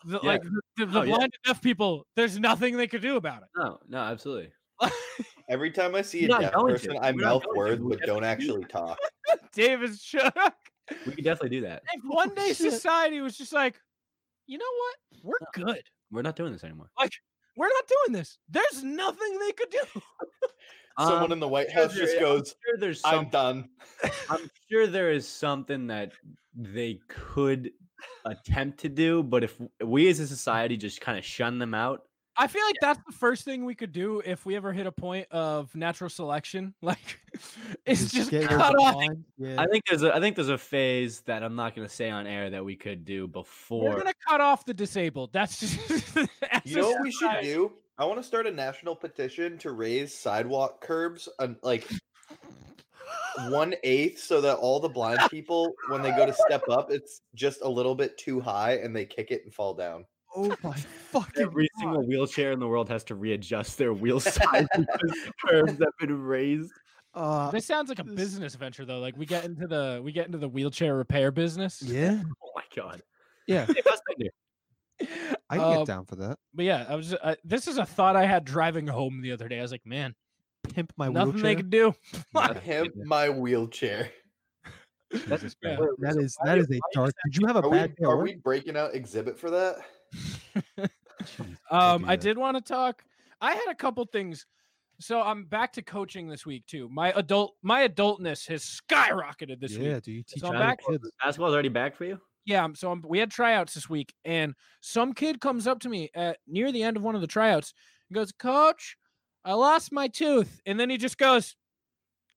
[SPEAKER 2] the,
[SPEAKER 4] Yeah.
[SPEAKER 2] like the, the, the
[SPEAKER 4] Oh, yeah.
[SPEAKER 2] blind and deaf people there's nothing they could do about it
[SPEAKER 4] no, no, absolutely.
[SPEAKER 2] [LAUGHS]
[SPEAKER 1] Every time I see
[SPEAKER 4] We're
[SPEAKER 1] a
[SPEAKER 4] not
[SPEAKER 1] deaf
[SPEAKER 4] going to.
[SPEAKER 1] person, I
[SPEAKER 4] We're not
[SPEAKER 1] mouth
[SPEAKER 4] going to.
[SPEAKER 1] words
[SPEAKER 4] We
[SPEAKER 1] but don't
[SPEAKER 4] definitely
[SPEAKER 1] actually
[SPEAKER 4] do
[SPEAKER 1] talk.
[SPEAKER 2] davis shook
[SPEAKER 4] We could definitely do that.
[SPEAKER 2] if one day
[SPEAKER 7] shit.
[SPEAKER 2] society was just like you know what we're good
[SPEAKER 4] We're not doing this anymore.
[SPEAKER 2] we're not doing this there's nothing they could do [LAUGHS]
[SPEAKER 1] Someone
[SPEAKER 4] Um,
[SPEAKER 1] in the White
[SPEAKER 4] sure
[SPEAKER 1] House
[SPEAKER 4] there-
[SPEAKER 1] just
[SPEAKER 4] I'm
[SPEAKER 1] goes,
[SPEAKER 4] sure there's
[SPEAKER 1] "I'm
[SPEAKER 4] some,
[SPEAKER 1] done."
[SPEAKER 4] I'm sure there is something that they could attempt to do, but if we as a society just kind of shun them out,
[SPEAKER 2] I feel like that's the first thing we could do if we ever hit a point of natural selection. [LAUGHS] Like, it's just
[SPEAKER 7] get rid of
[SPEAKER 2] cut
[SPEAKER 7] the
[SPEAKER 2] off.
[SPEAKER 7] blind, Yeah.
[SPEAKER 4] I think there's a I think there's a phase that I'm not gonna say on air that we could do before.
[SPEAKER 2] We're gonna cut off the disabled. That's just. [LAUGHS] as
[SPEAKER 1] You know
[SPEAKER 2] a
[SPEAKER 1] what we should
[SPEAKER 2] society.
[SPEAKER 1] do? I want to start a national petition to raise sidewalk curbs and like one eighth so that all the blind people, when they go to step up, it's just a little bit too high and they kick it and fall down.
[SPEAKER 4] [LAUGHS]
[SPEAKER 7] oh my fucking
[SPEAKER 4] Every
[SPEAKER 7] God.
[SPEAKER 4] single wheelchair in the world has to readjust their
[SPEAKER 7] [LAUGHS]
[SPEAKER 4] wheel size because the curves have been raised. [LAUGHS]
[SPEAKER 7] Uh,
[SPEAKER 2] This sounds like a
[SPEAKER 7] This-
[SPEAKER 2] business venture, though. Like we get into the we get into the wheelchair repair business.
[SPEAKER 7] yeah,
[SPEAKER 4] Oh my god!
[SPEAKER 7] Yeah.
[SPEAKER 4] Hey, Fassbender,
[SPEAKER 7] I can
[SPEAKER 2] Um,
[SPEAKER 7] get down for that.
[SPEAKER 2] But yeah, I was. I, this is a thought I had driving home the other day. I was like, man,
[SPEAKER 7] Pimp my
[SPEAKER 2] nothing
[SPEAKER 7] wheelchair.
[SPEAKER 2] they could do.
[SPEAKER 4] That's
[SPEAKER 1] Him,
[SPEAKER 4] good.
[SPEAKER 1] my wheelchair.
[SPEAKER 7] Jesus
[SPEAKER 2] yeah.
[SPEAKER 7] Christ, That is that
[SPEAKER 4] you-
[SPEAKER 7] is a dark. Did you have a
[SPEAKER 1] Are
[SPEAKER 7] bad
[SPEAKER 1] we,
[SPEAKER 7] day? at
[SPEAKER 1] are
[SPEAKER 7] work?
[SPEAKER 1] we breaking out exhibit for that?
[SPEAKER 2] Um, I
[SPEAKER 7] that.
[SPEAKER 2] did want to talk. I had a couple things. So I'm back to coaching this week too. My adult my adultness has skyrocketed this
[SPEAKER 7] yeah,
[SPEAKER 2] week.
[SPEAKER 7] do you teach
[SPEAKER 2] I'm
[SPEAKER 7] other
[SPEAKER 2] back-
[SPEAKER 7] kids?
[SPEAKER 4] Basketball's already back for you.
[SPEAKER 2] Yeah, I'm- so I'm, we had tryouts this week, and some kid comes up to me at near the end of one of the tryouts and goes, "Coach, I lost my tooth," and then he just goes,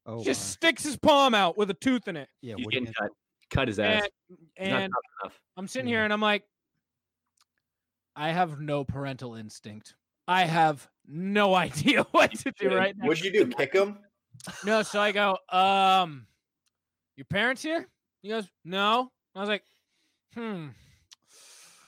[SPEAKER 7] Oh, wow.
[SPEAKER 2] just sticks his palm out with a tooth in it,
[SPEAKER 7] yeah.
[SPEAKER 4] He's
[SPEAKER 7] What do you
[SPEAKER 4] getting cut. Cut his ass.
[SPEAKER 2] and,
[SPEAKER 4] He's not
[SPEAKER 2] and
[SPEAKER 4] tough enough. Mm-hmm.
[SPEAKER 2] I'm sitting
[SPEAKER 7] Yeah.
[SPEAKER 2] here and I'm like, I have no parental instinct. I have no [LAUGHS] idea what to do
[SPEAKER 4] should.
[SPEAKER 2] right now.
[SPEAKER 1] What'd you do? Kick him?
[SPEAKER 2] No, so I go, um, your parents here? He goes, no. I was like, hmm.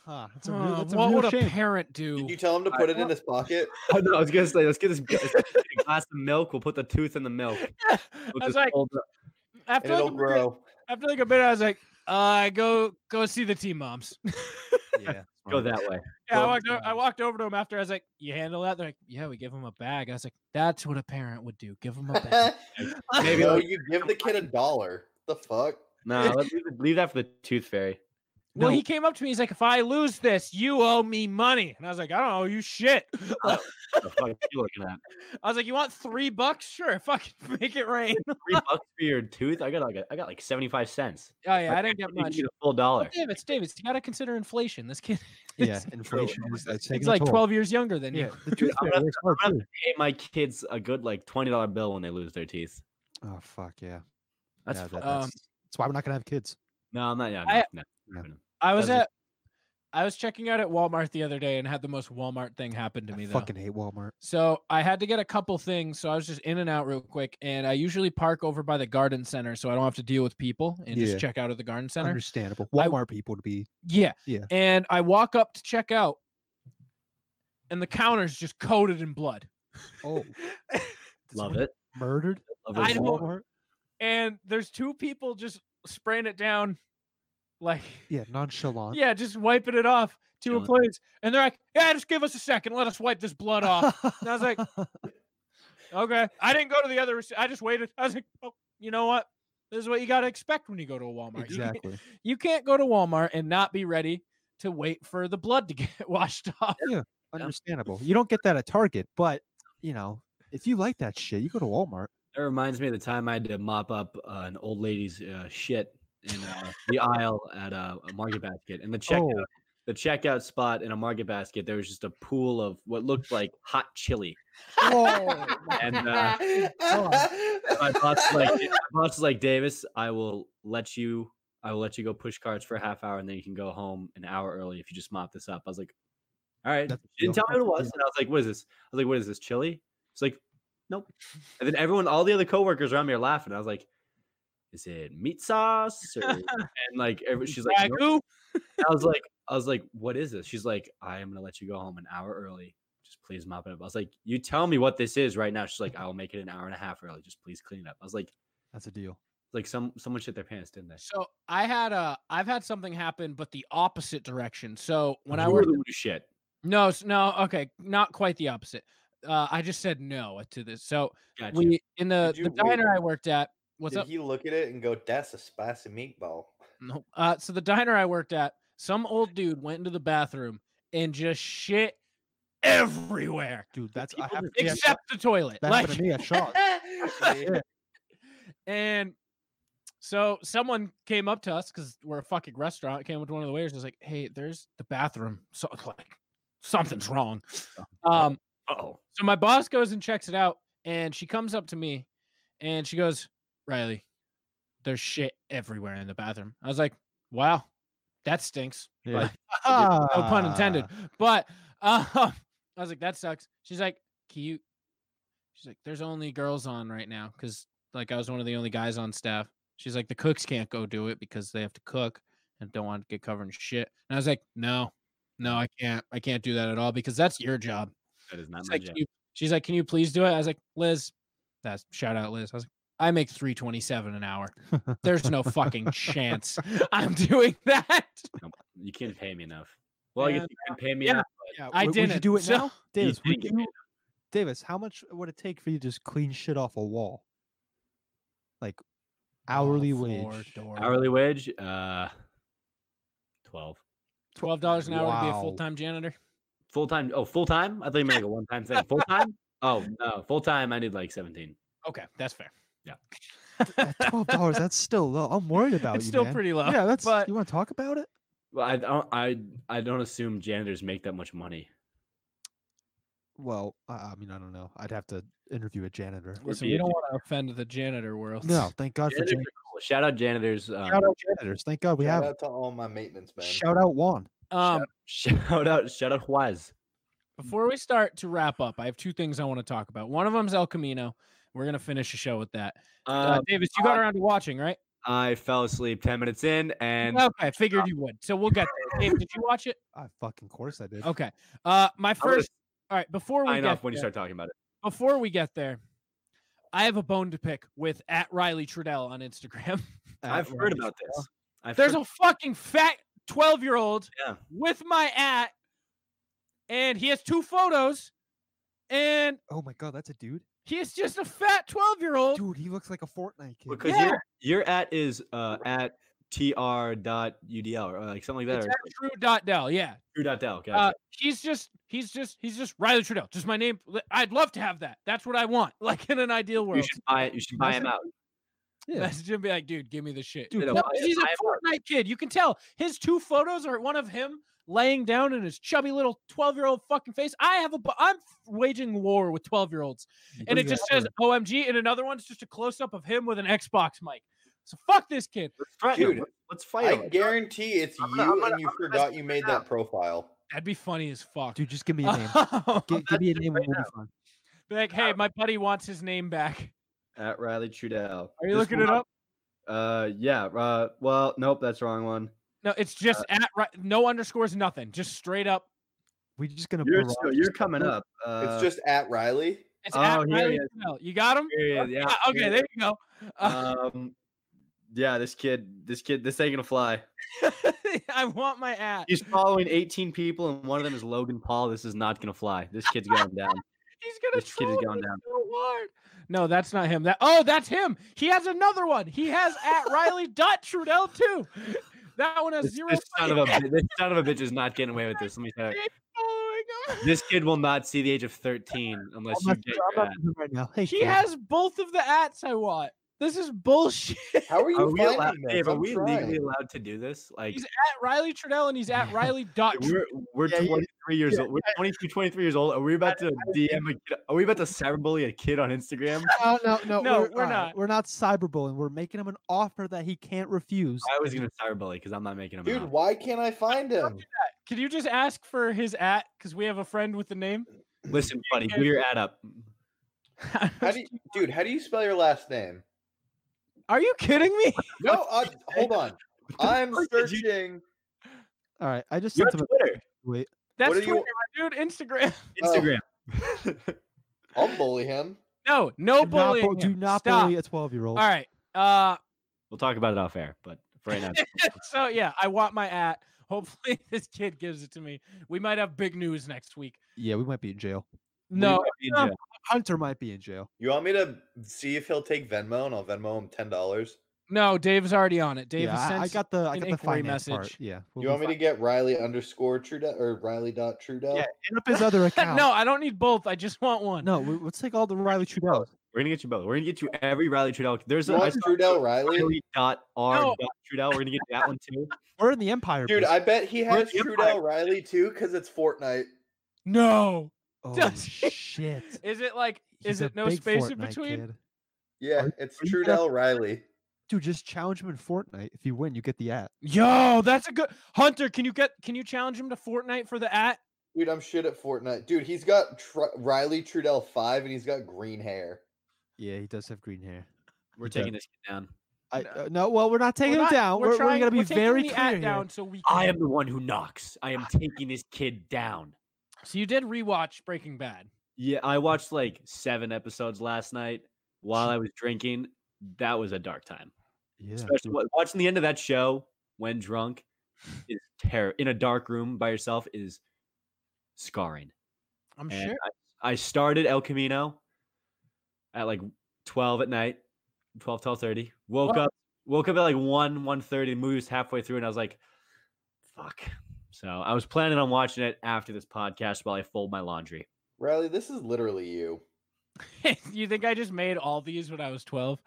[SPEAKER 7] huh, that's a real,
[SPEAKER 2] huh,
[SPEAKER 7] that's a
[SPEAKER 2] Uh, what
[SPEAKER 7] real
[SPEAKER 2] would a
[SPEAKER 7] shame.
[SPEAKER 2] parent do? [LAUGHS]
[SPEAKER 1] Did you tell him to
[SPEAKER 4] I
[SPEAKER 1] put it in
[SPEAKER 4] want-
[SPEAKER 1] his pocket?
[SPEAKER 4] Oh, no, [LAUGHS] I was gonna say, let's get this g- [LAUGHS] let's get a glass of milk. We'll put the tooth in the [LAUGHS] milk.
[SPEAKER 2] I
[SPEAKER 4] We'll
[SPEAKER 2] was
[SPEAKER 4] just
[SPEAKER 2] like,
[SPEAKER 4] hold it-
[SPEAKER 1] And
[SPEAKER 2] after like,
[SPEAKER 1] it'll
[SPEAKER 2] a minute,
[SPEAKER 1] grow.
[SPEAKER 2] after like a minute, I was like, uh, go go see the team [LAUGHS] moms. [LAUGHS]
[SPEAKER 7] yeah,
[SPEAKER 4] go that way.
[SPEAKER 2] Yeah, I
[SPEAKER 4] Well,
[SPEAKER 2] walked, o- I walked over to him after. I was like, you handle that? They're like, yeah, we give him a bag. I was like, that's what a parent would do. Give him a
[SPEAKER 7] [LAUGHS]
[SPEAKER 2] bag.
[SPEAKER 1] [LAUGHS]
[SPEAKER 4] Maybe
[SPEAKER 1] no,
[SPEAKER 4] like-
[SPEAKER 1] you give the kid a dollar. The fuck?
[SPEAKER 4] No, let's leave, it- leave that for the tooth fairy.
[SPEAKER 2] Well,
[SPEAKER 7] No.
[SPEAKER 2] he came up to me. He's like, if I lose this, you owe me money. And I was like, I don't owe you shit. I
[SPEAKER 4] What the fuck are you looking [LAUGHS] at?
[SPEAKER 2] was like, you want three bucks? Sure, fucking [LAUGHS] make it
[SPEAKER 7] [LAUGHS]
[SPEAKER 2] rain.
[SPEAKER 4] Three bucks for your tooth? I got like a, I got like seventy five cents.
[SPEAKER 2] Oh yeah, I didn't get
[SPEAKER 4] You can
[SPEAKER 2] much.
[SPEAKER 4] get a full [LAUGHS] dollar.
[SPEAKER 2] Davis, Davis, you gotta consider inflation. This kid, [LAUGHS]
[SPEAKER 7] yeah.
[SPEAKER 2] is-
[SPEAKER 7] Inflation is it's
[SPEAKER 2] he's
[SPEAKER 7] taking a
[SPEAKER 2] like
[SPEAKER 7] toll.
[SPEAKER 2] twelve years younger than
[SPEAKER 7] Yeah,
[SPEAKER 2] you.
[SPEAKER 7] the tooth
[SPEAKER 4] I'm
[SPEAKER 7] fairy
[SPEAKER 4] gonna-
[SPEAKER 7] works hard,
[SPEAKER 4] I'm
[SPEAKER 7] too.
[SPEAKER 4] Pay my kids a good like twenty dollar bill when they lose their teeth.
[SPEAKER 7] Oh fuck yeah.
[SPEAKER 4] That's
[SPEAKER 7] yeah,
[SPEAKER 4] fu-
[SPEAKER 7] that-
[SPEAKER 2] Um,
[SPEAKER 7] that's, that's why we're not gonna have kids.
[SPEAKER 4] no, I'm not. Yeah,
[SPEAKER 2] I-
[SPEAKER 4] no, no,
[SPEAKER 7] Yeah.
[SPEAKER 4] no.
[SPEAKER 2] I was
[SPEAKER 4] Doesn't-
[SPEAKER 2] at, I was checking out at Walmart the other day and had the most Walmart thing happen to
[SPEAKER 7] I
[SPEAKER 2] me though.
[SPEAKER 7] fucking hate Walmart.
[SPEAKER 2] So I had to get a couple things. So I was just in and out real quick, and I usually park over by the garden center, so I don't have to deal with people and
[SPEAKER 7] Yeah.
[SPEAKER 2] just check out of the garden center.
[SPEAKER 7] Understandable.
[SPEAKER 2] I-
[SPEAKER 7] Walmart people to be
[SPEAKER 2] Yeah.
[SPEAKER 7] Yeah.
[SPEAKER 2] And I walk up to check out, and the counter's just coated in blood. [LAUGHS]
[SPEAKER 7] oh
[SPEAKER 4] Love it.
[SPEAKER 7] murdered.
[SPEAKER 4] Love
[SPEAKER 2] I
[SPEAKER 4] it.
[SPEAKER 2] don't-
[SPEAKER 7] Walmart.
[SPEAKER 2] And there's two people just spraying it down, like
[SPEAKER 7] Yeah, nonchalant.
[SPEAKER 2] yeah, just wiping it off. Two
[SPEAKER 4] Chilling.
[SPEAKER 2] employees, and they're like, "Yeah, just give us a second. Let us wipe this blood
[SPEAKER 7] [LAUGHS]
[SPEAKER 2] off." And I was
[SPEAKER 4] [LAUGHS]
[SPEAKER 2] like, "Okay." I didn't go to the other. rece- I just waited. I was like, "Oh, you know what? This is what you got to expect when you go to a Walmart. You can't- [LAUGHS]
[SPEAKER 7] exactly.
[SPEAKER 2] You can't go to Walmart and not be ready to wait for the blood to [LAUGHS] get washed off."
[SPEAKER 7] Understandable. You don't get that at Target, but you know, if you like that shit, you go to Walmart.
[SPEAKER 4] That reminds me of the time I had to mop up uh, an old lady's uh, shit in uh, the aisle at uh, a market basket, and the checkout,
[SPEAKER 7] Oh.
[SPEAKER 4] the checkout spot in a market basket, there was just a pool of what looked like hot chili,
[SPEAKER 7] Whoa.
[SPEAKER 4] and uh,
[SPEAKER 1] [LAUGHS]
[SPEAKER 4] my boss was like, my boss was like, Davis, I will let you, I will let you go push carts for a half hour, and then you can go home an hour early if you just mop this up. I was like, all right.
[SPEAKER 7] That's
[SPEAKER 4] She didn't
[SPEAKER 7] no
[SPEAKER 4] tell me what it
[SPEAKER 7] fucking
[SPEAKER 4] was, and I was like, what is this? I was like, what is this chili? It's like,
[SPEAKER 2] [LAUGHS]
[SPEAKER 4] nope. And then everyone, all the other coworkers around me are laughing. I was like, is it meat sauce?
[SPEAKER 2] [LAUGHS]
[SPEAKER 4] Or, and like, every, she's like, nope.
[SPEAKER 2] Wagyu?
[SPEAKER 4] And I was like, I was like, what is this? She's like, I am gonna let you go home an hour early. Just please mop it up. I was like, you tell me what this is right now. She's like, I will make it an hour and a half early. Just please clean it up. I was like,
[SPEAKER 7] That's a deal.
[SPEAKER 4] like some someone shit their pants, didn't they?
[SPEAKER 2] So I had a I've had something happen, but the opposite direction. So when I
[SPEAKER 4] You were
[SPEAKER 2] worked
[SPEAKER 4] the one who shit.
[SPEAKER 2] no s- no okay not quite the opposite. Uh, I just said no to this. So
[SPEAKER 4] Gotcha.
[SPEAKER 2] we in the,
[SPEAKER 1] Did
[SPEAKER 2] the
[SPEAKER 1] you- wait.
[SPEAKER 2] diner I worked at. What's
[SPEAKER 1] Did
[SPEAKER 2] up?
[SPEAKER 1] he look at it and go, "That's a spicy
[SPEAKER 7] [LAUGHS]
[SPEAKER 1] meatball"?
[SPEAKER 2] No. Uh, so the diner I worked at, some old dude went into the bathroom and just shit everywhere
[SPEAKER 7] Dude, that's I
[SPEAKER 4] people
[SPEAKER 7] have
[SPEAKER 4] just-
[SPEAKER 7] yeah,
[SPEAKER 2] except the toilet.
[SPEAKER 7] that
[SPEAKER 2] like,
[SPEAKER 7] happened to me at [LAUGHS] Shaw.
[SPEAKER 2] And so someone came up to us because we're a fucking restaurant. Came up to one of the waiters and was like, "Hey, there's the bathroom. So [LAUGHS] like, something's wrong." Um.
[SPEAKER 4] Oh,
[SPEAKER 2] So my boss goes and checks it out, and she comes up to me, and she goes, "Riley, there's shit everywhere in the bathroom." I was like, "Wow, that stinks."
[SPEAKER 4] Yeah.
[SPEAKER 2] no pun intended. But um, [LAUGHS] I was like, that sucks. She's like, can you? She's like, there's only girls on right now because like I was one of the only guys on staff. She's like, the cooks can't go do it because they have to cook and don't want to get covered in shit. And I was like, no, no, I can't, I can't do that at all because that's your job.
[SPEAKER 4] that is not
[SPEAKER 2] She's
[SPEAKER 4] my
[SPEAKER 2] like,
[SPEAKER 4] job.
[SPEAKER 2] "Can you- she's like, can you please do it? I was like, Liz, that's shout out Liz. I was like, I make 327 an hour. There's no fucking chance
[SPEAKER 7] [LAUGHS]
[SPEAKER 2] I'm doing [LAUGHS] that.
[SPEAKER 4] Nope. You can't pay me enough. Well, I guess
[SPEAKER 2] And,
[SPEAKER 4] you can pay me
[SPEAKER 2] yeah,
[SPEAKER 4] enough.
[SPEAKER 2] I
[SPEAKER 7] would, Would you
[SPEAKER 2] didn't.
[SPEAKER 7] do it
[SPEAKER 2] So-
[SPEAKER 7] now,
[SPEAKER 4] You
[SPEAKER 7] Davis?
[SPEAKER 4] didn't
[SPEAKER 7] Would
[SPEAKER 4] get paid
[SPEAKER 7] you, Davis, how much would it take for you to just clean shit off a wall, like hourly wage?
[SPEAKER 4] hourly wage uh 12
[SPEAKER 2] Twelve dollars an hour to be a
[SPEAKER 7] Wow.
[SPEAKER 2] full time janitor.
[SPEAKER 4] full time oh full time i thought you meant like a one
[SPEAKER 2] [LAUGHS]
[SPEAKER 4] time thing full time oh no full time i need like 17
[SPEAKER 2] Okay, that's fair.
[SPEAKER 7] At Twelve dollars. That's still low. I'm worried about
[SPEAKER 2] it's
[SPEAKER 7] you,
[SPEAKER 2] still
[SPEAKER 7] man.
[SPEAKER 2] pretty low.
[SPEAKER 7] Yeah, that's.
[SPEAKER 2] but
[SPEAKER 7] you want to talk about it?
[SPEAKER 4] well i don't i i don't assume janitors make that much money
[SPEAKER 7] Well, I, I mean, I don't know. I'd have to interview a janitor.
[SPEAKER 2] listen, we don't want to offend the janitor world.
[SPEAKER 7] No, thank God for
[SPEAKER 4] Janitors
[SPEAKER 7] janitors.
[SPEAKER 4] are cool. shout out janitors um,
[SPEAKER 7] Shout out janitors. Thank God we
[SPEAKER 1] Shout
[SPEAKER 7] have. 'em.
[SPEAKER 1] out to all my maintenance men.
[SPEAKER 7] Shout out Juan.
[SPEAKER 2] Um,
[SPEAKER 4] [LAUGHS] shout out shout out juarez
[SPEAKER 2] before we start to wrap up, I have two things I want to talk about. One of them's El Camino. We're gonna finish the show with that. Uh,
[SPEAKER 4] uh,
[SPEAKER 2] Davis, you got around to watching, right?
[SPEAKER 4] i fell asleep 10 minutes in and uh,
[SPEAKER 2] okay, figured you would. So we'll get there. Dave, did you watch it?
[SPEAKER 7] I Ah, fucking course I did.
[SPEAKER 2] Okay. Uh, my
[SPEAKER 4] I'm gonna
[SPEAKER 2] first. All right, before we
[SPEAKER 4] sign
[SPEAKER 2] get
[SPEAKER 4] off when you
[SPEAKER 2] there-
[SPEAKER 4] start talking about it
[SPEAKER 2] before we get there, I have a bone to pick with at Riley Trudell on Instagram.
[SPEAKER 4] [LAUGHS] i've
[SPEAKER 7] At
[SPEAKER 4] heard
[SPEAKER 7] least.
[SPEAKER 4] about this I've
[SPEAKER 2] There's
[SPEAKER 4] heard-
[SPEAKER 2] a fucking fat 12 year old
[SPEAKER 4] Yeah.
[SPEAKER 2] with my at, and he has two photos, and
[SPEAKER 7] Oh my God, that's a dude.
[SPEAKER 2] he is just a fat 12 year old.
[SPEAKER 7] Dude, he looks like a Fortnite kid.
[SPEAKER 4] because
[SPEAKER 2] Yeah.
[SPEAKER 4] your your at is uh at tr dot udl or like something like that
[SPEAKER 2] It's
[SPEAKER 4] or
[SPEAKER 2] at True Dot Dell, yeah.
[SPEAKER 4] true dot del gotcha.
[SPEAKER 2] Uh, he's just, he's just, he's just Riley Trudell. Just my name. Li- I'd love to have that. That's what I want. [LAUGHS] Like in an ideal world,
[SPEAKER 4] You should buy it. You should buy him out.
[SPEAKER 7] Yeah.
[SPEAKER 2] message him be like, dude, give me the shit.
[SPEAKER 7] Dude,
[SPEAKER 4] No,
[SPEAKER 2] No,
[SPEAKER 4] buy
[SPEAKER 2] but
[SPEAKER 4] it-
[SPEAKER 2] he's a
[SPEAKER 4] buy him out.
[SPEAKER 2] Fortnite kid. You can tell his two photos are one of him laying down in his chubby little 12 year old fucking face. I have a, bu- I'm waging war with 12 year olds. and it just says OMG, and another one's just a close up of him with an Xbox mic. So fuck this kid.
[SPEAKER 4] Let's threaten him.
[SPEAKER 1] Dude,
[SPEAKER 4] Let's
[SPEAKER 1] I
[SPEAKER 4] fight him.
[SPEAKER 1] guarantee it's you,
[SPEAKER 4] I'm gonna- I'm gonna-
[SPEAKER 1] and you
[SPEAKER 4] I'm gonna
[SPEAKER 1] forgot
[SPEAKER 4] message
[SPEAKER 1] you
[SPEAKER 4] him
[SPEAKER 1] made
[SPEAKER 4] now.
[SPEAKER 1] that profile.
[SPEAKER 2] That'd be funny as fuck.
[SPEAKER 7] dude, just give me a
[SPEAKER 2] [LAUGHS]
[SPEAKER 7] name. Gi- give me a name. and we'll be fine.
[SPEAKER 2] Be like, hey, my buddy wants his name back.
[SPEAKER 4] At Riley Trudell.
[SPEAKER 2] Are you
[SPEAKER 4] This
[SPEAKER 2] looking
[SPEAKER 4] one-
[SPEAKER 2] it up?
[SPEAKER 4] Uh, yeah. Uh, well, nope, that's the wrong one.
[SPEAKER 2] No, it's just
[SPEAKER 4] Uh,
[SPEAKER 2] at right, no underscores, nothing, just straight up.
[SPEAKER 7] We're just gonna.
[SPEAKER 4] You're,
[SPEAKER 7] barrage
[SPEAKER 4] so
[SPEAKER 7] this
[SPEAKER 4] you're
[SPEAKER 7] guy.
[SPEAKER 4] coming up. Uh,
[SPEAKER 1] it's just at Riley.
[SPEAKER 7] [LAUGHS]
[SPEAKER 2] It's at
[SPEAKER 4] Oh, here he
[SPEAKER 2] Riley
[SPEAKER 4] is.
[SPEAKER 2] Cornell. You got him?
[SPEAKER 4] yeah, yeah,
[SPEAKER 2] Ah, okay,
[SPEAKER 4] yeah.
[SPEAKER 2] there you go. [LAUGHS] Uh,
[SPEAKER 4] [LAUGHS] Um, yeah, this kid, this kid, this ain't gonna fly.
[SPEAKER 2] I want my at.
[SPEAKER 4] He's following 18 people, and one of them is Logan Paul. This is not gonna fly. This kid's going [LAUGHS] down.
[SPEAKER 2] He's gonna
[SPEAKER 4] This kid is
[SPEAKER 2] troll
[SPEAKER 4] going
[SPEAKER 2] me
[SPEAKER 4] down.
[SPEAKER 2] so hard. No, that's not him. That oh, that's him. He has another one. He has
[SPEAKER 4] [LAUGHS]
[SPEAKER 2] at Riley dot Trudell too. That one has
[SPEAKER 4] This,
[SPEAKER 2] zero [LAUGHS]
[SPEAKER 4] this son of a bi- this son of a bitch is not getting away with this. Let me tell you.
[SPEAKER 2] following.
[SPEAKER 4] This kid will not see the age of 13 unless
[SPEAKER 7] I'm
[SPEAKER 4] you get
[SPEAKER 7] not- I'm
[SPEAKER 4] your
[SPEAKER 7] not
[SPEAKER 4] ass.
[SPEAKER 7] doing it right now. Hey,
[SPEAKER 2] She
[SPEAKER 7] kid.
[SPEAKER 2] has both of the ats I want. This is bullshit.
[SPEAKER 1] How are you
[SPEAKER 4] Are we,
[SPEAKER 1] finding
[SPEAKER 4] allowed,
[SPEAKER 1] this?
[SPEAKER 4] Dave, are
[SPEAKER 1] I'm
[SPEAKER 4] we
[SPEAKER 1] trying.
[SPEAKER 4] legally allowed to do this? Like,
[SPEAKER 2] He's at [LAUGHS] Riley Trudell and he's at Riley Dot.
[SPEAKER 4] we're we're
[SPEAKER 1] Yeah, you-
[SPEAKER 4] 23 years old. We're 22, 23 years old. Are we about to DM a kid? Are we about to cyberbully a kid
[SPEAKER 1] [LAUGHS]
[SPEAKER 4] on Instagram?
[SPEAKER 7] No, no, no,
[SPEAKER 2] No, we're
[SPEAKER 7] all right,
[SPEAKER 2] not.
[SPEAKER 7] We're not cyberbullying. We're making him an offer that he can't refuse.
[SPEAKER 4] I was gonna cyberbully because I'm not making him.
[SPEAKER 1] Dude, why can't I find him?
[SPEAKER 2] Can you just ask for his at? Because we have a friend with the name.
[SPEAKER 4] listen, buddy, do your ad [LAUGHS] up.
[SPEAKER 1] How do you, dude, how do you spell your last name?
[SPEAKER 2] Are you kidding me?
[SPEAKER 1] No, uh, hold on. I'm searching.
[SPEAKER 7] All right, I just
[SPEAKER 4] You're on
[SPEAKER 7] sent him.
[SPEAKER 4] Twitter,
[SPEAKER 7] A, wait,
[SPEAKER 2] That's
[SPEAKER 1] are
[SPEAKER 2] Twitter,
[SPEAKER 1] you-
[SPEAKER 2] my dude. Instagram. [LAUGHS]
[SPEAKER 4] Instagram.
[SPEAKER 1] Oh.
[SPEAKER 4] [LAUGHS]
[SPEAKER 1] I'll bully him.
[SPEAKER 2] No, no
[SPEAKER 7] do not,
[SPEAKER 2] bullying.
[SPEAKER 7] bu- do
[SPEAKER 2] him.
[SPEAKER 7] not
[SPEAKER 2] Stop.
[SPEAKER 7] bully a twelve-year-old.
[SPEAKER 2] All right. Uh,
[SPEAKER 4] We'll talk about it off air, but
[SPEAKER 1] [LAUGHS]
[SPEAKER 4] for right now,
[SPEAKER 2] so yeah, I want my at. Hopefully [LAUGHS] this kid gives it to me. We might have big news next week.
[SPEAKER 7] Yeah, we might be in jail.
[SPEAKER 2] No,
[SPEAKER 4] we might be in
[SPEAKER 2] no.
[SPEAKER 4] jail.
[SPEAKER 7] Hunter might be in jail.
[SPEAKER 1] You want me to see if he'll take Venmo and I'll Venmo him ten dollars?
[SPEAKER 2] no, Dave's already on it. Dave
[SPEAKER 7] yeah,
[SPEAKER 2] has
[SPEAKER 7] I- I,
[SPEAKER 2] sent [LAUGHS]
[SPEAKER 7] got the I
[SPEAKER 2] an
[SPEAKER 7] got the
[SPEAKER 2] inquiry
[SPEAKER 7] finance part.
[SPEAKER 2] message.
[SPEAKER 7] Yeah, we'll
[SPEAKER 1] You
[SPEAKER 7] be
[SPEAKER 1] want me to
[SPEAKER 7] fine.
[SPEAKER 1] get Riley underscore Trudeau or Riley dot Trudeau?
[SPEAKER 7] Yeah, hit up
[SPEAKER 2] [LAUGHS]
[SPEAKER 7] his other account?
[SPEAKER 2] no, I don't need both. I just want one.
[SPEAKER 7] no. we- Let's take
[SPEAKER 2] [LAUGHS]
[SPEAKER 7] all the Riley Trudeau.
[SPEAKER 4] We're gonna get you both. We're gonna get you every Riley Trudell. There's
[SPEAKER 1] You
[SPEAKER 4] a
[SPEAKER 1] [LAUGHS]
[SPEAKER 4] I
[SPEAKER 1] want
[SPEAKER 4] saw
[SPEAKER 1] Trudeau Riley?
[SPEAKER 4] Riley dot R
[SPEAKER 2] No.
[SPEAKER 4] dot Trudell. We're gonna get that one too.
[SPEAKER 7] We're in the Empire.
[SPEAKER 1] Dude,
[SPEAKER 7] business.
[SPEAKER 1] I bet he
[SPEAKER 4] Where's
[SPEAKER 1] has
[SPEAKER 4] the
[SPEAKER 1] Trudeau
[SPEAKER 4] Empire?
[SPEAKER 1] Riley too, because it's Fortnite.
[SPEAKER 2] No.
[SPEAKER 7] oh,
[SPEAKER 2] does-
[SPEAKER 7] shit.
[SPEAKER 2] Is it like
[SPEAKER 7] He's
[SPEAKER 2] is
[SPEAKER 7] a
[SPEAKER 2] it no
[SPEAKER 7] big
[SPEAKER 2] space in
[SPEAKER 7] Fortnite
[SPEAKER 2] between?
[SPEAKER 7] kid.
[SPEAKER 1] Yeah, it's
[SPEAKER 7] are you gonna-
[SPEAKER 1] Trudeau Riley.
[SPEAKER 7] Dude, just challenge him in Fortnite. If you win, you get the at.
[SPEAKER 2] Yo, that's a good Hunter. Can you get can you challenge him to Fortnite for the at?
[SPEAKER 1] Dude, I'm shit at Fortnite. Dude, he's got tr- Riley Trudeau five, and he's got green hair.
[SPEAKER 7] Yeah, he does have green hair.
[SPEAKER 4] We're
[SPEAKER 7] Okay.
[SPEAKER 4] taking this kid down.
[SPEAKER 7] I, uh, no, well, we're not taking
[SPEAKER 2] We're
[SPEAKER 7] him
[SPEAKER 2] not-
[SPEAKER 7] down. We're, we're,
[SPEAKER 2] trying-
[SPEAKER 7] gonna be
[SPEAKER 2] we're taking
[SPEAKER 7] very
[SPEAKER 2] the
[SPEAKER 7] clear.
[SPEAKER 2] at
[SPEAKER 7] here.
[SPEAKER 2] down so we can.
[SPEAKER 4] I am the one who knocks. I
[SPEAKER 1] [LAUGHS]
[SPEAKER 4] am taking this kid down.
[SPEAKER 2] So you did rewatch Breaking Bad.
[SPEAKER 4] Yeah, I watched like seven episodes last night while I was drinking. That was a dark time.
[SPEAKER 7] Yeah,
[SPEAKER 4] Especially
[SPEAKER 7] dude.
[SPEAKER 4] wa- watching the end of that show when drunk is terror in a dark room by yourself is scarring.
[SPEAKER 2] I'm
[SPEAKER 4] And
[SPEAKER 2] sure.
[SPEAKER 4] I, I started El Camino at like 12 at night, 12, 12 Woke up, woke up at like 1, 1 The movie was halfway through, and I was like, fuck. So I was planning on watching it after this podcast while I fold my laundry.
[SPEAKER 1] Riley, this is literally you.
[SPEAKER 2] [LAUGHS] you think I just made all these when I was 12?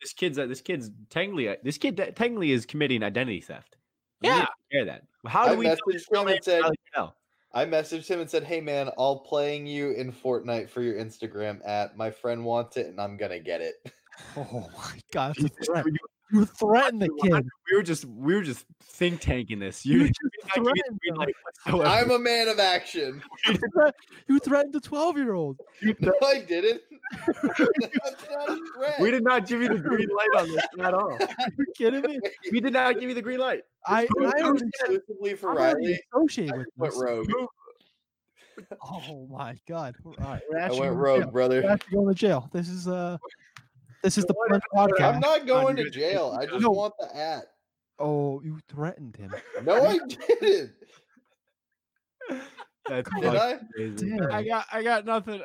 [SPEAKER 4] This kid's uh, this kid's technically this kid de- technically is committing identity theft. We need
[SPEAKER 2] Yeah.
[SPEAKER 4] to Hear that? How do
[SPEAKER 1] I
[SPEAKER 4] we know
[SPEAKER 1] messaged
[SPEAKER 4] this
[SPEAKER 1] him and said,
[SPEAKER 4] Riley Trudell?
[SPEAKER 1] I messaged him and said, "Hey man, I'll playing you in Fortnite for your Instagram at my friend wants it and I'm gonna get it."
[SPEAKER 7] Oh my god, that's a
[SPEAKER 4] Jesus,
[SPEAKER 7] threat.
[SPEAKER 4] were you-
[SPEAKER 7] You threatened the
[SPEAKER 4] you
[SPEAKER 7] kid.
[SPEAKER 4] we were just we were just think tanking this.
[SPEAKER 7] You
[SPEAKER 4] You,
[SPEAKER 7] just
[SPEAKER 4] you're not giving
[SPEAKER 7] threatened
[SPEAKER 4] green
[SPEAKER 7] him.
[SPEAKER 4] light whatsoever.
[SPEAKER 1] I'm a man of action. [LAUGHS]
[SPEAKER 7] You threat- You threatened a twelve-year-old.
[SPEAKER 1] No, I didn't. That's not a threat.
[SPEAKER 4] We did not give you the green light on this
[SPEAKER 1] [LAUGHS]
[SPEAKER 4] at all.
[SPEAKER 7] You kidding me?
[SPEAKER 4] We did not give you the green light.
[SPEAKER 7] I,
[SPEAKER 1] It was
[SPEAKER 7] I already,
[SPEAKER 1] exclusively for
[SPEAKER 7] I'm
[SPEAKER 1] Riley.
[SPEAKER 7] already associated
[SPEAKER 1] I
[SPEAKER 7] with
[SPEAKER 1] went
[SPEAKER 7] this.
[SPEAKER 1] rogue.
[SPEAKER 7] [LAUGHS] Oh my god! We're, all right, we're
[SPEAKER 1] I
[SPEAKER 7] actually
[SPEAKER 1] went
[SPEAKER 7] going to
[SPEAKER 1] rogue,
[SPEAKER 7] jail. We're
[SPEAKER 1] brother.
[SPEAKER 7] actually going to jail. This is uh, this is the
[SPEAKER 4] What?
[SPEAKER 7] Blunt
[SPEAKER 1] I'm
[SPEAKER 7] podcast.
[SPEAKER 1] not going to
[SPEAKER 4] Hundred
[SPEAKER 1] jail. I just
[SPEAKER 7] No.
[SPEAKER 1] want the at.
[SPEAKER 7] Oh, you threatened him.
[SPEAKER 1] No,
[SPEAKER 4] [LAUGHS]
[SPEAKER 1] I didn't.
[SPEAKER 4] That's
[SPEAKER 1] Did
[SPEAKER 4] fucking
[SPEAKER 1] I?
[SPEAKER 4] amazing.
[SPEAKER 7] Damn.
[SPEAKER 2] I got I got nothing.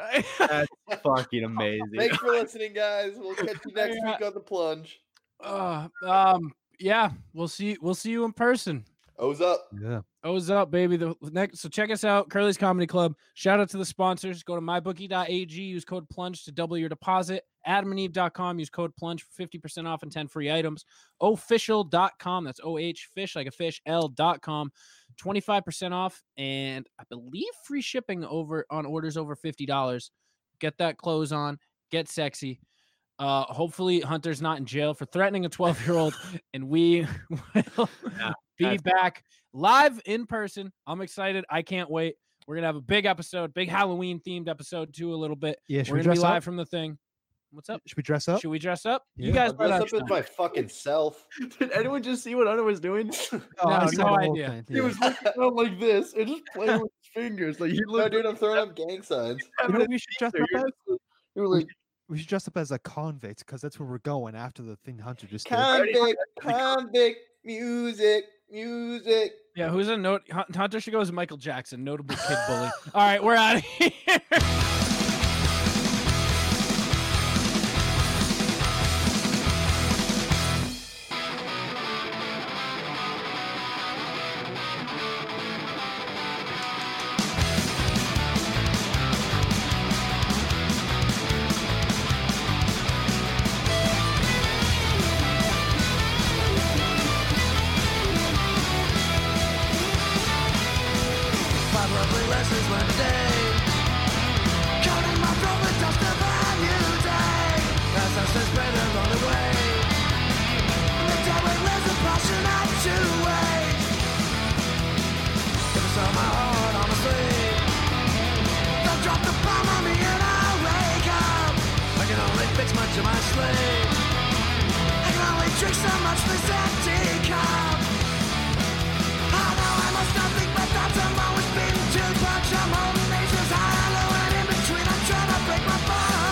[SPEAKER 2] [LAUGHS]
[SPEAKER 4] Fucking amazing.
[SPEAKER 1] Thanks for listening, guys. We'll catch you next week on the plunge.
[SPEAKER 2] uh, um yeah, we'll see we'll see you in person.
[SPEAKER 1] O's up.
[SPEAKER 7] Yeah.
[SPEAKER 2] O's up, baby. The next, so check us out, Curly's Comedy Club. Shout out to the sponsors. Go to mybookie.ag. Use code plunge to double your deposit. AdamandEve.com. Use code plunge for fifty percent off and ten free items. Official.com. That's O H fish like a fish. L.com. Twenty five percent off and I believe free shipping over on orders over fifty dollars. Get that clothes on. Get sexy. Uh, hopefully Hunter's not in jail for threatening a twelve year old, and we [LAUGHS] will be
[SPEAKER 4] that's-
[SPEAKER 2] back live in person. I'm excited. I can't wait. We're gonna have a big episode, big Halloween themed episode too. A little bit.
[SPEAKER 7] Yeah. Should
[SPEAKER 2] We're
[SPEAKER 7] we
[SPEAKER 2] gonna
[SPEAKER 7] dress
[SPEAKER 2] be live
[SPEAKER 7] up?
[SPEAKER 2] from the thing. What's up?
[SPEAKER 7] Should we dress up?
[SPEAKER 2] Should we dress up? You
[SPEAKER 7] Yeah.
[SPEAKER 2] guys
[SPEAKER 1] I dressed
[SPEAKER 2] better
[SPEAKER 1] up
[SPEAKER 2] [LAUGHS]
[SPEAKER 1] as my fucking self.
[SPEAKER 4] Did anyone just see what Anna was doing?
[SPEAKER 7] Oh, I
[SPEAKER 2] No, no
[SPEAKER 7] saw the whole
[SPEAKER 2] idea.
[SPEAKER 7] thing,
[SPEAKER 4] He
[SPEAKER 7] yeah.
[SPEAKER 4] was looking around like this and just
[SPEAKER 1] [LAUGHS]
[SPEAKER 4] playing with his fingers. Like he
[SPEAKER 1] No,
[SPEAKER 4] looked.
[SPEAKER 1] dude, I'm throwing up gang signs.
[SPEAKER 7] You know what we should dress
[SPEAKER 4] so
[SPEAKER 7] up
[SPEAKER 4] you're-
[SPEAKER 7] as?
[SPEAKER 1] You were like,
[SPEAKER 7] We should dress up as a convict because that's where we're going after the thing Hunter just did.
[SPEAKER 1] convict, convict, music, music.
[SPEAKER 2] Yeah, who's a note? Hun- Hunter should go as Michael Jackson, notable kid bully. All right, we're out of here.
[SPEAKER 6] blessings one day. Counting my profits just to buy a new day. As I said, spread along the way. The devil lives a portion of two ways. If it's on my heart, I'm asleep. They'll drop the bomb on me and I'll wake up. I can only fix much of my sleep. I can only drink so much this empty cup. I know I must not think, but thoughts have always been too much. I'm holding aces high, low, and in between. I'm trying to break my bones.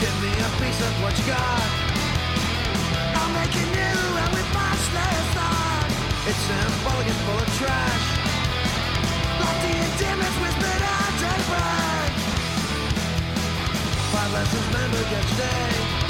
[SPEAKER 6] Give me a piece of what you got. I'll make it new and with much less thought. It's symbolic and full of trash. Like the endemics whispered out to the bird. Five lessons remembered yesterday.